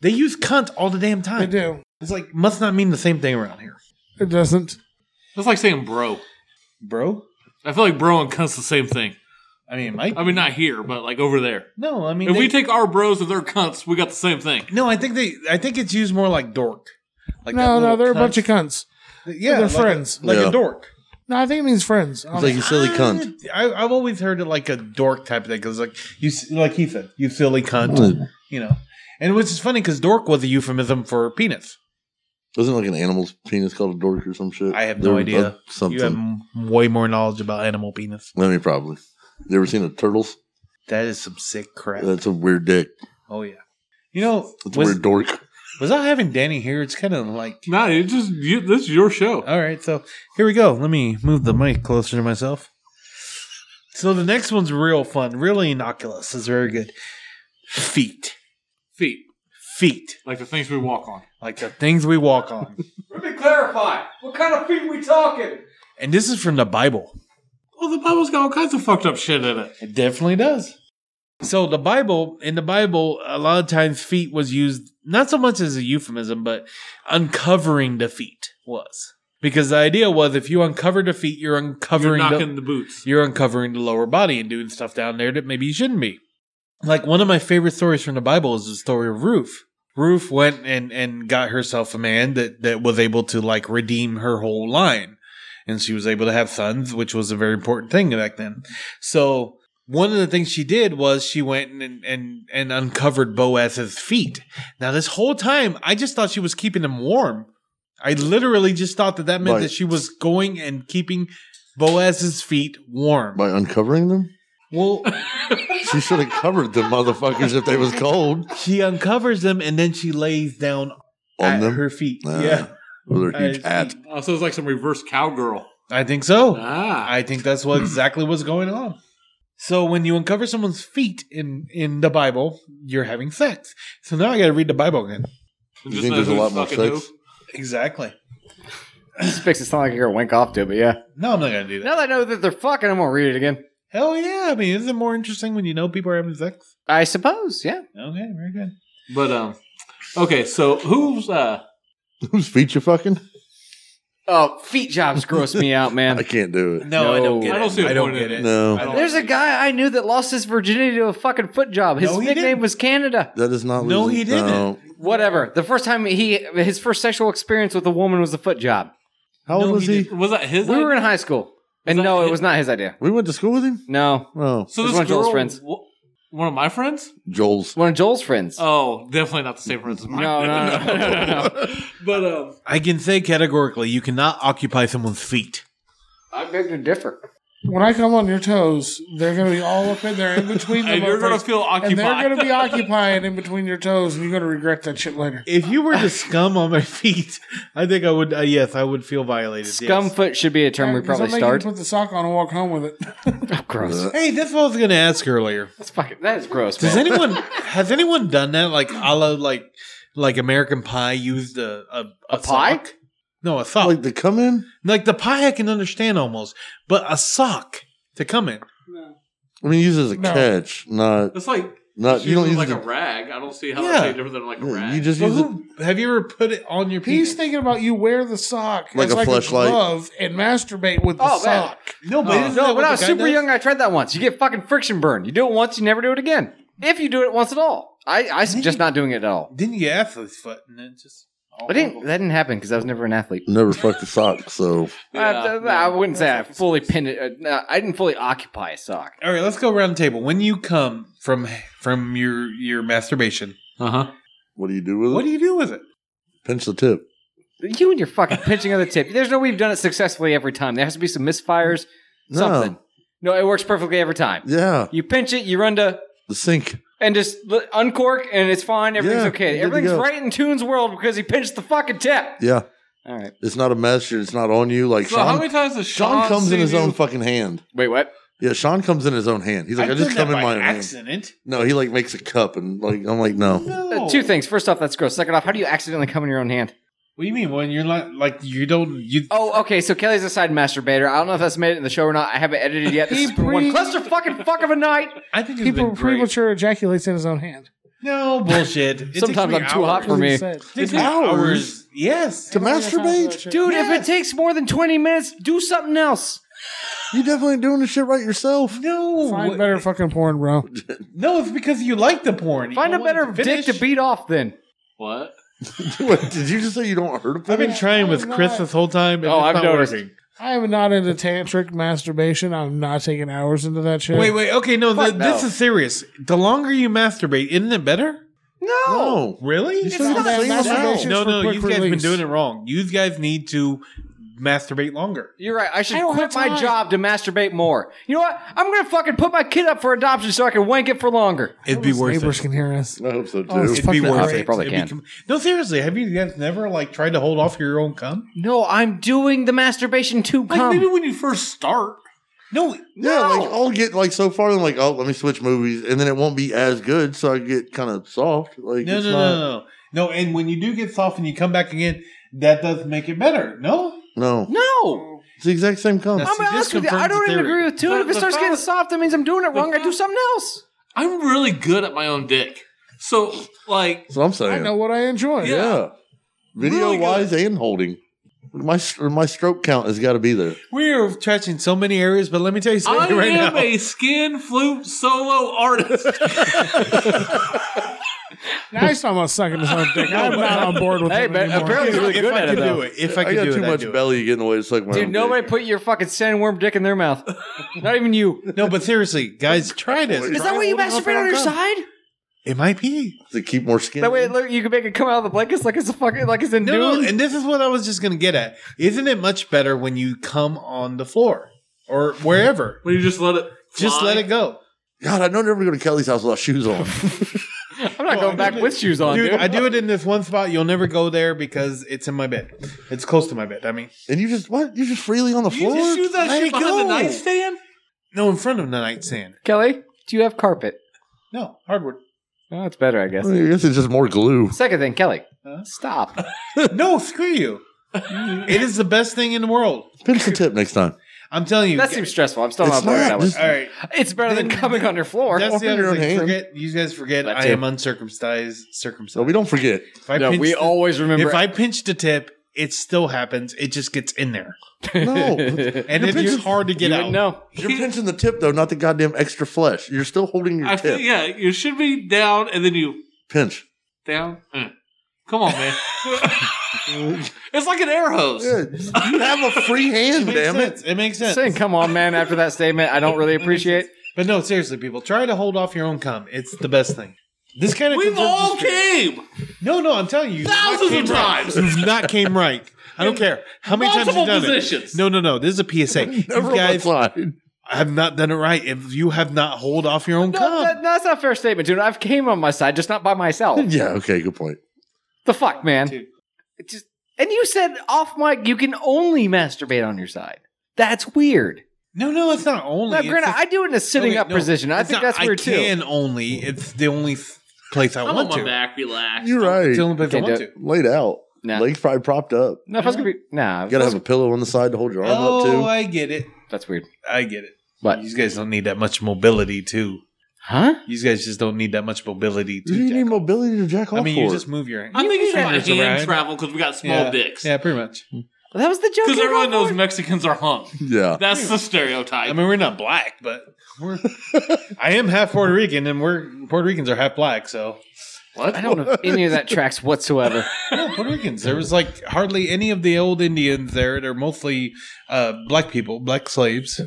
[SPEAKER 1] they use cunt all the damn
[SPEAKER 6] I
[SPEAKER 1] time.
[SPEAKER 6] do.
[SPEAKER 1] It's like must not mean the same thing around here,
[SPEAKER 6] It doesn't.
[SPEAKER 2] That's like saying bro.
[SPEAKER 1] bro.
[SPEAKER 2] I feel like bro and cunt's the same thing.
[SPEAKER 1] I mean, Mike.
[SPEAKER 2] I mean, not here, but like over there.
[SPEAKER 1] no, I mean,
[SPEAKER 2] If
[SPEAKER 1] they-
[SPEAKER 2] we take our bros and their cunts, we got the same thing.
[SPEAKER 1] no, I think they. I think it's used more like dork. Like that
[SPEAKER 6] no, no,
[SPEAKER 1] little
[SPEAKER 6] they're
[SPEAKER 1] cunt.
[SPEAKER 6] a bunch of cunts.
[SPEAKER 1] yeah,
[SPEAKER 6] they're
[SPEAKER 1] like
[SPEAKER 6] friends.
[SPEAKER 1] a, like
[SPEAKER 5] Yeah.
[SPEAKER 1] a dork.
[SPEAKER 6] No, I think it means friends.
[SPEAKER 5] It's like you silly cunt.
[SPEAKER 1] I, I've always heard it like a dork type of thing because, like you, s- like he said, you silly cunt, you know. And which is funny because dork was a euphemism for penis.
[SPEAKER 5] Wasn't like an animal's penis called a dork or some shit?
[SPEAKER 1] I have no
[SPEAKER 5] There-
[SPEAKER 1] idea.
[SPEAKER 5] uh, something.
[SPEAKER 1] You have m- way more knowledge about animal penis.
[SPEAKER 5] Let me probably. You ever seen a turtle's?
[SPEAKER 1] That is some sick crap.
[SPEAKER 5] That's a weird dick.
[SPEAKER 1] oh yeah. You know,
[SPEAKER 5] That's a
[SPEAKER 1] was,
[SPEAKER 5] weird dork.
[SPEAKER 1] was I having Danny here? It's kind of like
[SPEAKER 2] No, it's just you, this is your show. Uh,
[SPEAKER 1] all right. So here we go. Let me move the mic closer to myself. So the next one's real fun, really innocuous. It's very good. Feet,
[SPEAKER 2] Feet,
[SPEAKER 1] feet,
[SPEAKER 2] like the things we walk on.
[SPEAKER 1] like the things we walk
[SPEAKER 5] *laughs*
[SPEAKER 1] on.
[SPEAKER 4] Let me clarify. What kind of feet we talking?
[SPEAKER 1] And this is from the Bible.
[SPEAKER 2] Well, the Bible's got all kinds of fucked up shit in it.
[SPEAKER 1] It definitely does. So the Bible, in the Bible, a lot of times feet was used not so much as a euphemism, but uncovering the feet was. Because the idea was if you uncover the feet, you're
[SPEAKER 2] You're
[SPEAKER 1] uncovering the,
[SPEAKER 2] knocking the boots.
[SPEAKER 1] you're uncovering the lower body and doing stuff down there that maybe you shouldn't be. Like one of my favorite stories from the Bible is the story of Ruth. Ruth went and, and got herself a man that, that was able to like redeem her whole line. And she was able to have sons, which was a very important thing back then. So one of the things she did was she went and and, and uncovered Boaz's feet. Now this whole time, I just thought she was keeping him warm. I literally just thought that that meant
[SPEAKER 5] Right.
[SPEAKER 1] that she was going and keeping Boaz's feet warm.
[SPEAKER 5] By uncovering them?
[SPEAKER 1] Well,
[SPEAKER 5] She should have covered them motherfuckers if they was cold
[SPEAKER 1] she uncovers them and then she lays down
[SPEAKER 5] on
[SPEAKER 1] at
[SPEAKER 5] them.
[SPEAKER 1] her feet.
[SPEAKER 5] Ah,
[SPEAKER 1] yeah,
[SPEAKER 5] With
[SPEAKER 1] At
[SPEAKER 5] her
[SPEAKER 1] his
[SPEAKER 5] huge hat.
[SPEAKER 1] feet.
[SPEAKER 2] Oh, so it's like some reverse cowgirl.
[SPEAKER 1] I think so.
[SPEAKER 2] Ah,
[SPEAKER 1] I think that's
[SPEAKER 5] *clears throat*
[SPEAKER 1] what exactly what's going on. So when you uncover someone's feet in in the Bible, you're having sex. So now I got to read the Bible again.
[SPEAKER 5] You think there's a lot more sex?
[SPEAKER 1] Exactly.
[SPEAKER 4] *laughs* This makes it sound like you're gonna wink off to, it, but yeah.
[SPEAKER 1] No, I'm not gonna do that.
[SPEAKER 4] Now that I know that they're fucking, I'm gonna read it again.
[SPEAKER 1] Hell yeah! I mean, isn't it more interesting when you know people are having sex?
[SPEAKER 4] I suppose, yeah.
[SPEAKER 1] Okay, very good.
[SPEAKER 2] But um, okay. So who's uh?
[SPEAKER 5] Whose feet you fucking?
[SPEAKER 4] Oh, feet jobs gross me out,
[SPEAKER 5] I
[SPEAKER 4] man.
[SPEAKER 5] can't do it.
[SPEAKER 1] No, I don't
[SPEAKER 4] No.
[SPEAKER 1] get it.
[SPEAKER 2] I don't see a
[SPEAKER 1] I don't
[SPEAKER 2] point in
[SPEAKER 1] get
[SPEAKER 2] it.
[SPEAKER 1] it.
[SPEAKER 5] No.
[SPEAKER 2] don't-
[SPEAKER 4] There's a guy I knew that lost his virginity to a fucking foot job. His
[SPEAKER 1] No, he
[SPEAKER 4] nickname
[SPEAKER 1] didn't.
[SPEAKER 4] was Canada.
[SPEAKER 5] That is not
[SPEAKER 1] No,
[SPEAKER 5] losing-
[SPEAKER 1] he didn't.
[SPEAKER 5] no.
[SPEAKER 4] Whatever. The first time he his first sexual experience with a woman was a foot job.
[SPEAKER 5] How old
[SPEAKER 1] No,
[SPEAKER 5] was
[SPEAKER 1] he
[SPEAKER 5] he?
[SPEAKER 2] Was that his?
[SPEAKER 4] We were in
[SPEAKER 2] idea?
[SPEAKER 4] high school, and
[SPEAKER 2] that
[SPEAKER 4] no,
[SPEAKER 2] it?
[SPEAKER 4] it was not his idea.
[SPEAKER 5] We went to school with him?
[SPEAKER 4] No,
[SPEAKER 5] No.
[SPEAKER 2] So
[SPEAKER 4] It's
[SPEAKER 2] this
[SPEAKER 4] one of Joel's
[SPEAKER 2] girl,
[SPEAKER 4] friends.
[SPEAKER 2] wh- one of my friends.
[SPEAKER 5] Joel's.
[SPEAKER 4] one of Joel's friends.
[SPEAKER 2] Oh, definitely not the same friends as mine.
[SPEAKER 4] No, no, no, no, no, no.
[SPEAKER 2] *laughs* but
[SPEAKER 4] *laughs*
[SPEAKER 2] um,
[SPEAKER 1] I can say categorically, you cannot occupy someone's feet.
[SPEAKER 4] I beg to differ.
[SPEAKER 6] when I come on your toes, they're going to be all up in there
[SPEAKER 1] *laughs*
[SPEAKER 6] in between the
[SPEAKER 2] and you're gonna
[SPEAKER 6] motherfuckers,
[SPEAKER 2] feel occupied.
[SPEAKER 6] And they're going to be occupying in between your toes, and you're going to regret that shit later.
[SPEAKER 1] If you were to scum on my *laughs* feet, I think I would. Uh, yes, I would feel violated. yes.
[SPEAKER 4] Scumfoot should be a term we
[SPEAKER 6] Because I'm
[SPEAKER 4] probably
[SPEAKER 6] making you
[SPEAKER 4] start. Oh,
[SPEAKER 6] Put the sock on and walk home with it. *laughs*
[SPEAKER 4] Gross.
[SPEAKER 1] Hey, that's what I was going to ask earlier.
[SPEAKER 4] That's fucking. That is gross.
[SPEAKER 1] Does
[SPEAKER 4] man.
[SPEAKER 1] anyone has anyone done that? Like a la like like American Pie used a a, a,
[SPEAKER 4] pie?
[SPEAKER 1] sock? No, a sock.
[SPEAKER 5] Like
[SPEAKER 1] Like,
[SPEAKER 5] the come in?
[SPEAKER 1] the pie, I can understand almost, but a sock to come in.
[SPEAKER 5] I mean, use it as a
[SPEAKER 6] No.
[SPEAKER 5] catch,
[SPEAKER 2] *laughs*
[SPEAKER 5] not
[SPEAKER 2] It's like
[SPEAKER 5] not.
[SPEAKER 2] she
[SPEAKER 5] You don't use
[SPEAKER 2] like
[SPEAKER 5] it.
[SPEAKER 2] a rag. I don't see how
[SPEAKER 1] Yeah.
[SPEAKER 2] that's any different than like a rag.
[SPEAKER 5] You just
[SPEAKER 1] So
[SPEAKER 5] use it.
[SPEAKER 1] who, have you ever put it on your
[SPEAKER 6] He's
[SPEAKER 1] penis?
[SPEAKER 6] thinking about you wear the sock
[SPEAKER 5] Like
[SPEAKER 6] as
[SPEAKER 5] a fleshlight.
[SPEAKER 6] glove and masturbate with the
[SPEAKER 4] Oh, man.
[SPEAKER 6] sock.
[SPEAKER 1] No, but isn't that
[SPEAKER 4] No, when
[SPEAKER 1] what
[SPEAKER 4] I
[SPEAKER 1] the
[SPEAKER 4] was
[SPEAKER 1] guy
[SPEAKER 4] super
[SPEAKER 1] does?
[SPEAKER 4] young, I tried that once. You get fucking friction burn. You do it once, you never do it again. If you do it once at all, I, I suggest not doing it at all.
[SPEAKER 1] didn't you athlete's foot and then just.
[SPEAKER 4] I didn't. That didn't happen because I was never an athlete.
[SPEAKER 5] Never fucked a sock, so
[SPEAKER 2] Yeah,
[SPEAKER 4] I, I-
[SPEAKER 2] no.
[SPEAKER 4] I wouldn't say I fully pinned it. Uh, no, I didn't fully occupy a sock.
[SPEAKER 1] All right, let's go around the table. When you come from from your your masturbation,
[SPEAKER 2] Uh huh.
[SPEAKER 5] what do you do with it?
[SPEAKER 1] what do you do with it?
[SPEAKER 5] Pinch the tip.
[SPEAKER 4] You and your fucking pinching of the tip. There's no way you've done it successfully every time. There has to be some misfires,
[SPEAKER 5] No.
[SPEAKER 4] something. No, it works perfectly every time.
[SPEAKER 5] Yeah,
[SPEAKER 4] You pinch it, you run to,
[SPEAKER 5] the sink.
[SPEAKER 4] and just l- uncork, and it's fine. Everything's
[SPEAKER 5] Yeah, good
[SPEAKER 4] okay.
[SPEAKER 5] to
[SPEAKER 4] Everything's
[SPEAKER 5] go.
[SPEAKER 4] right in Tune's world because he pinched the fucking tip.
[SPEAKER 5] Yeah,
[SPEAKER 4] All right.
[SPEAKER 5] it's not a mess. It's not on you. Like
[SPEAKER 2] So
[SPEAKER 5] Sean,
[SPEAKER 2] how many times has
[SPEAKER 5] Sean,
[SPEAKER 2] Sean,
[SPEAKER 5] comes in
[SPEAKER 2] seen
[SPEAKER 5] his
[SPEAKER 2] you-
[SPEAKER 5] own fucking hand.
[SPEAKER 4] Wait, what?
[SPEAKER 5] Yeah, Sean comes in his own hand. He's like, i just come in my own hand.
[SPEAKER 1] accident.
[SPEAKER 5] No, he like makes a cup and like I'm like, no.
[SPEAKER 4] Uh, two things. First off, that's gross. Second off, how do you accidentally come in your own hand?
[SPEAKER 1] What do you mean when you're not like you don't you?
[SPEAKER 4] Oh, okay. So Kelly's a side masturbator. I don't know if that's made it in the show or not. I haven't edited it yet. This
[SPEAKER 6] He
[SPEAKER 4] has been one
[SPEAKER 6] breathed-
[SPEAKER 4] cluster fucking fuck of a night.
[SPEAKER 1] I think it's
[SPEAKER 6] People
[SPEAKER 1] been great.
[SPEAKER 6] premature ejaculates in his own hand.
[SPEAKER 1] no bullshit. It
[SPEAKER 4] Sometimes I'm
[SPEAKER 1] takes me
[SPEAKER 4] too hot
[SPEAKER 1] hours.
[SPEAKER 6] That's
[SPEAKER 4] for
[SPEAKER 6] what he
[SPEAKER 4] me.
[SPEAKER 6] said.
[SPEAKER 1] It takes me hours. Yes.
[SPEAKER 5] To masturbate?
[SPEAKER 4] Dude, if it takes more than 20 minutes, do something else.
[SPEAKER 5] You definitely ain't doing the shit right yourself.
[SPEAKER 1] No.
[SPEAKER 6] Find better fucking porn, bro.
[SPEAKER 1] No, it's because you like the porn. You
[SPEAKER 4] Find a
[SPEAKER 1] don't want
[SPEAKER 4] better
[SPEAKER 1] it
[SPEAKER 4] dick to
[SPEAKER 1] finish.
[SPEAKER 4] beat off then.
[SPEAKER 2] What?
[SPEAKER 5] *laughs* What, did you just say you don't hurt a
[SPEAKER 1] I've
[SPEAKER 5] penis?
[SPEAKER 1] been trying with Chris this whole time. And
[SPEAKER 4] Oh,
[SPEAKER 1] it's
[SPEAKER 4] I've
[SPEAKER 1] not
[SPEAKER 4] noticed.
[SPEAKER 1] working.
[SPEAKER 6] I am not into tantric masturbation. I'm not taking hours into that shit.
[SPEAKER 1] Wait, wait. Okay, no, th-
[SPEAKER 4] Fuck no.
[SPEAKER 1] this is serious. The longer you masturbate, isn't it better?
[SPEAKER 4] No.
[SPEAKER 5] No.
[SPEAKER 1] Really?
[SPEAKER 5] You still
[SPEAKER 6] not
[SPEAKER 5] got the
[SPEAKER 6] that
[SPEAKER 5] same
[SPEAKER 6] masturbation.
[SPEAKER 5] amount.
[SPEAKER 1] no,
[SPEAKER 6] for
[SPEAKER 1] no.
[SPEAKER 6] quick
[SPEAKER 1] You guys have been
[SPEAKER 6] release.
[SPEAKER 1] doing it wrong. You guys need to masturbate longer.
[SPEAKER 4] You're right. I should
[SPEAKER 6] I don't
[SPEAKER 4] quit
[SPEAKER 6] have
[SPEAKER 4] my
[SPEAKER 6] time.
[SPEAKER 4] job to masturbate more. You know what? I'm going to fucking put my kid up for adoption so I can wank it for longer.
[SPEAKER 1] It'd be worth
[SPEAKER 6] Neighbors
[SPEAKER 1] it.
[SPEAKER 6] can hear us.
[SPEAKER 5] I hope so
[SPEAKER 6] Oh,
[SPEAKER 5] too.
[SPEAKER 6] it's
[SPEAKER 1] It'd be
[SPEAKER 6] fucking
[SPEAKER 1] worth
[SPEAKER 6] great.
[SPEAKER 1] it.
[SPEAKER 4] Probably
[SPEAKER 1] It'd be
[SPEAKER 4] can.
[SPEAKER 1] com- no, seriously. Have you guys never like tried to hold off your own cum?
[SPEAKER 4] No, I'm doing the masturbation to
[SPEAKER 2] Like
[SPEAKER 4] come.
[SPEAKER 2] maybe when you first start.
[SPEAKER 1] No,
[SPEAKER 5] yeah, like I'll get like so far, I'm like, oh, let me switch movies, and then it won't be as good, so I get kind of soft. Like,
[SPEAKER 1] no,
[SPEAKER 5] it's
[SPEAKER 1] no,
[SPEAKER 5] not,
[SPEAKER 1] no, no, no. And when you do get soft and you come back again, that doesn't make it better. No,
[SPEAKER 5] no,
[SPEAKER 4] no.
[SPEAKER 5] it's the exact same cum.
[SPEAKER 1] That's-
[SPEAKER 4] I'm
[SPEAKER 1] So this
[SPEAKER 4] honest with you. I
[SPEAKER 1] confirms
[SPEAKER 4] don't
[SPEAKER 1] the
[SPEAKER 4] even
[SPEAKER 1] theory.
[SPEAKER 4] agree with Tune.
[SPEAKER 2] The-
[SPEAKER 4] If it
[SPEAKER 2] the
[SPEAKER 4] starts getting
[SPEAKER 2] fact-
[SPEAKER 4] soft, that means I'm doing it wrong. I do something else.
[SPEAKER 2] I'm really good at my own dick. So like
[SPEAKER 5] That's what I'm
[SPEAKER 6] I
[SPEAKER 5] saying.
[SPEAKER 6] know what I enjoy.
[SPEAKER 5] yeah. video
[SPEAKER 2] Really
[SPEAKER 5] wise and holding, my my stroke count has got to be there.
[SPEAKER 1] we are touching so many areas. But let me tell you
[SPEAKER 2] I
[SPEAKER 1] something right
[SPEAKER 2] am
[SPEAKER 1] now.
[SPEAKER 2] a skin flute solo artist.
[SPEAKER 6] Now he's talking about sucking his own dick. I'm not on board with
[SPEAKER 4] Hey,
[SPEAKER 6] him
[SPEAKER 4] but
[SPEAKER 6] anymore.
[SPEAKER 4] apparently you're really
[SPEAKER 1] *laughs* if
[SPEAKER 4] good
[SPEAKER 1] I
[SPEAKER 4] at it,
[SPEAKER 1] could
[SPEAKER 4] though.
[SPEAKER 1] do it, if
[SPEAKER 5] I,
[SPEAKER 1] I could
[SPEAKER 5] got
[SPEAKER 1] do
[SPEAKER 5] too
[SPEAKER 1] it, I'd
[SPEAKER 5] much
[SPEAKER 1] do it.
[SPEAKER 5] belly getting away. It's like my
[SPEAKER 4] Dude,
[SPEAKER 5] own
[SPEAKER 4] nobody
[SPEAKER 5] dick.
[SPEAKER 4] put your fucking sandworm dick in
[SPEAKER 1] *laughs*
[SPEAKER 4] their mouth. Not even you.
[SPEAKER 1] No, but seriously, guys, try this.
[SPEAKER 4] Is that
[SPEAKER 1] Try
[SPEAKER 4] why you
[SPEAKER 1] holding off
[SPEAKER 4] masturbate on
[SPEAKER 1] your
[SPEAKER 4] your
[SPEAKER 1] own cum.
[SPEAKER 4] side?
[SPEAKER 1] It might be.
[SPEAKER 5] to keep more skin.
[SPEAKER 4] That way, look, you can make it come out of the blankets like it's a fucking like it's a
[SPEAKER 1] No, no,
[SPEAKER 4] noon.
[SPEAKER 1] and this is what I was just going to get at. Isn't it much better when you come on the floor or wherever?
[SPEAKER 2] when you just let it
[SPEAKER 1] Just let it go.
[SPEAKER 5] God, I don't ever go to Kelly's house without shoes on.
[SPEAKER 4] *laughs* I'm not going back with shoes on, dude.
[SPEAKER 1] Dude, I do it in this one spot. You'll never go there because it's in my bed. It's close to my bed. I mean,
[SPEAKER 5] and you just what? You just freely on the
[SPEAKER 2] You
[SPEAKER 5] floor?
[SPEAKER 2] just shoot that
[SPEAKER 5] Let
[SPEAKER 2] shit
[SPEAKER 5] it
[SPEAKER 2] behind the
[SPEAKER 5] go.
[SPEAKER 2] nightstand?
[SPEAKER 1] no, in front of the nightstand.
[SPEAKER 4] Kelly, do you have carpet?
[SPEAKER 1] No, hardwood.
[SPEAKER 4] Oh, it's better, I guess.
[SPEAKER 5] I guess it's just more glue.
[SPEAKER 4] Second thing, Kelly, stop.
[SPEAKER 1] No, screw you. it is the best thing in the world.
[SPEAKER 5] Pencil tip next time.
[SPEAKER 1] I'm telling you.
[SPEAKER 4] That seems stressful. I'm still
[SPEAKER 5] It's
[SPEAKER 4] not bored with
[SPEAKER 5] not,
[SPEAKER 4] that one.
[SPEAKER 5] just-
[SPEAKER 1] all right.
[SPEAKER 4] It's better than coming on your floor.
[SPEAKER 1] That's the
[SPEAKER 5] Or your
[SPEAKER 1] other
[SPEAKER 5] own
[SPEAKER 1] thing.
[SPEAKER 5] hand.
[SPEAKER 1] Forget you guys forget
[SPEAKER 4] That
[SPEAKER 1] I
[SPEAKER 4] too.
[SPEAKER 1] am uncircumcised.
[SPEAKER 5] So we
[SPEAKER 1] Circumcised.
[SPEAKER 5] don't forget.
[SPEAKER 1] If I
[SPEAKER 4] *laughs* No,
[SPEAKER 1] pinch
[SPEAKER 4] we
[SPEAKER 1] the-
[SPEAKER 4] always remember.
[SPEAKER 1] if I pinch the tip, it still happens. It just gets in there,
[SPEAKER 5] No,
[SPEAKER 1] and it is hard to get out.
[SPEAKER 4] no,
[SPEAKER 5] you're pinching the tip though, not the goddamn extra flesh. You're still holding your
[SPEAKER 2] I
[SPEAKER 5] tip.
[SPEAKER 2] think, yeah, you should be down and then you
[SPEAKER 5] Pinch.
[SPEAKER 2] down. Eh. Come on, man. it's like an air hose.
[SPEAKER 5] Yeah, you have a free hand,
[SPEAKER 1] It makes
[SPEAKER 5] damn it.
[SPEAKER 1] sense. It makes sense.
[SPEAKER 4] saying "come on, man" after that statement, I don't really appreciate.
[SPEAKER 1] But no, seriously, people, try to hold off your own cum. It's the best thing. This kind of
[SPEAKER 2] We've all came
[SPEAKER 1] No, no, I'm telling you, you've not
[SPEAKER 2] thousands
[SPEAKER 1] came
[SPEAKER 2] of
[SPEAKER 1] right.
[SPEAKER 2] times.
[SPEAKER 1] You've not came right. I don't care how many times
[SPEAKER 2] multiple
[SPEAKER 1] you've done
[SPEAKER 2] positions.
[SPEAKER 1] it. No, no, no. This is a PSA. You
[SPEAKER 5] Never
[SPEAKER 1] guys
[SPEAKER 5] applied.
[SPEAKER 1] have not done it right. If you have not hold off your own
[SPEAKER 4] No,
[SPEAKER 1] cum,
[SPEAKER 4] that- that's not a fair statement, dude. I've came on my side, just not by myself.
[SPEAKER 5] *laughs* *laughs* Yeah, okay, good point.
[SPEAKER 4] The fuck, man.
[SPEAKER 1] Dude.
[SPEAKER 4] It just and you said off mic you can only masturbate on your side. That's weird.
[SPEAKER 1] no, no, it's not only.
[SPEAKER 4] Now,
[SPEAKER 1] it's
[SPEAKER 4] granted,
[SPEAKER 1] just-
[SPEAKER 4] I do it in a sitting
[SPEAKER 1] okay,
[SPEAKER 4] up
[SPEAKER 1] no,
[SPEAKER 4] position. I
[SPEAKER 1] it's
[SPEAKER 4] think
[SPEAKER 1] not
[SPEAKER 4] that's weird
[SPEAKER 1] I can only. It's the only f- place I
[SPEAKER 2] I'm on
[SPEAKER 1] want
[SPEAKER 2] my
[SPEAKER 1] to.
[SPEAKER 2] back, relax.
[SPEAKER 5] You're
[SPEAKER 1] It's the
[SPEAKER 5] right.
[SPEAKER 1] only place I
[SPEAKER 4] Can't do
[SPEAKER 1] want
[SPEAKER 4] it.
[SPEAKER 1] to.
[SPEAKER 5] Laid out.
[SPEAKER 4] Nah.
[SPEAKER 5] Legs probably propped up.
[SPEAKER 4] too. No, if I was gonna be nah,
[SPEAKER 5] You gotta have a pillow on the side to hold your arm up
[SPEAKER 1] Oh,
[SPEAKER 5] to.
[SPEAKER 1] I get it.
[SPEAKER 4] that's weird.
[SPEAKER 1] I get it.
[SPEAKER 4] But
[SPEAKER 1] You guys don't need that much mobility, too.
[SPEAKER 4] huh?
[SPEAKER 1] You guys just don't need that much mobility. To
[SPEAKER 5] Do you
[SPEAKER 1] jack
[SPEAKER 5] need
[SPEAKER 1] off.
[SPEAKER 5] mobility to jack off
[SPEAKER 1] I mean, you
[SPEAKER 5] for?
[SPEAKER 1] just move your hand.
[SPEAKER 2] I think it's
[SPEAKER 4] Yeah.
[SPEAKER 2] my hand
[SPEAKER 1] Around.
[SPEAKER 2] travel because we got small
[SPEAKER 1] yeah.
[SPEAKER 2] dicks.
[SPEAKER 1] Yeah, pretty much.
[SPEAKER 4] That was the joke.
[SPEAKER 2] Because
[SPEAKER 4] you
[SPEAKER 2] everyone
[SPEAKER 4] wrote
[SPEAKER 2] knows
[SPEAKER 4] for it.
[SPEAKER 2] Mexicans are hung.
[SPEAKER 5] *laughs* yeah.
[SPEAKER 2] That's the stereotype.
[SPEAKER 1] I mean, we're not black, but we're. I am half Puerto Rican, and we're Puerto Ricans are half black. So
[SPEAKER 4] I don't know if any
[SPEAKER 1] *laughs*
[SPEAKER 4] of that tracks whatsoever.
[SPEAKER 1] no, *laughs* Puerto Ricans. There was like hardly any of the old Indians there. They're mostly uh, black people, black slaves.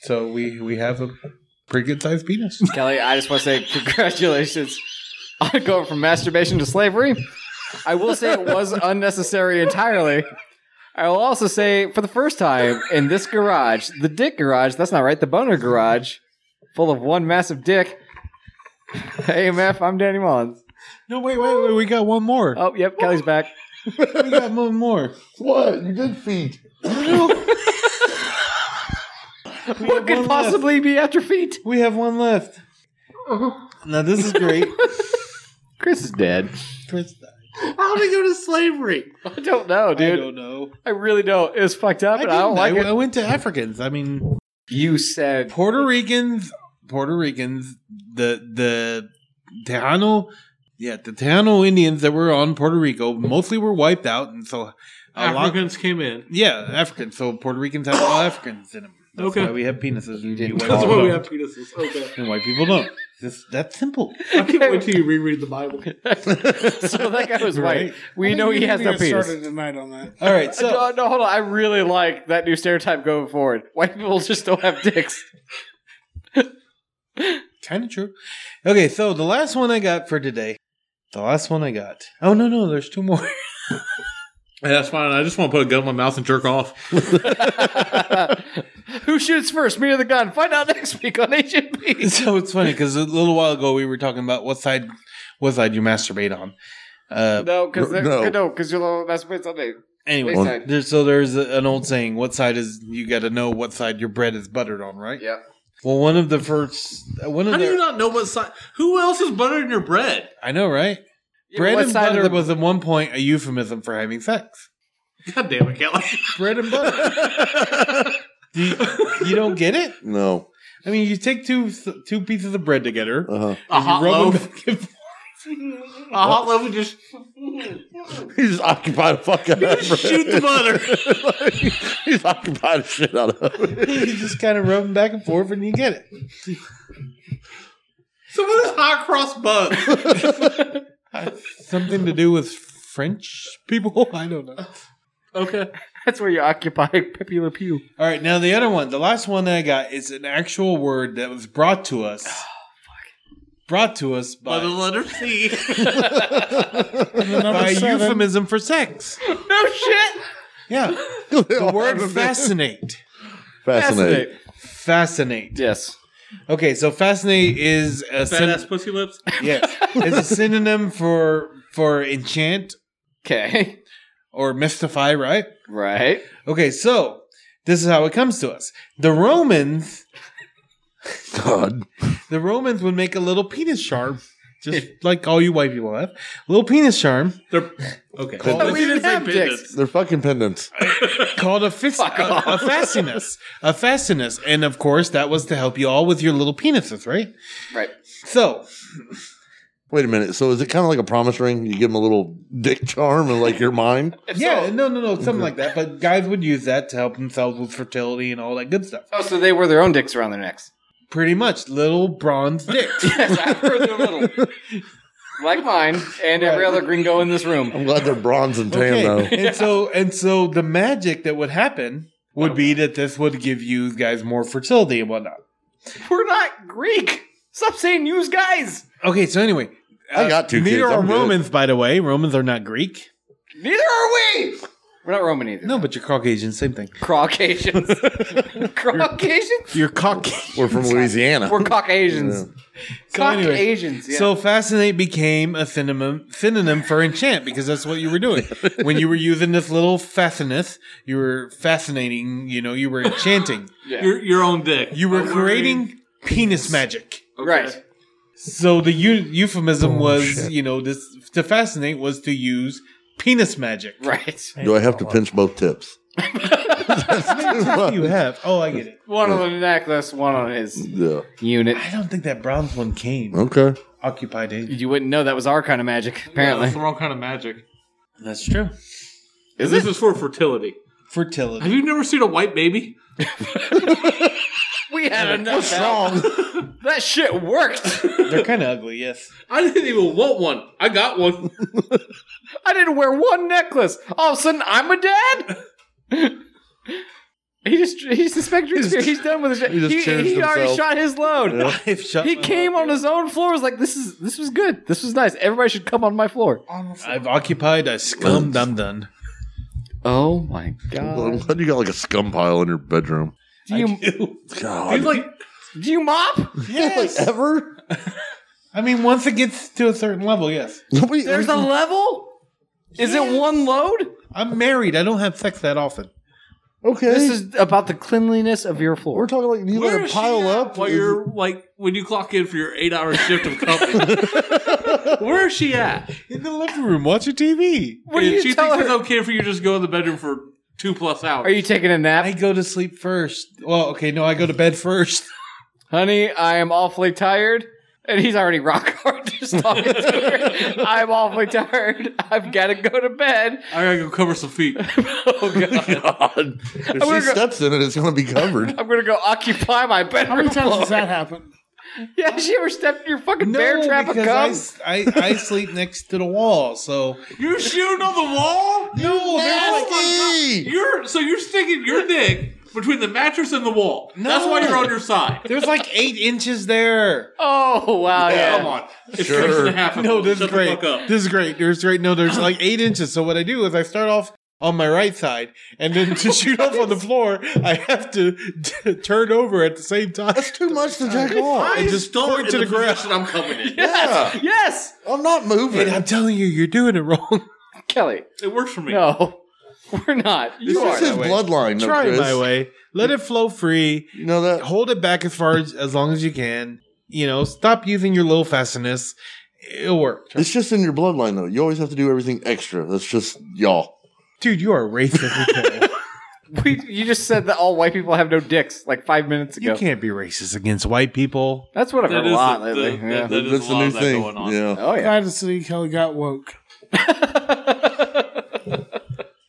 [SPEAKER 1] So we we have a pretty good sized penis.
[SPEAKER 4] Kelly, I just want to say congratulations on going from masturbation to slavery. I will say it was unnecessary entirely. I will also say, for the first time in this garage, the dick garage, that's not right, the boner garage, full of one massive dick. *laughs* AMF, I'm Danny Mullins.
[SPEAKER 1] No, wait, wait, wait. We got one more.
[SPEAKER 4] Oh, yep, Kelly's back.
[SPEAKER 1] We got one more.
[SPEAKER 5] What? You did feed.
[SPEAKER 4] What could
[SPEAKER 1] one left.
[SPEAKER 4] possibly be at your feet?
[SPEAKER 1] We have one left. Now this is great.
[SPEAKER 4] Chris is dead.
[SPEAKER 1] Chris,
[SPEAKER 2] How did he go to slavery?
[SPEAKER 4] I don't know, dude. I,
[SPEAKER 2] I don't know.
[SPEAKER 4] really don't. It was fucked up,
[SPEAKER 1] I,
[SPEAKER 4] and I don't
[SPEAKER 1] didn't.
[SPEAKER 4] like
[SPEAKER 1] I-
[SPEAKER 4] it.
[SPEAKER 1] I went to Africans. I mean,
[SPEAKER 4] You *laughs* said
[SPEAKER 1] Puerto Ricans, Puerto Ricans, the the Tejano, yeah, the Tejano Indians that were on Puerto Rico mostly were wiped out, and so a lot,
[SPEAKER 2] Africans came in.
[SPEAKER 1] yeah, Africans. So Puerto Ricans have all Africans in them. That's
[SPEAKER 2] Okay.
[SPEAKER 1] why we have penises.
[SPEAKER 4] You didn't
[SPEAKER 1] white
[SPEAKER 2] That's
[SPEAKER 1] people
[SPEAKER 2] why we
[SPEAKER 1] don't.
[SPEAKER 2] have penises. Okay.
[SPEAKER 1] And white people don't. It's just that simple.
[SPEAKER 2] I can't wait till you reread the Bible.
[SPEAKER 4] so that guy was right.
[SPEAKER 1] Right.
[SPEAKER 4] We know he has no
[SPEAKER 6] to
[SPEAKER 4] penis.
[SPEAKER 6] Started tonight on that.
[SPEAKER 1] All
[SPEAKER 4] *laughs*
[SPEAKER 1] right, so
[SPEAKER 4] no, no, hold on. I really like that new stereotype going forward. White people just don't have dicks. *laughs*
[SPEAKER 1] kind of true. Okay, so the last one I got for today, the last one I got. Oh no, no, there's two more.
[SPEAKER 2] Hey, that's fine. I just want to put a gun in my mouth and jerk off.
[SPEAKER 4] Who shoots first, me or the gun? Find out next week on HMP.
[SPEAKER 1] *laughs* so it's funny because a little while ago we were talking about what side, what side you masturbate on. Uh,
[SPEAKER 4] No, because
[SPEAKER 5] No.
[SPEAKER 4] no, because you'll masturbate someday.
[SPEAKER 1] Anyway,
[SPEAKER 4] Big
[SPEAKER 5] On-
[SPEAKER 4] side.
[SPEAKER 1] there, so there's a, an old saying: "What side is you got to know what side your bread is buttered on?" Right?
[SPEAKER 4] Yeah.
[SPEAKER 1] Well, one of the first, uh, one
[SPEAKER 2] How
[SPEAKER 1] of
[SPEAKER 2] do you
[SPEAKER 1] the,
[SPEAKER 2] not know what side? Who else is buttering your bread?
[SPEAKER 1] I know, right? bread
[SPEAKER 4] what
[SPEAKER 1] and
[SPEAKER 4] side of
[SPEAKER 1] butter
[SPEAKER 4] the-
[SPEAKER 1] was at one point a euphemism for having sex.
[SPEAKER 2] God damn it, *laughs* Kelly.
[SPEAKER 1] Bread and butter.
[SPEAKER 4] *laughs*
[SPEAKER 1] Do you, you don't get it?
[SPEAKER 5] *laughs* No.
[SPEAKER 1] I mean, you take two two pieces of bread together,
[SPEAKER 5] Uh huh.
[SPEAKER 2] A hot
[SPEAKER 1] rub
[SPEAKER 2] loaf.
[SPEAKER 1] them back and
[SPEAKER 2] A hot loaf would just
[SPEAKER 5] He just occupied the fuck out of it.
[SPEAKER 2] shoot the butter.
[SPEAKER 5] He's occupied the shit out of
[SPEAKER 1] *laughs*
[SPEAKER 5] it. *laughs*
[SPEAKER 1] you just kind of rub them back and forth, and you get it.
[SPEAKER 2] So what is hot cross *laughs* buns?
[SPEAKER 1] Something to do with French people? *laughs* I don't know.
[SPEAKER 2] okay.
[SPEAKER 4] *laughs* That's where you occupy Pepe Le Pew.
[SPEAKER 1] All right, now the other one, the last one that I got is an actual word that was brought to us. Brought to us by,
[SPEAKER 2] By the letter C.
[SPEAKER 1] by
[SPEAKER 6] seven.
[SPEAKER 1] euphemism for sex.
[SPEAKER 4] No shit.
[SPEAKER 1] Yeah.
[SPEAKER 5] *laughs*
[SPEAKER 1] The word fascinate.
[SPEAKER 5] Fascinating.
[SPEAKER 1] Fascinate.
[SPEAKER 4] Yes.
[SPEAKER 1] Okay, so fascinate is a syn-
[SPEAKER 2] Badass pussy lips.
[SPEAKER 1] yes, it's a synonym for for enchant
[SPEAKER 4] Okay. *laughs*
[SPEAKER 1] or mystify, right?
[SPEAKER 4] Right.
[SPEAKER 1] Okay, so this is how it comes to us. The Romans
[SPEAKER 5] God.
[SPEAKER 1] The Romans would make a little penis charm, just *laughs* like all you white people have. little penis charm
[SPEAKER 2] They're okay.
[SPEAKER 5] Called-
[SPEAKER 4] We didn't have
[SPEAKER 5] They're fucking pendants.
[SPEAKER 1] called a, fis- a, a fascinus. A fascinus. And of course, that was to help you all with your little penises, right?
[SPEAKER 4] Right.
[SPEAKER 1] So,
[SPEAKER 5] Wait a minute. So is it kind of like a promise ring? You give them a little dick charm and like your mind?
[SPEAKER 4] If
[SPEAKER 1] yeah,
[SPEAKER 4] so- Mm-hmm.
[SPEAKER 1] no, no, no, something like that. But guys would use that to help themselves with fertility and all that good stuff.
[SPEAKER 4] Oh, so they wear their own dicks around their necks.
[SPEAKER 1] Pretty much little bronze dicks.
[SPEAKER 4] *laughs* Yes, I've
[SPEAKER 1] *laughs*
[SPEAKER 4] heard they're little. Like mine and every other gringo in this room.
[SPEAKER 5] I'm glad they're bronze and tan though.
[SPEAKER 1] And so and so the magic that would happen would be that this would give you guys more fertility and whatnot.
[SPEAKER 4] We're not Greek. Stop saying news guys.
[SPEAKER 1] Okay, so anyway. uh,
[SPEAKER 5] I got two
[SPEAKER 1] Neither
[SPEAKER 5] kids.
[SPEAKER 1] are
[SPEAKER 5] I'm good.
[SPEAKER 1] Romans, by the way. Romans are not Greek.
[SPEAKER 4] Neither are we. We're not Roman either.
[SPEAKER 1] No, but you're Caucasian, same thing. *laughs*
[SPEAKER 4] Caucasians. Caucasians?
[SPEAKER 1] You're Caucasian.
[SPEAKER 5] We're from Louisiana.
[SPEAKER 4] We're Caucasians.
[SPEAKER 1] *laughs* So anyway,
[SPEAKER 4] Caucasians. yeah.
[SPEAKER 1] So fascinate became a synonym synonym for enchant because that's what you were doing when you were using this little fascinus. You were fascinating. You know, you were enchanting.
[SPEAKER 4] Yeah.
[SPEAKER 2] Your, your own dick.
[SPEAKER 1] You were
[SPEAKER 2] Don't worry.
[SPEAKER 1] creating penis magic.
[SPEAKER 2] Okay.
[SPEAKER 4] Right.
[SPEAKER 1] So the eu-
[SPEAKER 5] Oh,
[SPEAKER 1] euphemism was, you know, this to fascinate was to use penis magic.
[SPEAKER 4] Right.
[SPEAKER 5] Do I have to pinch both tips?
[SPEAKER 1] You
[SPEAKER 5] *laughs*
[SPEAKER 1] have. Oh, I get it.
[SPEAKER 4] One on the necklace, one on his
[SPEAKER 5] yeah.
[SPEAKER 4] unit.
[SPEAKER 1] I don't think that bronze one came.
[SPEAKER 5] Okay.
[SPEAKER 1] Occupied it.
[SPEAKER 4] You wouldn't know that was our kind of magic, apparently.
[SPEAKER 2] That's the wrong kind of magic.
[SPEAKER 1] That's true.
[SPEAKER 2] Is this is for fertility. Have
[SPEAKER 1] Fertility.
[SPEAKER 2] you never seen a white baby?
[SPEAKER 4] We had enough. Wrong. That shit worked.
[SPEAKER 1] *laughs* They're kind of ugly. Yes.
[SPEAKER 2] I didn't even want one. I got one.
[SPEAKER 4] I didn't wear one necklace. All of a sudden, I'm a dad. *laughs* He just he's the spectre. He's, he's done with his. He,
[SPEAKER 5] he just
[SPEAKER 4] he,
[SPEAKER 5] cherished
[SPEAKER 4] already
[SPEAKER 5] himself.
[SPEAKER 4] shot his
[SPEAKER 1] *laughs*
[SPEAKER 4] load.
[SPEAKER 1] I've shut
[SPEAKER 4] He
[SPEAKER 1] my
[SPEAKER 4] came
[SPEAKER 1] mouth.
[SPEAKER 4] on his own floor. Was like, this is this was good. This was nice. Everybody should come on my floor.
[SPEAKER 6] On the floor.
[SPEAKER 1] I've occupied a scum dum dun.
[SPEAKER 4] Oh my
[SPEAKER 5] Well, I'm
[SPEAKER 4] god!
[SPEAKER 5] glad you got like a scum pile in your bedroom.
[SPEAKER 4] Do you
[SPEAKER 5] God.
[SPEAKER 2] like,
[SPEAKER 4] do you mop?
[SPEAKER 5] Yes. like ever?
[SPEAKER 1] I mean, once it gets to a certain level, yes.
[SPEAKER 5] *laughs* Nobody
[SPEAKER 4] There's a level. Is it one load?
[SPEAKER 1] I'm married. I don't have sex that often.
[SPEAKER 5] Okay.
[SPEAKER 4] This is about the cleanliness of your
[SPEAKER 5] We're
[SPEAKER 4] floor.
[SPEAKER 5] talking like you let
[SPEAKER 2] where
[SPEAKER 5] it
[SPEAKER 2] is
[SPEAKER 5] pile
[SPEAKER 2] she at
[SPEAKER 5] up.
[SPEAKER 2] While
[SPEAKER 5] Is- *laughs*
[SPEAKER 2] you're like when you clock in for your eight-hour shift of company,
[SPEAKER 1] *laughs*
[SPEAKER 2] where is she at?
[SPEAKER 1] In the living room, watching TV.
[SPEAKER 4] What do
[SPEAKER 2] And
[SPEAKER 4] you
[SPEAKER 2] she
[SPEAKER 4] tell
[SPEAKER 2] thinks it's
[SPEAKER 4] her?
[SPEAKER 2] okay for you to just go in the bedroom for two plus hours.
[SPEAKER 4] Are you taking a
[SPEAKER 1] I
[SPEAKER 4] nap,
[SPEAKER 1] go to sleep first. Well, okay, no, I go to bed first. *laughs*
[SPEAKER 4] honey? I am awfully tired. And he's already rock hard
[SPEAKER 2] *laughs*
[SPEAKER 4] just talking to her. I'm awfully tired. I've got to go to bed.
[SPEAKER 2] I gotta go cover some
[SPEAKER 4] *laughs*
[SPEAKER 2] feet.
[SPEAKER 4] Oh god.
[SPEAKER 5] God. If
[SPEAKER 4] gonna
[SPEAKER 5] she
[SPEAKER 4] go-
[SPEAKER 5] steps in it, it's going to be
[SPEAKER 4] *laughs*
[SPEAKER 5] covered.
[SPEAKER 4] I'm gonna go occupy my bedroom.
[SPEAKER 6] How many times
[SPEAKER 4] floor.
[SPEAKER 6] does that happen?
[SPEAKER 4] Yeah, has she ever stepped in your fucking bear trap of
[SPEAKER 1] because I,
[SPEAKER 4] cum?
[SPEAKER 1] s- I- I sleep next to the wall, so
[SPEAKER 2] You're shooting on the wall.
[SPEAKER 1] no, there's like-
[SPEAKER 5] Hey!
[SPEAKER 2] You're so you're sticking your dick between the mattress and the wall. That's why you're on your side.
[SPEAKER 1] there's like eight inches there.
[SPEAKER 4] Oh wow, yeah.
[SPEAKER 2] Come on, it's
[SPEAKER 5] Sure.
[SPEAKER 2] six and a half.
[SPEAKER 1] *laughs*
[SPEAKER 2] of
[SPEAKER 1] No,
[SPEAKER 2] them.
[SPEAKER 1] this
[SPEAKER 2] Shut
[SPEAKER 1] is great.
[SPEAKER 2] The fuck up.
[SPEAKER 1] This is great. There's great. No, there's like eight inches. So what I do is I start off on my right side, and then to shoot off on the floor, I have to t- turn over at the same time.
[SPEAKER 5] That's too much to jack off.
[SPEAKER 2] I
[SPEAKER 1] just
[SPEAKER 2] start
[SPEAKER 1] point
[SPEAKER 2] in
[SPEAKER 1] to the ground.
[SPEAKER 2] position I'm coming
[SPEAKER 1] *laughs*
[SPEAKER 2] in.
[SPEAKER 5] Yeah.
[SPEAKER 4] Yes,
[SPEAKER 5] I'm not
[SPEAKER 1] And
[SPEAKER 5] moving.
[SPEAKER 1] I'm telling you, you're doing it wrong.
[SPEAKER 4] Kelly.
[SPEAKER 2] It works for me.
[SPEAKER 4] No, we're not. You
[SPEAKER 5] This
[SPEAKER 4] are.
[SPEAKER 5] is his
[SPEAKER 1] that way.
[SPEAKER 5] bloodline, though,
[SPEAKER 1] Try it
[SPEAKER 5] Chris.
[SPEAKER 1] my way. Let it flow free.
[SPEAKER 5] You know that?
[SPEAKER 1] Hold it back as far as, as long as you can. You know, stop using your little fastness. It'll work.
[SPEAKER 5] It's just in your bloodline, though. You always have to do everything extra. That's just y'all.
[SPEAKER 1] Dude, you are a racist.
[SPEAKER 4] We, you just said that all white people have no dicks like five minutes ago.
[SPEAKER 1] you can't be racist against white people.
[SPEAKER 4] That's what I've
[SPEAKER 2] That
[SPEAKER 4] heard
[SPEAKER 2] is
[SPEAKER 4] a lot
[SPEAKER 2] the-
[SPEAKER 4] lately.
[SPEAKER 2] the-
[SPEAKER 4] yeah.
[SPEAKER 2] that- There's
[SPEAKER 5] That's
[SPEAKER 2] a
[SPEAKER 5] the
[SPEAKER 2] lot
[SPEAKER 5] new
[SPEAKER 2] of that
[SPEAKER 5] thing.
[SPEAKER 2] going on.
[SPEAKER 5] Yeah.
[SPEAKER 4] oh yeah.
[SPEAKER 6] Glad to see Kelly got woke.
[SPEAKER 4] *laughs*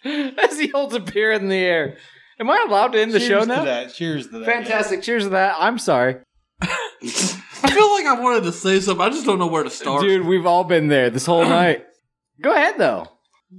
[SPEAKER 4] As he holds a beer in the air. Am I allowed to end the show
[SPEAKER 1] Cheers
[SPEAKER 4] now?
[SPEAKER 1] to that. Cheers to that.
[SPEAKER 4] Fantastic. Cheers to that. I'm sorry,
[SPEAKER 2] I feel like I wanted to say something. I just don't know where to start.
[SPEAKER 4] dude. We've all been there this whole night. Go ahead though.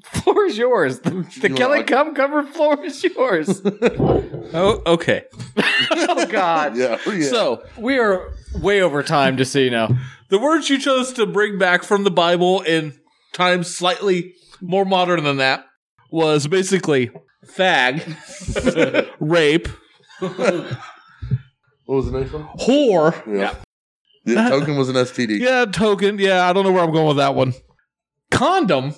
[SPEAKER 4] Floor is yours. The, the
[SPEAKER 5] You
[SPEAKER 4] Kelly
[SPEAKER 5] are-
[SPEAKER 4] cum covered floor is *laughs* yours.
[SPEAKER 2] Oh, okay.
[SPEAKER 4] *laughs* oh God.
[SPEAKER 5] Yeah. yeah.
[SPEAKER 4] So we are way over time, just so you know.
[SPEAKER 2] The words you chose to bring back from the Bible in times slightly more modern than that was basically fag, *laughs* rape,
[SPEAKER 5] what was the next one?
[SPEAKER 2] whore.
[SPEAKER 5] Yeah. yeah. Token was an STD.
[SPEAKER 2] Yeah, token. Yeah, I don't know where I'm going with that one. Condom.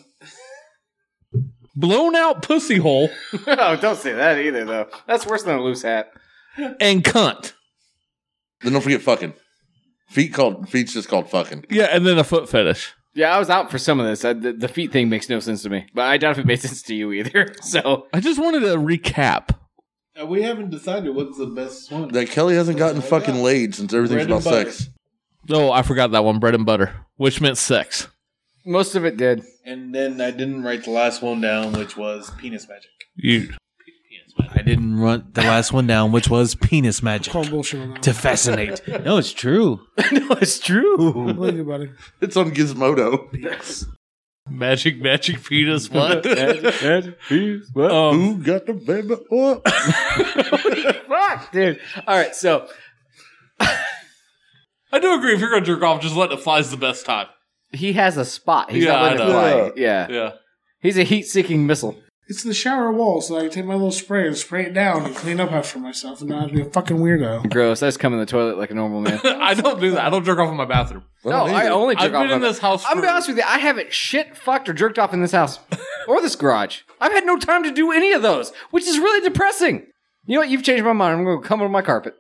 [SPEAKER 2] Blown out pussy hole
[SPEAKER 4] *laughs* oh, don't say that either, though. That's worse than a loose hat.
[SPEAKER 2] and cunt.
[SPEAKER 5] Then don't forget fucking. Feet called feet's just called fucking.
[SPEAKER 2] Yeah, and then a foot fetish.
[SPEAKER 4] Yeah, I was out for some of this. I, the, the feet thing makes no sense to me, but I doubt if it made sense to you either. *laughs* So
[SPEAKER 2] I just wanted to recap.
[SPEAKER 1] Uh, We haven't decided what's the best one.
[SPEAKER 5] That Kelly hasn't gotten fucking laid since everything's
[SPEAKER 1] Bread and
[SPEAKER 5] about
[SPEAKER 1] butter.
[SPEAKER 5] sex.
[SPEAKER 2] Oh, I forgot that one. Bread and butter, which meant sex.
[SPEAKER 4] most of it did. *laughs*
[SPEAKER 1] And then I didn't write the last one down, which was penis magic.
[SPEAKER 2] You
[SPEAKER 1] I didn't write the last one down, which was penis magic.
[SPEAKER 6] Call bullshit on that.
[SPEAKER 1] To
[SPEAKER 6] one.
[SPEAKER 1] fascinate. *laughs* No, it's true.
[SPEAKER 4] no, it's true.
[SPEAKER 6] Believe you, buddy.
[SPEAKER 5] It's on Gizmodo.
[SPEAKER 2] magic, magic penis. What? Um,
[SPEAKER 5] Who got the baby? What?
[SPEAKER 4] Fuck, dude. All right, so
[SPEAKER 2] I do agree. If you're gonna jerk off, just let the flies the best time.
[SPEAKER 4] he has a spot. He's
[SPEAKER 2] Yeah,
[SPEAKER 4] not
[SPEAKER 2] I
[SPEAKER 4] letting it
[SPEAKER 5] know.
[SPEAKER 4] fly. Yeah.
[SPEAKER 2] Yeah. *laughs*
[SPEAKER 4] he's a heat-seeking missile.
[SPEAKER 6] It's the shower wall, so I can take my little spray and spray it down and clean up after myself and not be a fucking weirdo.
[SPEAKER 4] Gross. I just come in the toilet like a normal man.
[SPEAKER 2] I don't do that. I don't jerk off in my bathroom.
[SPEAKER 4] no, I only jerk
[SPEAKER 2] I've
[SPEAKER 4] off
[SPEAKER 2] been in
[SPEAKER 4] on-
[SPEAKER 2] this house.
[SPEAKER 4] I'm gonna be
[SPEAKER 2] for-
[SPEAKER 4] honest with you. I haven't shit, fucked, or jerked off in this house or this garage. I've had no time to do any of those, which is really depressing. You know what? You've changed my mind. I'm gonna come on my carpet.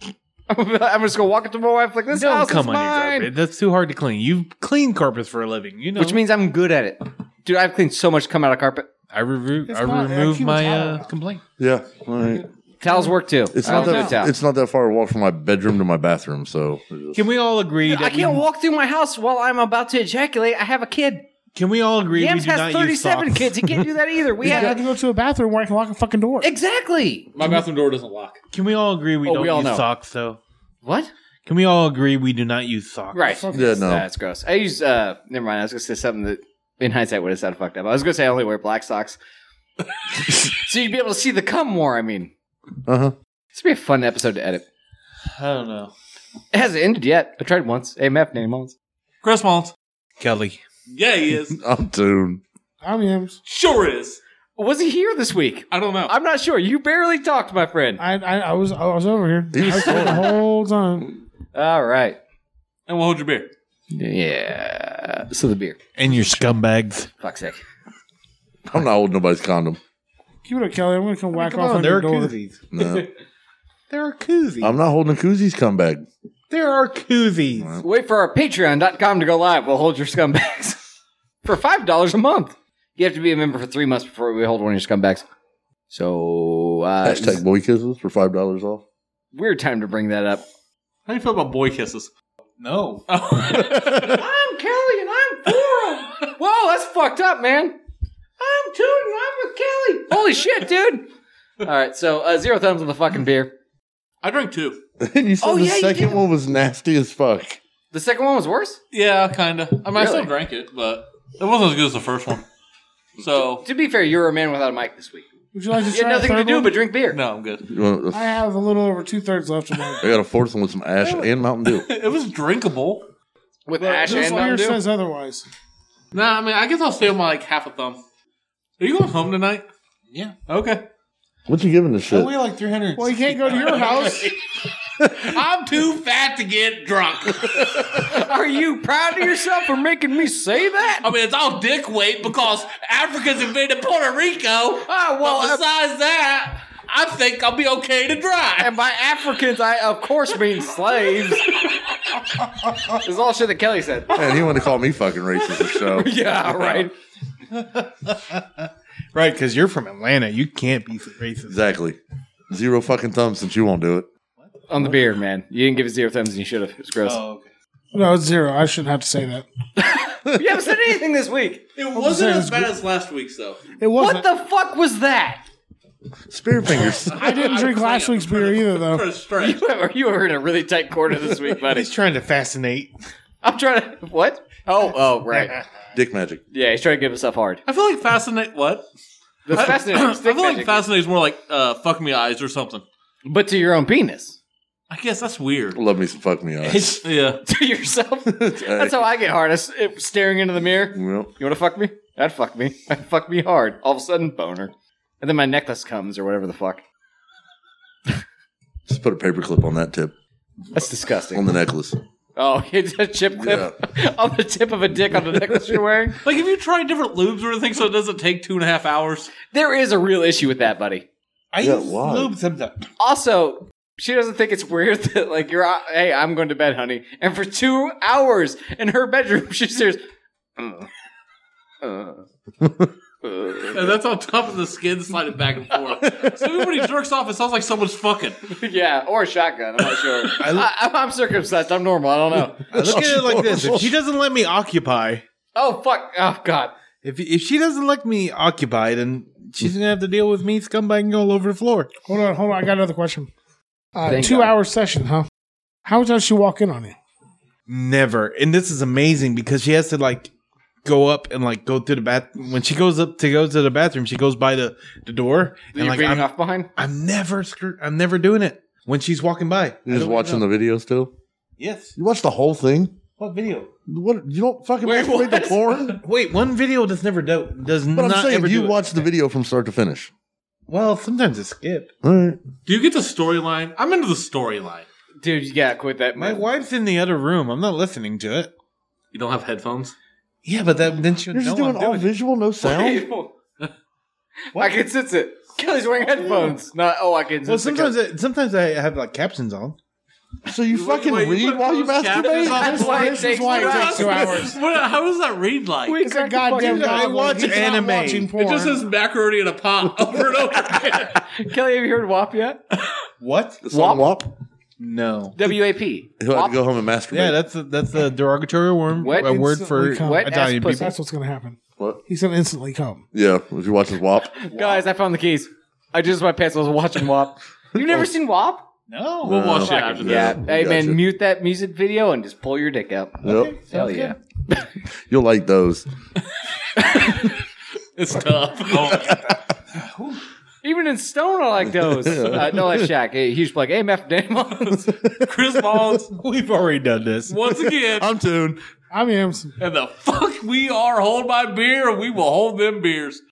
[SPEAKER 4] *laughs* I'm just gonna walk up to my wife like this
[SPEAKER 1] Don't
[SPEAKER 4] house
[SPEAKER 1] come
[SPEAKER 4] is
[SPEAKER 1] on
[SPEAKER 4] mine,
[SPEAKER 1] your carpet. That's too hard to clean. You clean carpets for a living, you know.
[SPEAKER 4] which means I'm good at it, dude. I've cleaned so much come out of carpet.
[SPEAKER 1] I, re-
[SPEAKER 6] It's
[SPEAKER 1] I
[SPEAKER 6] not- I
[SPEAKER 1] removed
[SPEAKER 6] keep
[SPEAKER 1] my
[SPEAKER 6] a towel
[SPEAKER 1] uh,
[SPEAKER 6] out.
[SPEAKER 1] complaint.
[SPEAKER 5] Yeah. All right.
[SPEAKER 4] Towels work too.
[SPEAKER 5] It's
[SPEAKER 4] I
[SPEAKER 5] not
[SPEAKER 4] don't do a
[SPEAKER 5] that
[SPEAKER 4] towel.
[SPEAKER 5] it's not that far a walk from my bedroom to my bathroom, so
[SPEAKER 1] Can we all agree
[SPEAKER 4] I
[SPEAKER 1] that
[SPEAKER 4] can't
[SPEAKER 1] we,
[SPEAKER 4] walk through my house while I'm about to ejaculate. I have a kid.
[SPEAKER 1] can we all agree we
[SPEAKER 4] Yams
[SPEAKER 1] do
[SPEAKER 4] has
[SPEAKER 1] not use
[SPEAKER 4] 37
[SPEAKER 1] socks?
[SPEAKER 4] kids. He can't do that either. *laughs* We
[SPEAKER 6] Yeah, I
[SPEAKER 4] have
[SPEAKER 6] can go to a bathroom where I can lock a fucking door.
[SPEAKER 4] exactly.
[SPEAKER 2] My bathroom door doesn't lock.
[SPEAKER 1] Can we all agree we
[SPEAKER 4] Oh,
[SPEAKER 1] don't
[SPEAKER 4] we all
[SPEAKER 1] use
[SPEAKER 4] know.
[SPEAKER 1] socks though?
[SPEAKER 4] What?
[SPEAKER 1] Can we all agree we do not use socks?
[SPEAKER 4] Right.
[SPEAKER 5] yeah, no.
[SPEAKER 4] That's gross. I use uh never mind, I was gonna say something that in hindsight would have *laughs* sounded fucked up. I was gonna say I only wear black socks. so you'd be able to see the cum more, I mean.
[SPEAKER 5] Uh huh.
[SPEAKER 4] This would be a fun episode to edit.
[SPEAKER 1] I don't know.
[SPEAKER 4] It hasn't ended yet. I tried once. AMF name once.
[SPEAKER 2] Chris Mullins.
[SPEAKER 1] Kelly.
[SPEAKER 2] Yeah, he
[SPEAKER 4] *laughs*
[SPEAKER 2] is.
[SPEAKER 5] I'm tuned.
[SPEAKER 6] I'm Yams.
[SPEAKER 2] sure is.
[SPEAKER 4] Was he here this week?
[SPEAKER 2] I don't know.
[SPEAKER 4] I'm not sure. You barely talked, my friend.
[SPEAKER 6] I, I I was I was over here.
[SPEAKER 5] He's
[SPEAKER 6] I was here the whole time.
[SPEAKER 4] All right.
[SPEAKER 2] and we'll hold your beer.
[SPEAKER 4] Yeah. So the beer.
[SPEAKER 1] And your scumbags.
[SPEAKER 4] Fuck's sake.
[SPEAKER 5] I'm not holding nobody's condom.
[SPEAKER 6] Keep it up, Kelly. I'm gonna come whack
[SPEAKER 1] Come
[SPEAKER 6] off
[SPEAKER 1] on,
[SPEAKER 6] on
[SPEAKER 1] there
[SPEAKER 6] your
[SPEAKER 1] are
[SPEAKER 6] door.
[SPEAKER 1] koozies.
[SPEAKER 4] *laughs*
[SPEAKER 5] No,
[SPEAKER 1] There are koozies.
[SPEAKER 5] I'm not holding a koozie's comeback.
[SPEAKER 1] there are koozies.
[SPEAKER 4] Wait for our patreon.com to go live. We'll hold your scumbags *laughs* for $5 a month. You have to be a member for three months before we hold one of your scumbags. So, uh,
[SPEAKER 5] Hashtag boy kisses for five dollars off. *laughs*
[SPEAKER 4] weird time to bring that up.
[SPEAKER 2] How do you feel about boy kisses? *laughs*
[SPEAKER 1] No.
[SPEAKER 2] Oh.
[SPEAKER 4] I'm Kelly and I'm for him. *laughs* Whoa, that's fucked up, man. I'm tooting. I'm with Kelly. Holy shit, dude. All right, so uh, zero thumbs on the fucking beer.
[SPEAKER 2] I drank two.
[SPEAKER 5] And you said
[SPEAKER 4] Oh,
[SPEAKER 5] the
[SPEAKER 4] yeah, you
[SPEAKER 5] second
[SPEAKER 4] did.
[SPEAKER 5] one was nasty as fuck.
[SPEAKER 4] The second one was worse.
[SPEAKER 2] Yeah, kind of. I mean, I still
[SPEAKER 4] Really?
[SPEAKER 2] drank it, but it wasn't as good as the first one. So
[SPEAKER 4] To be fair, you're a man without a mic this week.
[SPEAKER 6] Would you like to
[SPEAKER 4] You
[SPEAKER 6] try
[SPEAKER 4] had
[SPEAKER 6] a
[SPEAKER 4] nothing to
[SPEAKER 6] third
[SPEAKER 4] do
[SPEAKER 6] one?
[SPEAKER 4] but drink beer.
[SPEAKER 2] no, I'm good. *laughs*
[SPEAKER 5] You want a-
[SPEAKER 6] I have a little over two thirds left of mine.
[SPEAKER 5] I got a fourth one with some ash and Mountain Dew.
[SPEAKER 2] It was drinkable.
[SPEAKER 4] With
[SPEAKER 6] But
[SPEAKER 4] Ash
[SPEAKER 6] this
[SPEAKER 4] and Mountain
[SPEAKER 6] beer
[SPEAKER 4] Dew.
[SPEAKER 6] says otherwise.
[SPEAKER 2] Nah, I mean, I guess I'll stay on my like half a thumb. Are you going home tonight?
[SPEAKER 1] Yeah.
[SPEAKER 2] Okay.
[SPEAKER 5] What you giving this shit?
[SPEAKER 1] Only like 300.
[SPEAKER 6] Well, you can't go to your
[SPEAKER 4] *laughs*
[SPEAKER 6] house.
[SPEAKER 2] I'm too fat to get drunk.
[SPEAKER 4] Are you proud of yourself for making me say that?
[SPEAKER 2] I mean, it's all dick weight because Africans invaded Puerto Rico.
[SPEAKER 4] Ah, well,
[SPEAKER 2] Well,
[SPEAKER 4] uh,
[SPEAKER 2] besides that, I think I'll be okay to drive.
[SPEAKER 4] and by Africans, I of course mean slaves. this is all shit that Kelly said.
[SPEAKER 5] Man, he wanted to call me fucking racist. or So
[SPEAKER 4] *laughs* yeah, right.
[SPEAKER 1] Right, because you're from Atlanta. You can't be racist.
[SPEAKER 5] exactly, zero fucking thumbs since you won't do it.
[SPEAKER 4] On the beer, man. You didn't give it zero thumbs and you should have. It was gross.
[SPEAKER 1] okay.
[SPEAKER 6] No, it's zero. I shouldn't have to say that.
[SPEAKER 4] *laughs* You haven't said anything this week.
[SPEAKER 2] It
[SPEAKER 6] wasn't as
[SPEAKER 2] bad as last week's, though.
[SPEAKER 6] It
[SPEAKER 4] What
[SPEAKER 6] wasn't.
[SPEAKER 4] the fuck was that?
[SPEAKER 5] Spear fingers.
[SPEAKER 6] I didn't drink last week's beer either,
[SPEAKER 4] Oh.
[SPEAKER 6] though.
[SPEAKER 4] *laughs*
[SPEAKER 2] Straight.
[SPEAKER 4] *laughs* You were in a really tight corner this week, buddy.
[SPEAKER 1] He's trying to fascinate.
[SPEAKER 4] I'm trying to. What? Oh, oh, right.
[SPEAKER 5] Dick magic.
[SPEAKER 4] Yeah, he's trying to give himself hard.
[SPEAKER 2] I feel like fascinate. What?
[SPEAKER 4] That's fascinating. *coughs*
[SPEAKER 2] I *clears throat*
[SPEAKER 4] Stick
[SPEAKER 2] feel like
[SPEAKER 4] magic.
[SPEAKER 2] fascinate is more like uh, fuck me eyes or something.
[SPEAKER 4] but to your own penis. *laughs*
[SPEAKER 2] I guess that's weird.
[SPEAKER 5] Love me some fuck me eyes.
[SPEAKER 2] Yeah.
[SPEAKER 4] To *laughs* yourself. That's how I get hard. I s- it- staring into the mirror.
[SPEAKER 5] Well,
[SPEAKER 4] You want to fuck me? That'd fuck me. *laughs* That'd fuck me hard. All of a sudden, boner. And then my necklace comes or whatever the fuck.
[SPEAKER 5] just put a paperclip on that tip
[SPEAKER 4] That's disgusting.
[SPEAKER 5] on the necklace.
[SPEAKER 4] Oh, *laughs* it's a chip clip on the tip of a dick on the necklace you're wearing.
[SPEAKER 2] Like, have you tried different lubes or anything so it doesn't take two and a half hours?
[SPEAKER 4] There is a real issue with that, buddy.
[SPEAKER 1] I
[SPEAKER 5] Yeah,
[SPEAKER 1] use
[SPEAKER 5] why?
[SPEAKER 1] lube
[SPEAKER 5] *laughs*
[SPEAKER 1] sometimes.
[SPEAKER 4] Also, she doesn't think it's weird *laughs* that like you're out, hey, I'm going to bed, honey. And for two hours in her bedroom, *laughs* she stares. "Uh, uh, uh." *laughs*
[SPEAKER 2] And that's on top of the skin sliding back and forth. So everybody jerks off. It sounds like someone's fucking.
[SPEAKER 4] yeah, or a shotgun. I'm not sure. I
[SPEAKER 1] look-
[SPEAKER 4] I, I'm circumcised. I'm normal. I don't know.
[SPEAKER 1] I look at it like this. If she doesn't let me occupy,
[SPEAKER 4] Oh fuck! Oh god!
[SPEAKER 1] if, if she doesn't let me occupy, then she's going to have to deal with me scumbagging all over the floor.
[SPEAKER 6] Hold on, hold on. I got another question. Uh,
[SPEAKER 4] Thank
[SPEAKER 6] two
[SPEAKER 4] God.
[SPEAKER 6] hour session, huh? How much does she walk in on you?
[SPEAKER 1] Never. And this is amazing because she has to like go up and like go through the bath. When she goes up to go to the bathroom, she goes by the, the door.
[SPEAKER 4] You're
[SPEAKER 1] And like,
[SPEAKER 4] beating
[SPEAKER 1] I'm,
[SPEAKER 4] off behind.
[SPEAKER 1] I'm never screw- I'm never doing it when she's walking by.
[SPEAKER 5] You just watching the video still?
[SPEAKER 1] Yes.
[SPEAKER 5] You watch the whole thing?
[SPEAKER 1] What video?
[SPEAKER 5] What? You don't fucking
[SPEAKER 1] Wait,
[SPEAKER 5] masturbate to
[SPEAKER 1] what?
[SPEAKER 5] porn?
[SPEAKER 1] Wait, one video does never do does
[SPEAKER 5] But
[SPEAKER 1] not
[SPEAKER 5] I'm saying
[SPEAKER 1] ever
[SPEAKER 5] you
[SPEAKER 1] do
[SPEAKER 5] watch the video from start to finish.
[SPEAKER 1] It. Well, sometimes it's skip.
[SPEAKER 5] All right.
[SPEAKER 2] Do you get the storyline? I'm into the storyline.
[SPEAKER 4] Dude, you gotta quit that.
[SPEAKER 1] My
[SPEAKER 4] Man.
[SPEAKER 1] wife's in the other room. I'm not listening to it.
[SPEAKER 2] You don't have headphones?
[SPEAKER 1] Yeah, but that then she
[SPEAKER 5] You're just doing
[SPEAKER 1] I'm
[SPEAKER 5] all
[SPEAKER 1] doing it.
[SPEAKER 5] visual,
[SPEAKER 4] *laughs*
[SPEAKER 5] no sound.
[SPEAKER 4] I can sense it. Kelly's wearing headphones. Not oh, I can sense
[SPEAKER 1] Well,
[SPEAKER 4] it.
[SPEAKER 1] sometimes I, sometimes I have like captions on.
[SPEAKER 5] so you fucking
[SPEAKER 2] wait, you
[SPEAKER 5] read
[SPEAKER 2] put
[SPEAKER 5] while you
[SPEAKER 2] those captions
[SPEAKER 5] masturbate?
[SPEAKER 2] on?
[SPEAKER 6] That's why this is why it takes two hours.
[SPEAKER 2] What, how does that read like?
[SPEAKER 6] It's a goddamn
[SPEAKER 1] I
[SPEAKER 6] novel.
[SPEAKER 1] watch
[SPEAKER 6] He's not
[SPEAKER 1] anime.
[SPEAKER 6] watching
[SPEAKER 1] It
[SPEAKER 2] It just
[SPEAKER 6] porn.
[SPEAKER 2] says macaroni and a pot *laughs* over and over again.
[SPEAKER 4] Kelly, have you heard WAP yet?
[SPEAKER 1] What?
[SPEAKER 5] The song WAP?
[SPEAKER 1] No.
[SPEAKER 4] *laughs* W A P.
[SPEAKER 5] He'll have to go home and masturbate.
[SPEAKER 1] Yeah, that's a, that's a derogatory word,
[SPEAKER 4] What?
[SPEAKER 1] a word for
[SPEAKER 6] Instantly come.
[SPEAKER 4] Wet ass
[SPEAKER 1] Italian
[SPEAKER 4] pussy.
[SPEAKER 1] people.
[SPEAKER 6] That's what's gonna happen.
[SPEAKER 5] What?
[SPEAKER 6] He's gonna instantly come.
[SPEAKER 5] Yeah, if you're watching WAP.
[SPEAKER 4] Guys, I found the keys. I just my pants. I was
[SPEAKER 1] *laughs*
[SPEAKER 4] watching WAP. You've never seen WAP?
[SPEAKER 1] No. *laughs*
[SPEAKER 2] We'll watch it
[SPEAKER 5] Fucking
[SPEAKER 2] after
[SPEAKER 5] yeah.
[SPEAKER 2] this.
[SPEAKER 4] Yeah. Hey
[SPEAKER 5] Uh, gotcha.
[SPEAKER 4] man, mute that music video and just pull your dick out.
[SPEAKER 5] Yep.
[SPEAKER 4] Hell yeah.
[SPEAKER 5] You'll like those.
[SPEAKER 6] Oh.
[SPEAKER 2] It's tough.
[SPEAKER 4] Even in Stone, I like *laughs* those. uh, no, that's Shaq. Hey, Huge like AMF *laughs* Damos.
[SPEAKER 2] Chris Balls,
[SPEAKER 7] We've already done this.
[SPEAKER 2] once again,
[SPEAKER 6] Uh,
[SPEAKER 5] I'm tuned.
[SPEAKER 6] I'm Amson.
[SPEAKER 2] and the fuck we are hold my beer, and we will hold them beers.